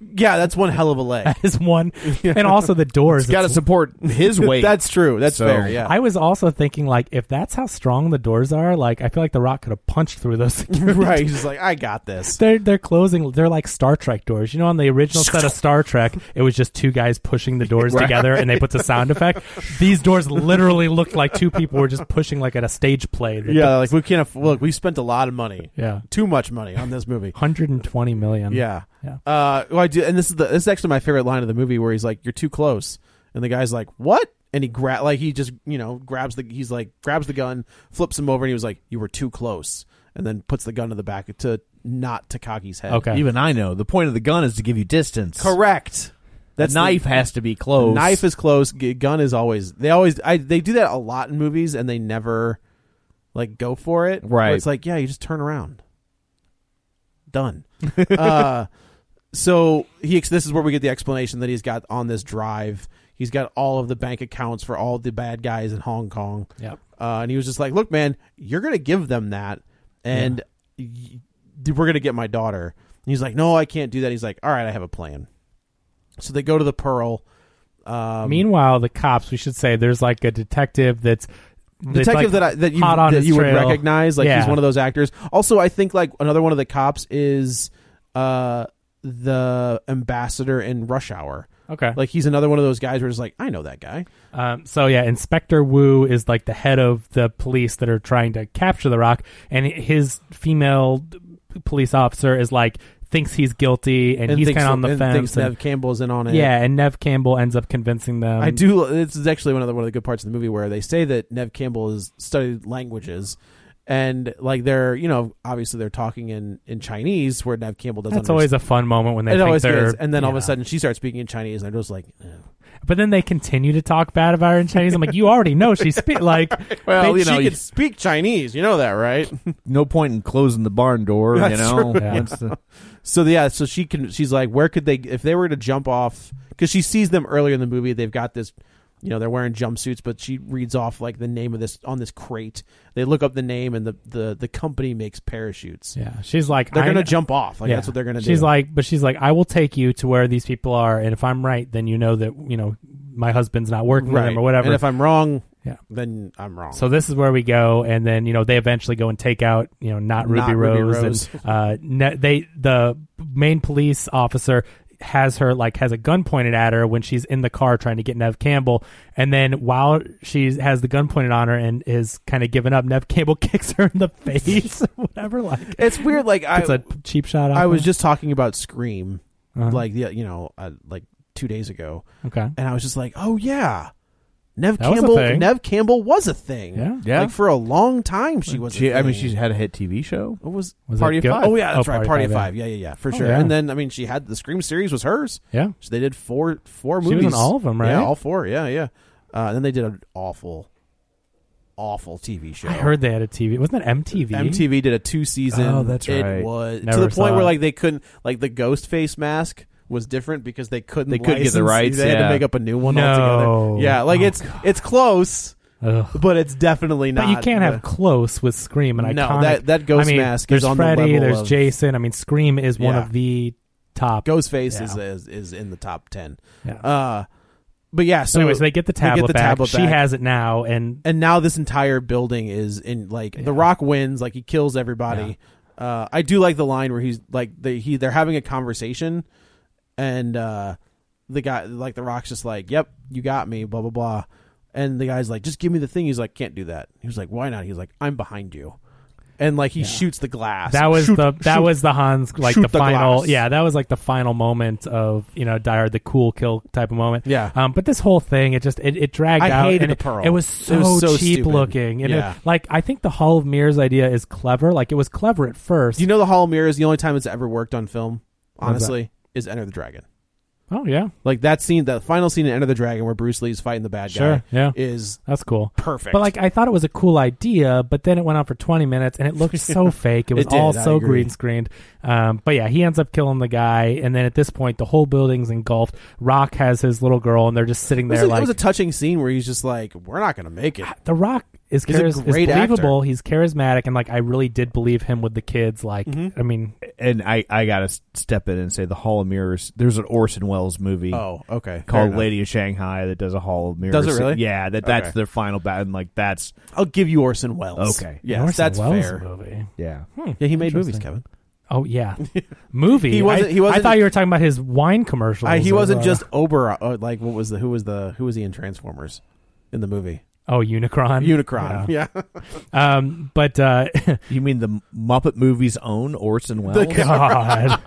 Speaker 3: yeah, that's one hell of a leg.
Speaker 2: That is one, and also the doors.
Speaker 1: Got to
Speaker 2: it's-
Speaker 1: support his weight.
Speaker 3: that's true. That's
Speaker 1: So-
Speaker 3: fair. Yeah,
Speaker 2: I was also thinking like if that's how strong the doors are, like I feel like the Rock could have punched through those security
Speaker 3: right. He's just like, I got this.
Speaker 2: They're they're closing. They're like Star Trek doors. You know, on the original set of Star Trek, it was just two guys pushing the doors together, and they put the sound effect. These doors literally looked like two people were just pushing like at a stage play. They
Speaker 3: Yeah, Uh, like we can't aff- look. We spent a lot of money.
Speaker 2: Yeah.
Speaker 3: too much money on this movie.
Speaker 2: took 120 million.
Speaker 3: Yeah.
Speaker 2: Yeah.
Speaker 3: Uh, well, I do, and this is the this is actually my favorite line of the movie where he's like, "You're too close," and the guy's like, "What?" And he grab like he just you know grabs the he's like grabs the gun, flips him over, and he was like, "You were too close," and then puts the gun to the back to not Takagi's head.
Speaker 2: Okay.
Speaker 1: Even I know the point of the gun is to give you distance.
Speaker 3: Correct.
Speaker 1: That knife has to be close.
Speaker 3: Knife is close. G- Gun is always. They always. I. They do that a lot in movies, and they never, like, go for it. Where
Speaker 1: Right.
Speaker 3: It's like, yeah, you just turn around. Done. uh, so he. ex- This is where we get the explanation that he's got on this drive. He's got all of the bank accounts for all the bad guys in Hong Kong.
Speaker 2: Yep.
Speaker 3: Uh, and he was just like, "Look, man, you're gonna give them that, and y- we're gonna get my daughter." And he's like, "No, I can't do that." He's like, "All right, I have a plan." So they go to the Pearl. Um,
Speaker 2: Meanwhile, the cops. We should say there's like a detective that's that's, like,
Speaker 3: detective that I, that you
Speaker 2: hot on
Speaker 3: that
Speaker 2: his
Speaker 3: you would
Speaker 2: trail.
Speaker 3: recognize, like
Speaker 2: Yeah.
Speaker 3: he's one of those actors. Also, I think like another one of the cops is uh, the ambassador in Rush Hour.
Speaker 2: Okay.
Speaker 3: Like he's another one of those guys where it's like, I know that guy.
Speaker 2: Um, so yeah, Inspector Wu is like the head of the police that are trying to capture the Rock, and his female d- police officer is like thinks he's guilty, and, he's
Speaker 3: thinks-
Speaker 2: kind of on the
Speaker 3: and
Speaker 2: fence.
Speaker 3: Thinks
Speaker 2: and-
Speaker 3: Nev Campbell's in on it.
Speaker 2: yeah, and Nev Campbell ends up convincing them.
Speaker 3: I do. This is actually one of the one of the good parts of the movie where they say that Nev Campbell has studied languages, and like they're you know obviously they're talking in in Chinese where Nev Campbell doesn't.
Speaker 2: That's always a fun moment when they
Speaker 3: It
Speaker 2: think
Speaker 3: always
Speaker 2: they're,
Speaker 3: is, and then all of
Speaker 2: yeah.
Speaker 3: a sudden she starts speaking in Chinese, and they're just like, eh.
Speaker 2: but then they continue to talk bad about her in Chinese. I'm like, you already know she speak like,
Speaker 1: well,
Speaker 3: "Bitch,
Speaker 1: you know,
Speaker 3: she
Speaker 1: you-
Speaker 3: can speak Chinese. You know that, right?
Speaker 1: no point in closing the barn door. You
Speaker 3: That's
Speaker 1: know,
Speaker 2: true. Yeah.
Speaker 1: It's the-
Speaker 3: so yeah, so she can. She's like, where could they if they were to jump off? Because she sees them earlier in the movie. They've got this. You know they're wearing jumpsuits, but she reads off like the name of this on this crate. They look up the name, and the the, the company makes parachutes.
Speaker 2: yeah, she's like,
Speaker 3: They're
Speaker 2: I-
Speaker 3: gonna jump off. Like
Speaker 2: Yeah.
Speaker 3: that's what they're gonna do.
Speaker 2: She's like, but she's like, I will take you to where these people are, and if I'm right, then you know that you know my husband's not working with
Speaker 3: right
Speaker 2: them or whatever.
Speaker 3: And if I'm wrong,
Speaker 2: Yeah.
Speaker 3: then I'm wrong.
Speaker 2: So this is where we go, and then you know they eventually go and take out you know not Ruby
Speaker 3: Not Ruby
Speaker 2: Rose,
Speaker 3: Rose.
Speaker 2: and uh, ne- they the main police officer has her like has a gun pointed at her when she's in the car trying to get Nev Campbell, and then while she has the gun pointed on her and is kind of given up, Nev Campbell kicks her in the face, or whatever. Like
Speaker 3: it's weird. Like I,
Speaker 2: it's a cheap shot.
Speaker 3: I
Speaker 2: off
Speaker 3: was
Speaker 2: her.
Speaker 3: just talking about Scream,
Speaker 2: Uh-huh.
Speaker 3: like the you know, uh, like two days ago,
Speaker 2: okay.
Speaker 3: and I was just like, oh yeah, Nev
Speaker 2: That was a
Speaker 3: Campbell.
Speaker 2: thing.
Speaker 3: Nev Campbell was a thing.
Speaker 2: Yeah.
Speaker 1: Yeah.
Speaker 3: Like for a long time, she was. a
Speaker 1: she, I mean,
Speaker 3: thing.
Speaker 1: she's had a hit TV show.
Speaker 3: What was,
Speaker 2: Was
Speaker 1: Party
Speaker 2: it
Speaker 1: of
Speaker 2: go-
Speaker 1: Five.
Speaker 3: Oh yeah, that's
Speaker 2: Oh,
Speaker 3: right.
Speaker 2: Party
Speaker 3: Party
Speaker 2: Five, Oh,
Speaker 3: Five. Yeah, yeah, yeah, for sure.
Speaker 2: yeah.
Speaker 3: And then I mean, she had the Scream series was hers.
Speaker 2: Yeah.
Speaker 3: So they did four four
Speaker 2: She was
Speaker 3: movies.
Speaker 2: in all of 'em, right?
Speaker 3: Yeah, all four. Yeah, yeah. Uh, and then they did an awful, awful TV show.
Speaker 2: I heard they had a TV. Wasn't that MTV?
Speaker 3: MTV did a two season.
Speaker 1: Oh, that's right.
Speaker 3: It was
Speaker 2: Never
Speaker 3: to the
Speaker 2: saw
Speaker 3: point
Speaker 2: it.
Speaker 3: where like they couldn't like the ghost face mask was different because they couldn't
Speaker 1: They couldn't get the
Speaker 3: license-
Speaker 1: rights,
Speaker 3: They had
Speaker 1: yeah.
Speaker 3: to make up a new one
Speaker 2: No.
Speaker 3: altogether. Yeah, like
Speaker 2: Oh,
Speaker 3: it's it's close,
Speaker 2: Ugh.
Speaker 3: but it's definitely not.
Speaker 2: But you can't have
Speaker 3: the-
Speaker 2: close with Scream and
Speaker 3: No,
Speaker 2: iconic.
Speaker 3: that- that Ghost
Speaker 2: I mean,
Speaker 3: Mask
Speaker 2: there's
Speaker 3: is on the
Speaker 2: Freddy,
Speaker 3: level
Speaker 2: There's
Speaker 3: of-
Speaker 2: Jason. I mean, Scream is one
Speaker 3: Yeah.
Speaker 2: of the top.
Speaker 3: Ghostface
Speaker 2: Yeah.
Speaker 3: is, is is in the top ten.
Speaker 2: Yeah.
Speaker 3: Uh, but yeah.
Speaker 2: so
Speaker 3: So
Speaker 2: anyways, they get the tablet
Speaker 3: the
Speaker 2: back.
Speaker 3: tablet
Speaker 2: she
Speaker 3: back.
Speaker 2: has it now, and
Speaker 3: and now this entire building is in like the rock wins like he kills everybody uh i do like the line where he's like they he they're having a conversation and uh the guy like the rock's just like yep you got me blah blah blah and the guy's like just give me the thing he's like can't do that he was like why not he's like i'm behind you and like he shoots the glass
Speaker 2: that was
Speaker 3: Shoot,
Speaker 2: the that
Speaker 3: shoot.
Speaker 2: was the Hans like
Speaker 3: shoot
Speaker 2: the
Speaker 3: the
Speaker 2: final.
Speaker 3: glass.
Speaker 2: yeah, that was like the final moment of you know Dyer the cool kill type of moment.
Speaker 3: Yeah.
Speaker 2: Um, but this whole thing it just it, it dragged
Speaker 3: I
Speaker 2: out.
Speaker 3: hated
Speaker 2: and
Speaker 3: the
Speaker 2: it,
Speaker 3: pearl.
Speaker 2: It was so,
Speaker 3: It was so
Speaker 2: cheap
Speaker 3: stupid.
Speaker 2: looking. And it-
Speaker 3: Yeah.
Speaker 2: like I think the Hall of Mirrors idea is clever. Like it was clever at first.
Speaker 3: do you know the hall of mirrors the only time it's ever worked on film
Speaker 2: that?
Speaker 3: honestly is enter the dragon
Speaker 2: Oh yeah,
Speaker 3: Like that scene, that final scene in End of the Dragon where Bruce Lee's fighting the bad
Speaker 2: Sure,
Speaker 3: guy
Speaker 2: yeah.
Speaker 3: is
Speaker 2: that's cool.
Speaker 3: perfect.
Speaker 2: But like, I thought it was a cool idea, but then it went on for 20 minutes, and it looked so fake. It was
Speaker 3: It did,
Speaker 2: all
Speaker 3: I
Speaker 2: so
Speaker 3: agree.
Speaker 2: green screened. Um, but yeah, he ends up killing the guy, and then at this point, the whole building's engulfed. Rock has his little girl, and they're just sitting
Speaker 3: it was,
Speaker 2: there
Speaker 3: a, it
Speaker 2: like
Speaker 3: was a touching scene where he's just like, "We're not gonna make it."
Speaker 2: The Rock is,
Speaker 3: He's a
Speaker 2: charis- is
Speaker 3: great
Speaker 2: believable. He's charismatic, and like I really did believe him with the kids. Like,
Speaker 3: Mm-hmm.
Speaker 2: I mean,
Speaker 1: And I, I got to step in and say the Hall of Mirrors. There's an Orson Welles movie.
Speaker 3: Oh, okay. Fair
Speaker 1: Called
Speaker 3: enough.
Speaker 1: Lady of Shanghai that does a Hall of Mirrors.
Speaker 3: Does it really?
Speaker 1: Yeah, that that's
Speaker 3: Okay.
Speaker 1: their final battle. And like that's
Speaker 3: I'll give you Orson Welles.
Speaker 1: Okay.
Speaker 3: yes,
Speaker 2: Orson
Speaker 3: that's
Speaker 2: Welles
Speaker 3: fair.
Speaker 2: Movie. Hmm,
Speaker 1: yeah.
Speaker 3: Yeah, he made movies, Kevin.
Speaker 2: Oh yeah, movie.
Speaker 3: He wasn't-
Speaker 2: I,
Speaker 3: he wasn't-
Speaker 2: I thought you were talking about his wine commercials.
Speaker 3: I, he
Speaker 2: of,
Speaker 3: wasn't
Speaker 2: uh,
Speaker 3: just Ober. Uh, like, what was the who was the who was he in Transformers in the movie?
Speaker 2: oh Unicron.
Speaker 3: Unicron. Yeah,
Speaker 2: Yeah. Um, but uh,
Speaker 1: You mean the Muppet movie's own Orson Welles?
Speaker 2: God,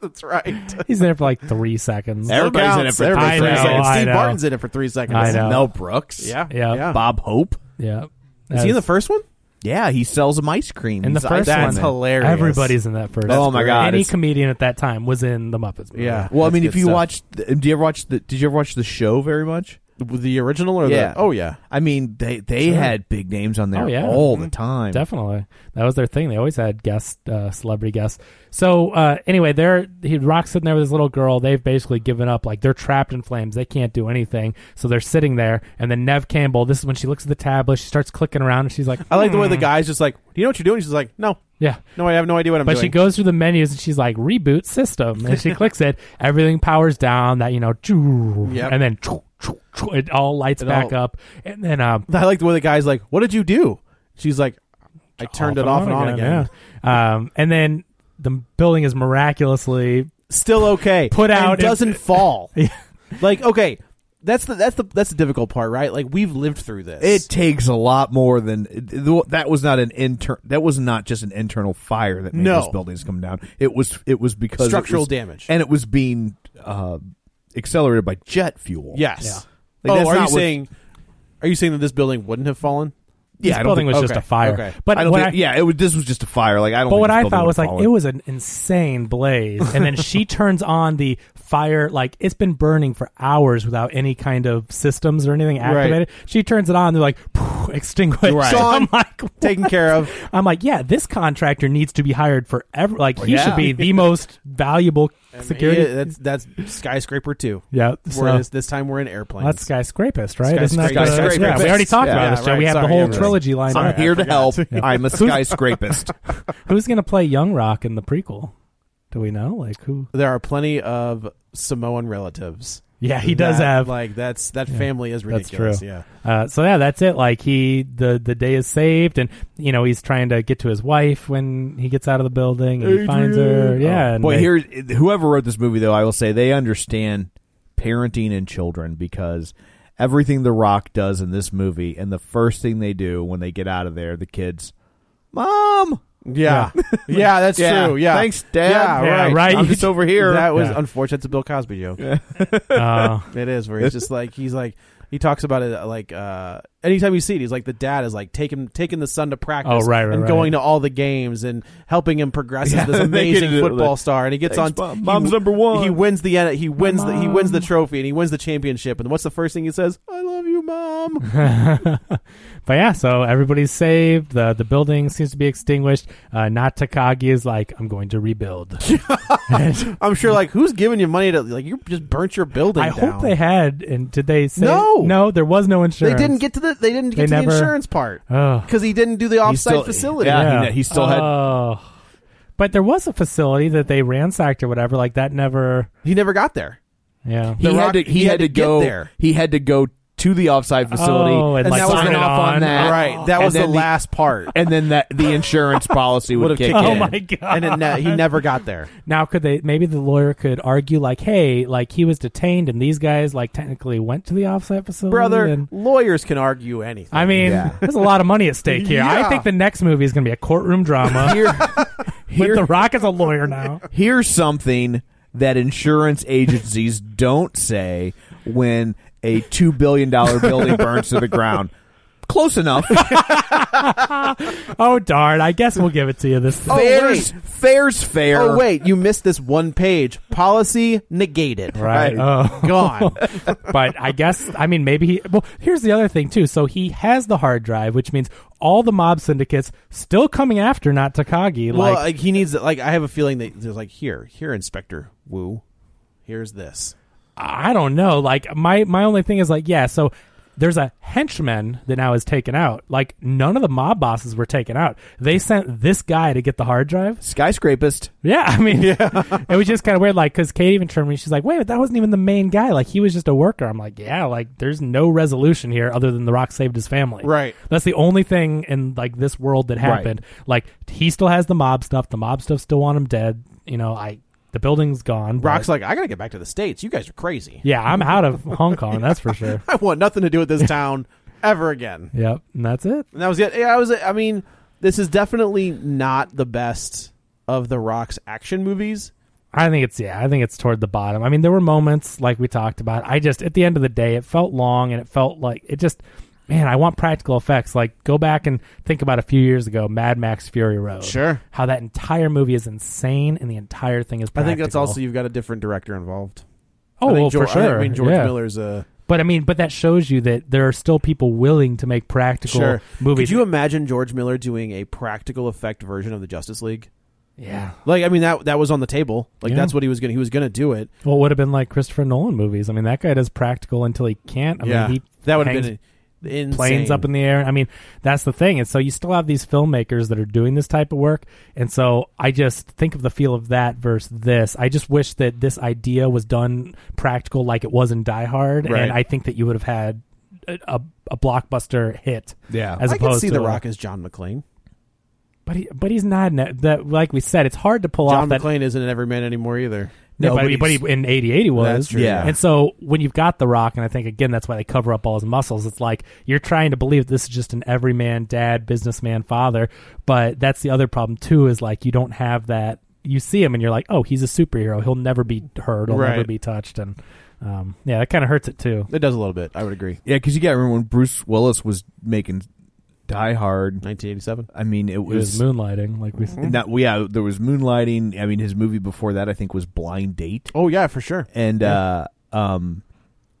Speaker 3: that's right.
Speaker 2: he's in there for like three seconds.
Speaker 1: Every- Everybody's in it for
Speaker 3: Everybody's
Speaker 2: three
Speaker 3: in it.
Speaker 2: seconds. I know,
Speaker 3: Steve
Speaker 2: I know.
Speaker 3: Martin's in it for three seconds.
Speaker 2: I know.
Speaker 1: Mel Brooks.
Speaker 3: Yeah,
Speaker 2: Yeah.
Speaker 1: Bob Hope.
Speaker 2: Yeah.
Speaker 3: Is he in the first one?
Speaker 1: Yeah, he sells them ice cream.
Speaker 2: In the
Speaker 1: He's an
Speaker 2: first
Speaker 1: ice
Speaker 2: one,
Speaker 1: cream man.
Speaker 3: hilarious.
Speaker 2: Everybody's in that first.
Speaker 1: Oh, my God,
Speaker 2: Any
Speaker 1: it's-
Speaker 2: comedian at that time was in the Muppets. Movie.
Speaker 3: Yeah.
Speaker 1: Well, I
Speaker 3: That's
Speaker 1: mean,
Speaker 3: good
Speaker 1: if you
Speaker 3: stuff.
Speaker 1: watch, do you ever watch the? Did you ever watch the show very much?
Speaker 3: the original or
Speaker 1: Yeah.
Speaker 3: the oh yeah.
Speaker 1: I mean, they they
Speaker 2: Sure.
Speaker 1: had big names on there
Speaker 2: Oh, yeah.
Speaker 1: all the time.
Speaker 2: Definitely, that was their thing. They always had guest, uh, celebrity guests. So uh, anyway, they're he rocks sitting there with his little girl. They've basically given up. Like they're trapped in flames. They can't do anything. So they're sitting there, and then Nev Campbell. This is when she looks at the tablet. She starts clicking around, and she's like,
Speaker 3: I like the way
Speaker 2: Hmm.
Speaker 3: the guy's just like, "Do you know what you're doing?" She's like, "No,
Speaker 2: "Yeah."
Speaker 3: no, I have no idea what I'm
Speaker 2: But
Speaker 3: doing."
Speaker 2: she goes through the menus and she's like, "Reboot system," and she clicks it. Everything powers down. That you know, choo,
Speaker 3: Yep.
Speaker 2: and then choo, choo, choo, it all lights back
Speaker 3: all-
Speaker 2: up, and then um,
Speaker 3: I like the way the guy's like, "What did you do?" She's like, "I turned it off and on again."
Speaker 2: yeah. um, and then the building is miraculously
Speaker 3: Still okay.
Speaker 2: Put
Speaker 3: And
Speaker 2: out if-
Speaker 3: doesn't fall. Like okay, that's the that's the that's the difficult part, right? Like we've lived through this.
Speaker 1: It takes a lot more than that was not an intern. That was not just an internal fire that made
Speaker 3: No.
Speaker 1: those buildings come down. It was it was because it
Speaker 3: Structural
Speaker 1: was-
Speaker 3: damage.
Speaker 1: and it was being uh, accelerated by jet fuel.
Speaker 3: yes.
Speaker 1: Yeah. Like,
Speaker 3: oh,
Speaker 1: that's
Speaker 3: are you
Speaker 1: not what-
Speaker 3: saying? Are you saying that this building wouldn't have fallen?
Speaker 1: yeah.
Speaker 2: this
Speaker 1: I don't
Speaker 2: building
Speaker 1: think,
Speaker 2: was just
Speaker 3: okay,
Speaker 2: a fire.
Speaker 3: okay.
Speaker 2: But
Speaker 1: I don't
Speaker 2: what
Speaker 1: think,
Speaker 2: I,
Speaker 1: yeah, it was. This was just a fire. Like I don't.
Speaker 2: But
Speaker 1: think
Speaker 2: what
Speaker 1: this
Speaker 2: I
Speaker 1: building
Speaker 2: thought
Speaker 1: would've
Speaker 2: was like
Speaker 1: fallen.
Speaker 2: it was an insane blaze, and then she turns on the fire like it's been burning for hours without any kind of systems or anything activated. She turns it on, they're like "Phew, extinguished.
Speaker 3: Right.
Speaker 2: So I'm
Speaker 3: Gone.
Speaker 2: like,
Speaker 3: Taken
Speaker 2: what?
Speaker 3: care of.
Speaker 2: I'm like, yeah, this contractor needs to be hired forever. Like he
Speaker 1: yeah.
Speaker 2: should be the most valuable security.
Speaker 3: Yeah, that's that's skyscraper two.
Speaker 2: yeah,
Speaker 3: We're
Speaker 2: so-
Speaker 3: this, this time we're in airplanes.
Speaker 2: Well, that's skyscrapist, right? Isn't that the-
Speaker 3: Skyscrapist.
Speaker 2: yeah, we already talked
Speaker 1: Yeah,
Speaker 2: about this. Joe.
Speaker 3: right.
Speaker 2: we have
Speaker 3: Sorry,
Speaker 2: the whole
Speaker 3: yeah, right.
Speaker 2: trilogy lined
Speaker 1: I'm
Speaker 2: up.
Speaker 1: here to help. I'm a skyscrapist.
Speaker 2: Who's going to play Young Rock in the prequel? Do we know? Like who?
Speaker 3: there are plenty of Samoan relatives.
Speaker 2: Yeah, he does
Speaker 3: That,
Speaker 2: have.
Speaker 3: like that's that family is
Speaker 2: that's
Speaker 3: ridiculous.
Speaker 2: true.
Speaker 3: Yeah,
Speaker 2: Uh, so yeah, that's it. Like he, the the day is saved, and you know he's trying to get to his wife when he gets out of the building and he finds her. Yeah, and
Speaker 1: Boy,
Speaker 2: they-
Speaker 1: here whoever wrote this movie though, I will say they understand parenting and children because everything the rock does in this movie and the first thing they do when they get out of there, the kids, "Mom,
Speaker 3: yeah, yeah. that's
Speaker 1: Yeah.
Speaker 3: true. Yeah,
Speaker 1: Thanks, Dad.
Speaker 3: Yeah,
Speaker 2: Yeah,
Speaker 3: right.
Speaker 2: right.
Speaker 1: I'm just over here."
Speaker 3: That was
Speaker 2: Yeah.
Speaker 3: unfortunate. It's a Bill Cosby joke.
Speaker 2: uh,
Speaker 3: It is where he's just like he's like he talks about it like uh anytime you see it, he's like the dad is like taking taking the son to practice.
Speaker 2: Oh, right, right,
Speaker 3: and
Speaker 2: right.
Speaker 3: going to all the games and helping him progress
Speaker 1: Yeah,
Speaker 3: as this
Speaker 1: they
Speaker 3: amazing
Speaker 1: could do it
Speaker 3: football
Speaker 1: like,
Speaker 3: star. And he gets
Speaker 1: "Thanks,
Speaker 3: on.
Speaker 1: Mom.
Speaker 3: he-
Speaker 1: Mom's number one."
Speaker 3: He wins the en- he wins the he wins the
Speaker 2: mom.
Speaker 3: trophy and he wins the championship. And what's the first thing he says? I love you, mom.
Speaker 2: but yeah, so everybody's saved. The the building seems to be extinguished. Uh, Natakagi is like, I'm going to rebuild. And
Speaker 3: I'm sure like who's giving you money to like you just burnt your building.
Speaker 2: I
Speaker 3: down.
Speaker 2: hope they had. And did they say
Speaker 3: No!
Speaker 2: No, there was no
Speaker 3: They
Speaker 2: insurance.
Speaker 3: didn't get to the they didn't get
Speaker 2: They
Speaker 3: to
Speaker 2: never-
Speaker 3: the insurance part
Speaker 2: Oh,
Speaker 3: because he didn't do the offsite
Speaker 1: still-
Speaker 3: facility.
Speaker 1: yeah. he- he still had-
Speaker 2: Oh. But there was a facility that they ransacked or whatever. Like that never.
Speaker 3: He never got there.
Speaker 2: Yeah.
Speaker 1: He
Speaker 3: The
Speaker 1: had
Speaker 3: Rock-
Speaker 1: to. He, had, to
Speaker 3: get
Speaker 1: go
Speaker 3: there.
Speaker 1: He had to go to the offside facility
Speaker 2: Oh, and, like,
Speaker 1: that was
Speaker 2: sign
Speaker 1: an
Speaker 2: it
Speaker 1: off on,
Speaker 2: on.
Speaker 1: that.
Speaker 3: Right. That
Speaker 1: And
Speaker 3: was the
Speaker 1: then
Speaker 3: last part.
Speaker 1: And then that the insurance policy would
Speaker 3: Would've
Speaker 1: kick
Speaker 3: kicked
Speaker 2: oh
Speaker 1: in.
Speaker 2: my god.
Speaker 3: and it ne- he never got there.
Speaker 2: now could they? Maybe the lawyer could argue like, hey, like he was detained and these guys like technically went to the offsite facility.
Speaker 3: Brother,
Speaker 2: and-
Speaker 3: lawyers can argue anything.
Speaker 2: I mean,
Speaker 1: Yeah.
Speaker 2: there's a lot of money at stake here.
Speaker 3: Uh, Yeah.
Speaker 2: I think the next movie is going to be a courtroom drama
Speaker 1: Here-
Speaker 2: with
Speaker 1: here-
Speaker 2: The Rock as a lawyer now.
Speaker 1: here's something that insurance agencies don't say when a two billion dollar building burns to the ground. Close enough.
Speaker 2: Oh darn! I guess we'll give it to you this.
Speaker 1: Oh.
Speaker 2: time.
Speaker 1: fair's, fair's fair.
Speaker 2: uh,
Speaker 3: Oh wait, you missed this one page. Policy negated.
Speaker 2: Right. Oh.
Speaker 3: Gone.
Speaker 2: but I guess I mean maybe he. Well, here's the other thing too. So he has the hard drive, which means all the mob syndicates still coming after not Takagi.
Speaker 3: well,
Speaker 2: like,
Speaker 3: like he needs like I have a feeling that there's like here, here, Inspector Wu. Here's this.
Speaker 2: I don't know. Like my my only thing is like yeah. So there's a henchman that now is taken out. Like none of the mob bosses were taken out. They sent this guy to get the hard drive.
Speaker 1: Skyscrapist.
Speaker 2: Yeah, I mean, it was just kind of weird. Like, because Kate even turned to me, she's like, "Wait, but that wasn't even the main guy. Like, he was just a worker." I'm like, "Yeah, like there's no resolution here other than The Rock saved his family.
Speaker 3: Right.
Speaker 2: That's the only thing in like this world that happened. Like, he still has the mob stuff. The mob stuff still want him dead. You know, I the building's gone. but-
Speaker 3: Rock's like, I gotta get back to the states. You guys are crazy.
Speaker 2: yeah, I'm out of Hong Kong. That's for sure.
Speaker 3: I want nothing to do with this town ever again.
Speaker 2: Yep, and that's it.
Speaker 3: And that was it. Yeah, I was. I mean, this is definitely not the best of the Rock's action movies.
Speaker 2: I think it's yeah, I think it's toward the bottom. I mean, there were moments like we talked about. I just at the end of the day, it felt long and it felt like it just man, I want practical effects. Like go back and think about a few years ago, Mad Max Fury Road.
Speaker 3: Sure.
Speaker 2: How that entire movie is insane and the entire thing is
Speaker 3: I
Speaker 2: practical.
Speaker 3: think that's also you've got a different director involved.
Speaker 2: Oh,
Speaker 3: I think
Speaker 2: well,
Speaker 3: George,
Speaker 2: for sure.
Speaker 3: I mean, George
Speaker 2: yeah.
Speaker 3: Miller's a
Speaker 2: But I mean, but that shows you that there are still people willing to make practical
Speaker 3: sure
Speaker 2: movies.
Speaker 3: Could you imagine George Miller doing a practical effect version of the Justice League?
Speaker 2: yeah.
Speaker 3: Like, I mean that that was on the table. Like,
Speaker 2: Yeah.
Speaker 3: that's what he was gonna he was gonna do it.
Speaker 2: Well, it would have been like Christopher Nolan movies. I mean, that guy does practical until he can't. I mean, he
Speaker 3: that would have
Speaker 2: hangs
Speaker 3: been insane.
Speaker 2: planes up in the air. I mean, that's the thing. And so you still have these filmmakers that are doing this type of work. And so I just think of the feel of that versus this. I just wish that this idea was done practical like it was in Die Hard.
Speaker 3: Right.
Speaker 2: And I think that you would have had a, a, a blockbuster hit.
Speaker 1: Yeah.
Speaker 2: As
Speaker 3: I
Speaker 2: opposed
Speaker 3: can see
Speaker 2: to
Speaker 3: the Rock as John McClane.
Speaker 2: But, he, but he's not. in that- That, like we said, it's hard to pull
Speaker 3: John
Speaker 2: off that.
Speaker 3: McClane isn't an everyman anymore either.
Speaker 2: No, but, he,
Speaker 1: Nobody's-
Speaker 2: but he, in 80 80 was.
Speaker 3: That's true,
Speaker 1: Yeah. yeah.
Speaker 2: And so when you've got The Rock, and I think, again, that's why they cover up all his muscles, it's like you're trying to believe this is just an everyman dad, businessman father. But that's the other problem, too, is like you don't have that. You see him and you're like, oh, he's a superhero. He'll never be hurt. He'll never
Speaker 3: Right.
Speaker 2: be touched. And um, yeah, that kind of hurts it, too.
Speaker 3: It does a little bit. I would agree.
Speaker 1: Yeah, because you got to remember when Bruce Willis was making Die Hard.
Speaker 3: 1987.
Speaker 1: I mean, it
Speaker 2: It
Speaker 1: was.
Speaker 2: was moonlighting, like we said.
Speaker 1: and that, yeah, there was Moonlighting. I mean, his movie before that, I think, was Blind Date.
Speaker 3: Oh yeah, for sure.
Speaker 1: and uh um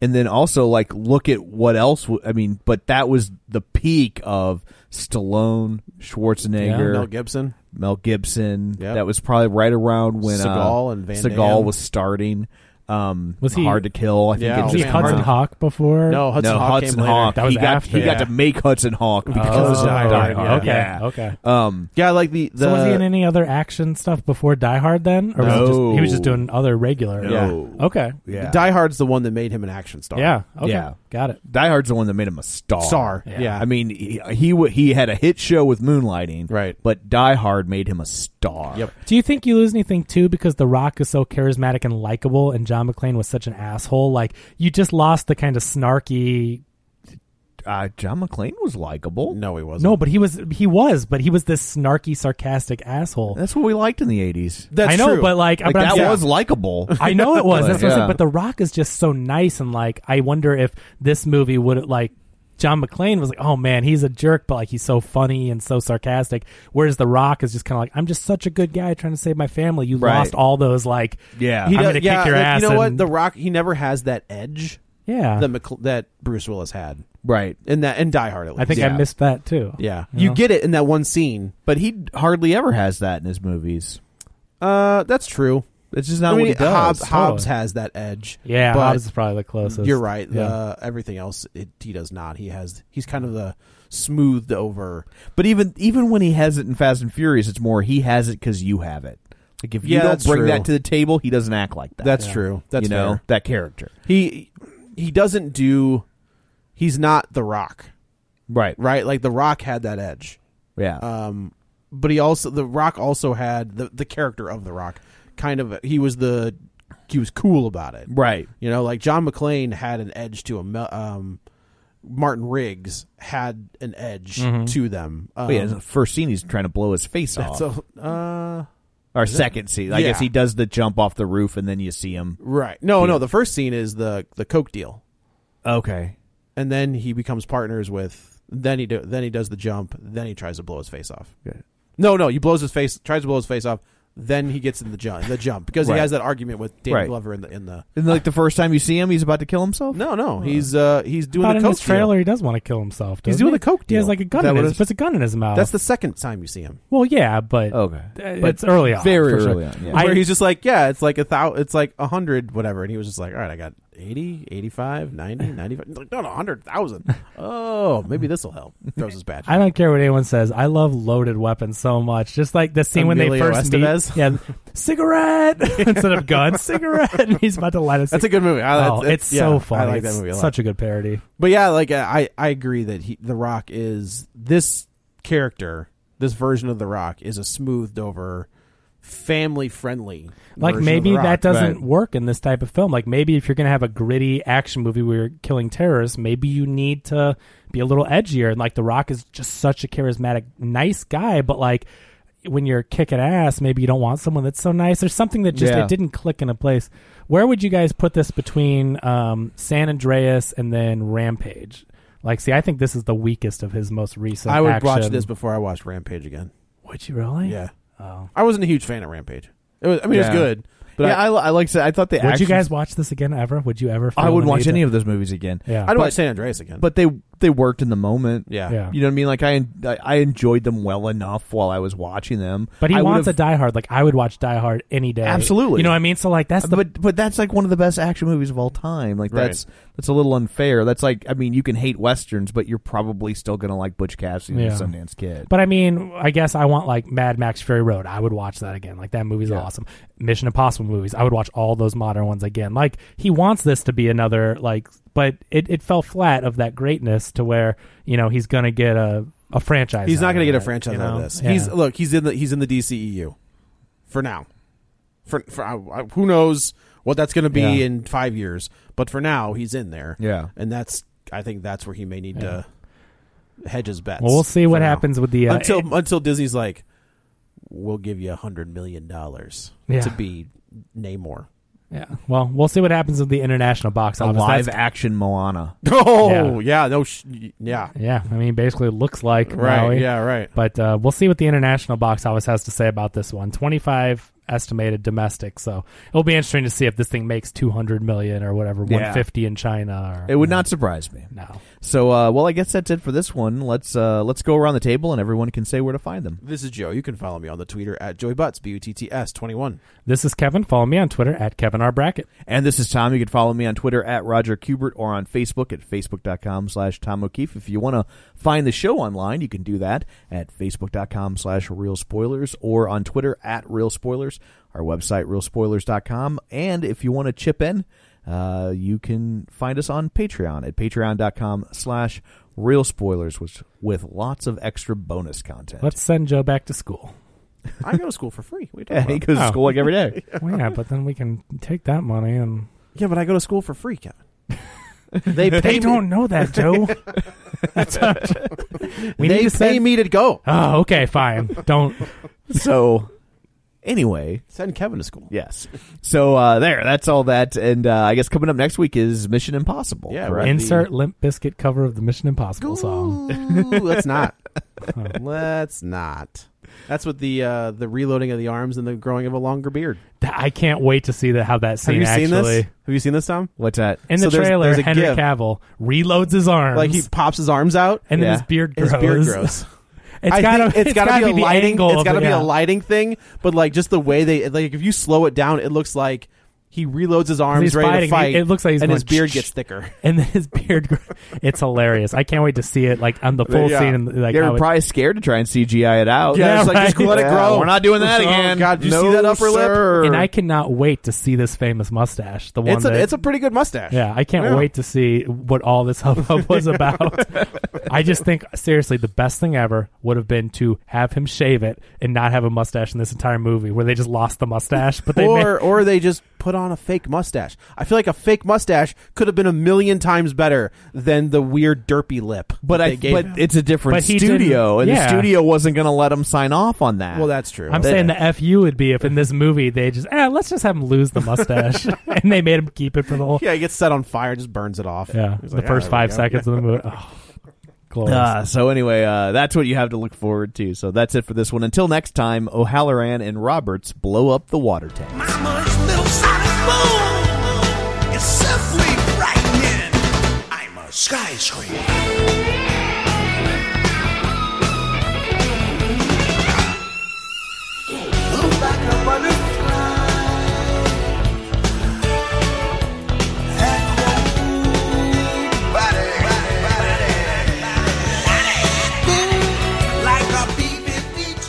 Speaker 1: and then also like look at what else w- I mean but that was the peak of Stallone Schwarzenegger
Speaker 3: Mel Gibson.
Speaker 1: Mel Gibson
Speaker 3: Yep.
Speaker 1: that was probably right around when uh,
Speaker 3: Seagal and Van
Speaker 1: Seagal
Speaker 3: Damme.
Speaker 1: was starting um
Speaker 2: Was he-
Speaker 1: hard to kill I think
Speaker 3: Yeah,
Speaker 1: it
Speaker 2: Was
Speaker 1: just
Speaker 2: he
Speaker 3: man,
Speaker 2: Hudson
Speaker 1: came out.
Speaker 2: Hawk before?
Speaker 3: No, Hudson
Speaker 1: no
Speaker 3: Hawk
Speaker 1: Hudson
Speaker 3: came later.
Speaker 1: Hawk
Speaker 2: That was
Speaker 1: he got
Speaker 2: after.
Speaker 1: he got
Speaker 3: Yeah.
Speaker 1: to make Hudson Hawk because
Speaker 2: Oh,
Speaker 1: of Die Hard.
Speaker 2: okay.
Speaker 1: yeah
Speaker 2: Okay.
Speaker 1: um
Speaker 3: Yeah, like the, the
Speaker 2: So was he in any other action stuff before Die Hard then, or was he, just, he was just
Speaker 1: No.
Speaker 2: doing other regular?
Speaker 1: No.
Speaker 2: Yeah. Okay.
Speaker 1: yeah
Speaker 3: Die Hard's the one that made him an action star.
Speaker 2: Yeah. Okay.
Speaker 1: Yeah.
Speaker 2: Got it.
Speaker 1: Die Hard's the one that made him a star
Speaker 3: Star.
Speaker 2: Yeah.
Speaker 3: Yeah.
Speaker 1: I mean, he, he wa- he had a hit show with Moonlighting,
Speaker 3: Right.
Speaker 1: But Die Hard made him a star.
Speaker 3: Yep.
Speaker 2: Do you think you lose anything too because The Rock is so charismatic and likable, and John McClane was such an asshole? Like you just lost the kind of snarky.
Speaker 1: Uh, John McClane was likable.
Speaker 3: no, he wasn't.
Speaker 2: No, but he was he was, but he was this snarky, sarcastic asshole.
Speaker 1: that's what we liked in the eighties.
Speaker 3: that's
Speaker 2: I know,
Speaker 3: true.
Speaker 2: but like,
Speaker 1: Like
Speaker 2: uh, but I'm
Speaker 1: that
Speaker 2: saying-
Speaker 1: was likable.
Speaker 2: I know it was.
Speaker 1: But,
Speaker 2: That's what I'm
Speaker 1: yeah.
Speaker 2: saying. But The Rock is just so nice, and like, I wonder if this movie would like John McClane was like, oh man, he's a jerk, but like he's so funny and so sarcastic. Whereas The Rock is just kind of like, I'm just such a good guy trying to save my family. You
Speaker 1: Right.
Speaker 2: lost all those like,
Speaker 1: yeah,
Speaker 2: He
Speaker 1: I-
Speaker 2: I'm
Speaker 3: does-
Speaker 2: gonna kick your
Speaker 3: like,
Speaker 2: ass
Speaker 3: You know what?
Speaker 2: and-
Speaker 3: The Rock. He never has that edge
Speaker 2: yeah.
Speaker 3: that McCl- that Bruce Willis had,
Speaker 1: right.
Speaker 3: and that and Die Hard. At least.
Speaker 2: I think I
Speaker 1: Yeah.
Speaker 2: missed that too.
Speaker 3: Yeah,
Speaker 2: You
Speaker 3: you
Speaker 2: know?
Speaker 3: get it in that one scene.
Speaker 1: But he hardly ever has that in his movies.
Speaker 3: Uh, that's true.
Speaker 1: That's just not
Speaker 3: I mean,
Speaker 1: what he does.
Speaker 3: Hobbs, Hobbs
Speaker 2: Totally.
Speaker 3: has that edge.
Speaker 2: Yeah,
Speaker 3: but
Speaker 2: Hobbs is probably the closest.
Speaker 3: you're right.
Speaker 2: Yeah.
Speaker 3: Uh, everything else, it, he does not. He has. He's kind of the smoothed over.
Speaker 1: But even even when he has it in Fast and Furious, it's more he has it because you have it. Like if you
Speaker 3: Yeah,
Speaker 1: don't
Speaker 3: that's
Speaker 1: bring
Speaker 3: true.
Speaker 1: that to the table, he doesn't act like that.
Speaker 3: That's true. That's
Speaker 1: you know
Speaker 3: fair.
Speaker 1: that character.
Speaker 3: He he doesn't do. He's not the Rock,
Speaker 1: Right. Uh,
Speaker 3: right? Like the Rock had that edge.
Speaker 1: Yeah.
Speaker 2: Uh,
Speaker 3: Um, but he also the Rock also had the the character of the Rock. Kind of, he was the he was cool about it.
Speaker 1: right.
Speaker 3: You know, like John McClane had an edge to him. Um, Martin Riggs had an edge to them. Um,
Speaker 1: Oh, yeah, in the first scene he's trying to blow his face off.
Speaker 3: so, uh,
Speaker 1: Or second scene. I
Speaker 3: Yeah.
Speaker 1: guess he does the jump off the roof and then you see him.
Speaker 3: right. No, no. The first scene is the the coke deal,
Speaker 1: Okay.
Speaker 3: and then he becomes partners with Then he do, then he does the jump. Then he tries to blow his face off.
Speaker 1: Okay.
Speaker 3: No, no, he blows his face. Tries to blow his face off. Then he gets in the jump. The jump because
Speaker 1: Right.
Speaker 3: he has that argument with Danny
Speaker 1: Right.
Speaker 3: Glover in the in the.
Speaker 1: Isn't like the first time you see him, he's about to kill himself?
Speaker 3: No, no, he's uh he's doing
Speaker 2: But
Speaker 3: the
Speaker 2: in
Speaker 3: coke
Speaker 2: this trailer, he does want to kill himself.
Speaker 3: He's
Speaker 2: doesn't
Speaker 3: doing
Speaker 2: he?
Speaker 3: the coke
Speaker 2: He has
Speaker 3: deal.
Speaker 2: like a
Speaker 3: Is
Speaker 2: gun
Speaker 3: that
Speaker 2: in
Speaker 3: what
Speaker 2: his.
Speaker 3: it is?
Speaker 2: Puts a gun in his mouth.
Speaker 3: deal. That's Oh. the second time you see him.
Speaker 2: well, yeah, but
Speaker 1: Okay.
Speaker 2: uh,
Speaker 1: But
Speaker 2: it's early on.
Speaker 1: very
Speaker 2: for sure.
Speaker 1: early on, yeah.
Speaker 2: I-
Speaker 3: where he's just like, yeah, it's like a thou, it's like a hundred, whatever. And he was just like, all right, I got 80, 85, 90, 95. He's like, no, no, 100,000. Oh, maybe this will help. Throws his badge.
Speaker 2: I don't care what anyone says. I love loaded weapons so much. Just like the scene when they
Speaker 3: Emilio
Speaker 2: first
Speaker 3: Estevez?
Speaker 2: meet. Yeah, cigarette instead of gun, cigarette. And he's about to light a.
Speaker 3: That's a good movie. I,
Speaker 2: Oh,
Speaker 3: that's-
Speaker 2: it's,
Speaker 3: yeah,
Speaker 2: so funny.
Speaker 3: I like
Speaker 2: It's
Speaker 3: that movie a lot.
Speaker 2: Such a good parody.
Speaker 3: but yeah, like uh, I, I agree that he, The Rock is this character, this version of The Rock is a smoothed over, family friendly.
Speaker 2: Like maybe that doesn't work in this type of film. Like maybe if you're going to have a gritty action movie where you're killing terrorists, maybe you need to be a little edgier. And like The Rock is just such a charismatic, nice guy, but like when you're kicking ass, maybe you don't want someone that's so nice. There's something that just
Speaker 1: Yeah.
Speaker 2: it didn't click in a place. Where would you guys put this between um, San Andreas and then Rampage? Like, see, I think this is the weakest of his most recent.
Speaker 3: I would watch
Speaker 2: action.
Speaker 3: this before I watched Rampage again.
Speaker 2: Would you really?
Speaker 3: Yeah,
Speaker 2: Oh.
Speaker 3: I wasn't a huge fan of Rampage. It was, I mean, it
Speaker 1: Yeah.
Speaker 3: was good, but
Speaker 1: But yeah, I, I, like I thought they
Speaker 2: Would you guys watch this again ever? Would you ever?
Speaker 1: I
Speaker 2: feel
Speaker 1: would
Speaker 2: the
Speaker 1: watch
Speaker 2: need to-
Speaker 1: any of those movies again.
Speaker 2: Yeah.
Speaker 3: I'd
Speaker 1: but-
Speaker 3: watch San Andreas again.
Speaker 1: But they they worked in the moment.
Speaker 3: yeah,
Speaker 2: Yeah.
Speaker 1: You know what I mean? Like I en- I I enjoyed them well enough while I was watching them.
Speaker 2: But he
Speaker 1: I
Speaker 2: wants a
Speaker 1: would've-
Speaker 2: Die Hard. Like I would watch Die Hard any day.
Speaker 1: Absolutely.
Speaker 2: You know what I mean? So like that's the
Speaker 1: but but that's like one of the best action movies of all time. Like
Speaker 3: Right.
Speaker 1: that's that's a little unfair. That's like I mean you can hate westerns, but you're probably still gonna like Butch Cassidy
Speaker 2: Yeah.
Speaker 1: and the Sundance Kid.
Speaker 2: But I mean, I guess I want like Mad Max Fury Road. I would watch that again. Like that movie's awesome. Mission Impossible movies. I would watch all those modern ones again. Like he wants this to be another like, but it, it fell flat of that greatness to where you know he's gonna get a a franchise.
Speaker 3: He's
Speaker 2: out
Speaker 3: not
Speaker 2: of
Speaker 3: going to get a
Speaker 2: it,
Speaker 3: franchise
Speaker 2: you
Speaker 3: out of
Speaker 2: know?
Speaker 3: this.
Speaker 2: Yeah.
Speaker 3: He's look, he's in the he's in the DCEU for now. For, for I, I- who knows what that's going to be
Speaker 2: Yeah.
Speaker 3: in 5 years, but for now he's in there.
Speaker 1: Yeah.
Speaker 3: And that's I think that's where he may need to hedge his bets.
Speaker 2: well, we'll see
Speaker 3: for
Speaker 2: what
Speaker 3: now.
Speaker 2: happens with the uh,
Speaker 3: until until Disney's like we'll give you a 100 million dollars
Speaker 2: Yeah.
Speaker 3: to be Namor.
Speaker 2: yeah. Well, we'll see what happens with the international box
Speaker 1: a
Speaker 2: office.
Speaker 1: live
Speaker 2: That's-
Speaker 1: action Moana.
Speaker 3: Oh, yeah, no sh- yeah.
Speaker 2: yeah, I mean, basically, it looks like Maui.
Speaker 3: Right, yeah, right.
Speaker 2: But uh, we'll see what the international box office has to say about this one. 25 estimated domestic, so it'll be interesting to see if this thing makes 200 million or whatever,
Speaker 1: Yeah.
Speaker 2: 150 in China. Or,
Speaker 1: It would not surprise me.
Speaker 2: No.
Speaker 1: So uh, well I guess that's it for this one. Let's uh, let's go around the table and everyone can say where to find them.
Speaker 3: This is Joe. You can follow me on the Twitter at joybutts b u t t s 21.
Speaker 2: This is Kevin. Follow me on Twitter at Kevin R Brackett.
Speaker 1: And this is Tom. You can follow me on Twitter at Roger Kubert or on Facebook at Facebook.com slash Tom O'Keefe. If you want to find the show online, you can do that at Facebook.com slash Real Spoilers or on Twitter at Real Spoilers, our website, RealSpoilers.com. And if you want to chip in, uh, you can find us on Patreon at Patreon.com slash Real Spoilers, which with lots of extra bonus content.
Speaker 2: Let's send Joe back to school.
Speaker 3: I go to school for free. What are you talking
Speaker 1: yeah, he
Speaker 3: about?
Speaker 1: goes to
Speaker 2: Oh.
Speaker 1: school like every day.
Speaker 2: Well, yeah, but then we can take that money and.
Speaker 3: Yeah, but I go to school for free, Kevin. They pay
Speaker 2: They don't know that, Joe.
Speaker 3: Me,
Speaker 2: we
Speaker 3: they
Speaker 2: need to
Speaker 3: pay
Speaker 2: send.
Speaker 3: me to go.
Speaker 2: Oh, okay, fine. Don't.
Speaker 1: so, anyway,
Speaker 3: Send Kevin to school.
Speaker 1: Yes. So uh, there, that's all that, and uh, I guess coming up next week is Mission Impossible.
Speaker 3: Yeah,
Speaker 1: correct?
Speaker 3: right.
Speaker 2: Insert Limp Biscuit cover of the Mission Impossible song.
Speaker 3: Ooh, let's not. let's not. That's what the uh, the reloading of the arms and the growing of a longer beard.
Speaker 2: Th- I can't wait to see the, how that
Speaker 3: Have
Speaker 2: scene
Speaker 3: you seen
Speaker 2: actually.
Speaker 3: this? Have you seen this, Tom?
Speaker 1: What's that?
Speaker 2: In
Speaker 3: So
Speaker 2: the
Speaker 3: there's-
Speaker 2: trailer,
Speaker 3: there's a
Speaker 2: Henry
Speaker 3: gif.
Speaker 2: Cavill reloads his arms,
Speaker 3: Like he pops his arms out.
Speaker 2: and then
Speaker 1: yeah.
Speaker 2: his beard grows.
Speaker 3: his beard grows.
Speaker 2: It's
Speaker 3: I
Speaker 2: gotta,
Speaker 3: think it's gotta, be,
Speaker 2: the
Speaker 3: a lighting.
Speaker 2: angle
Speaker 3: It's
Speaker 2: of
Speaker 3: gotta
Speaker 2: it,
Speaker 3: be
Speaker 2: yeah.
Speaker 3: a lighting thing, but like just the way they like if you slow it down, it looks like he reloads his arms
Speaker 2: he's
Speaker 3: ready
Speaker 2: fighting,
Speaker 3: to fight.
Speaker 2: it looks like he's
Speaker 3: and his
Speaker 2: going,
Speaker 3: beard gets thicker.
Speaker 2: and then his beard. Grow- it's hilarious. I can't wait to see it like on the full
Speaker 3: Yeah.
Speaker 2: scene. And, like
Speaker 1: they
Speaker 2: how
Speaker 1: were
Speaker 2: it-
Speaker 1: probably scared to try and CGI it out.
Speaker 2: Yeah,
Speaker 3: it's like just
Speaker 2: right.
Speaker 3: let it
Speaker 1: Yeah,
Speaker 3: grow.
Speaker 1: We're not doing that
Speaker 3: Oh,
Speaker 1: again.
Speaker 3: God, did you
Speaker 1: No,
Speaker 3: see that upper lip?
Speaker 1: sir.
Speaker 2: and I cannot wait to see this famous mustache. The one
Speaker 3: It's a
Speaker 2: that,
Speaker 3: it's a pretty good mustache.
Speaker 2: yeah, I can't
Speaker 3: Yeah.
Speaker 2: wait to see what all this hubbub was about. I just think seriously, the best thing ever would have been to have him shave it and not have a mustache in this entire movie, where they just lost the mustache, but they made-
Speaker 3: or or they just put on a fake mustache. I feel like a fake mustache could have been a million times better than the weird derpy lip.
Speaker 1: but
Speaker 3: that
Speaker 1: I
Speaker 3: they gave
Speaker 1: but
Speaker 3: him.
Speaker 1: it's a different
Speaker 2: But he
Speaker 1: studio, and
Speaker 2: didn't-
Speaker 1: the
Speaker 2: yeah.
Speaker 1: studio wasn't going to let him sign off on that.
Speaker 3: well, that's true.
Speaker 2: I'm saying the fu would be if in this movie they just eh, let's just have him lose the mustache and they made him keep it for the whole yeah,
Speaker 3: yeah, he gets set on fire, just burns it off. He's
Speaker 2: the
Speaker 3: like,
Speaker 2: first
Speaker 3: "Ah,
Speaker 2: five
Speaker 3: yeah."
Speaker 2: seconds of the movie. Oh, Glorious.
Speaker 1: Uh, so anyway, uh, that's what you have to look forward to. So that's it for this one. Until next time, O'Halloran and Roberts blow up the water tank.
Speaker 4: Mama's little sonic boom is simply frightening. I'm a skyscraper. Look like a butterfly. And your body, Spin like a B-52.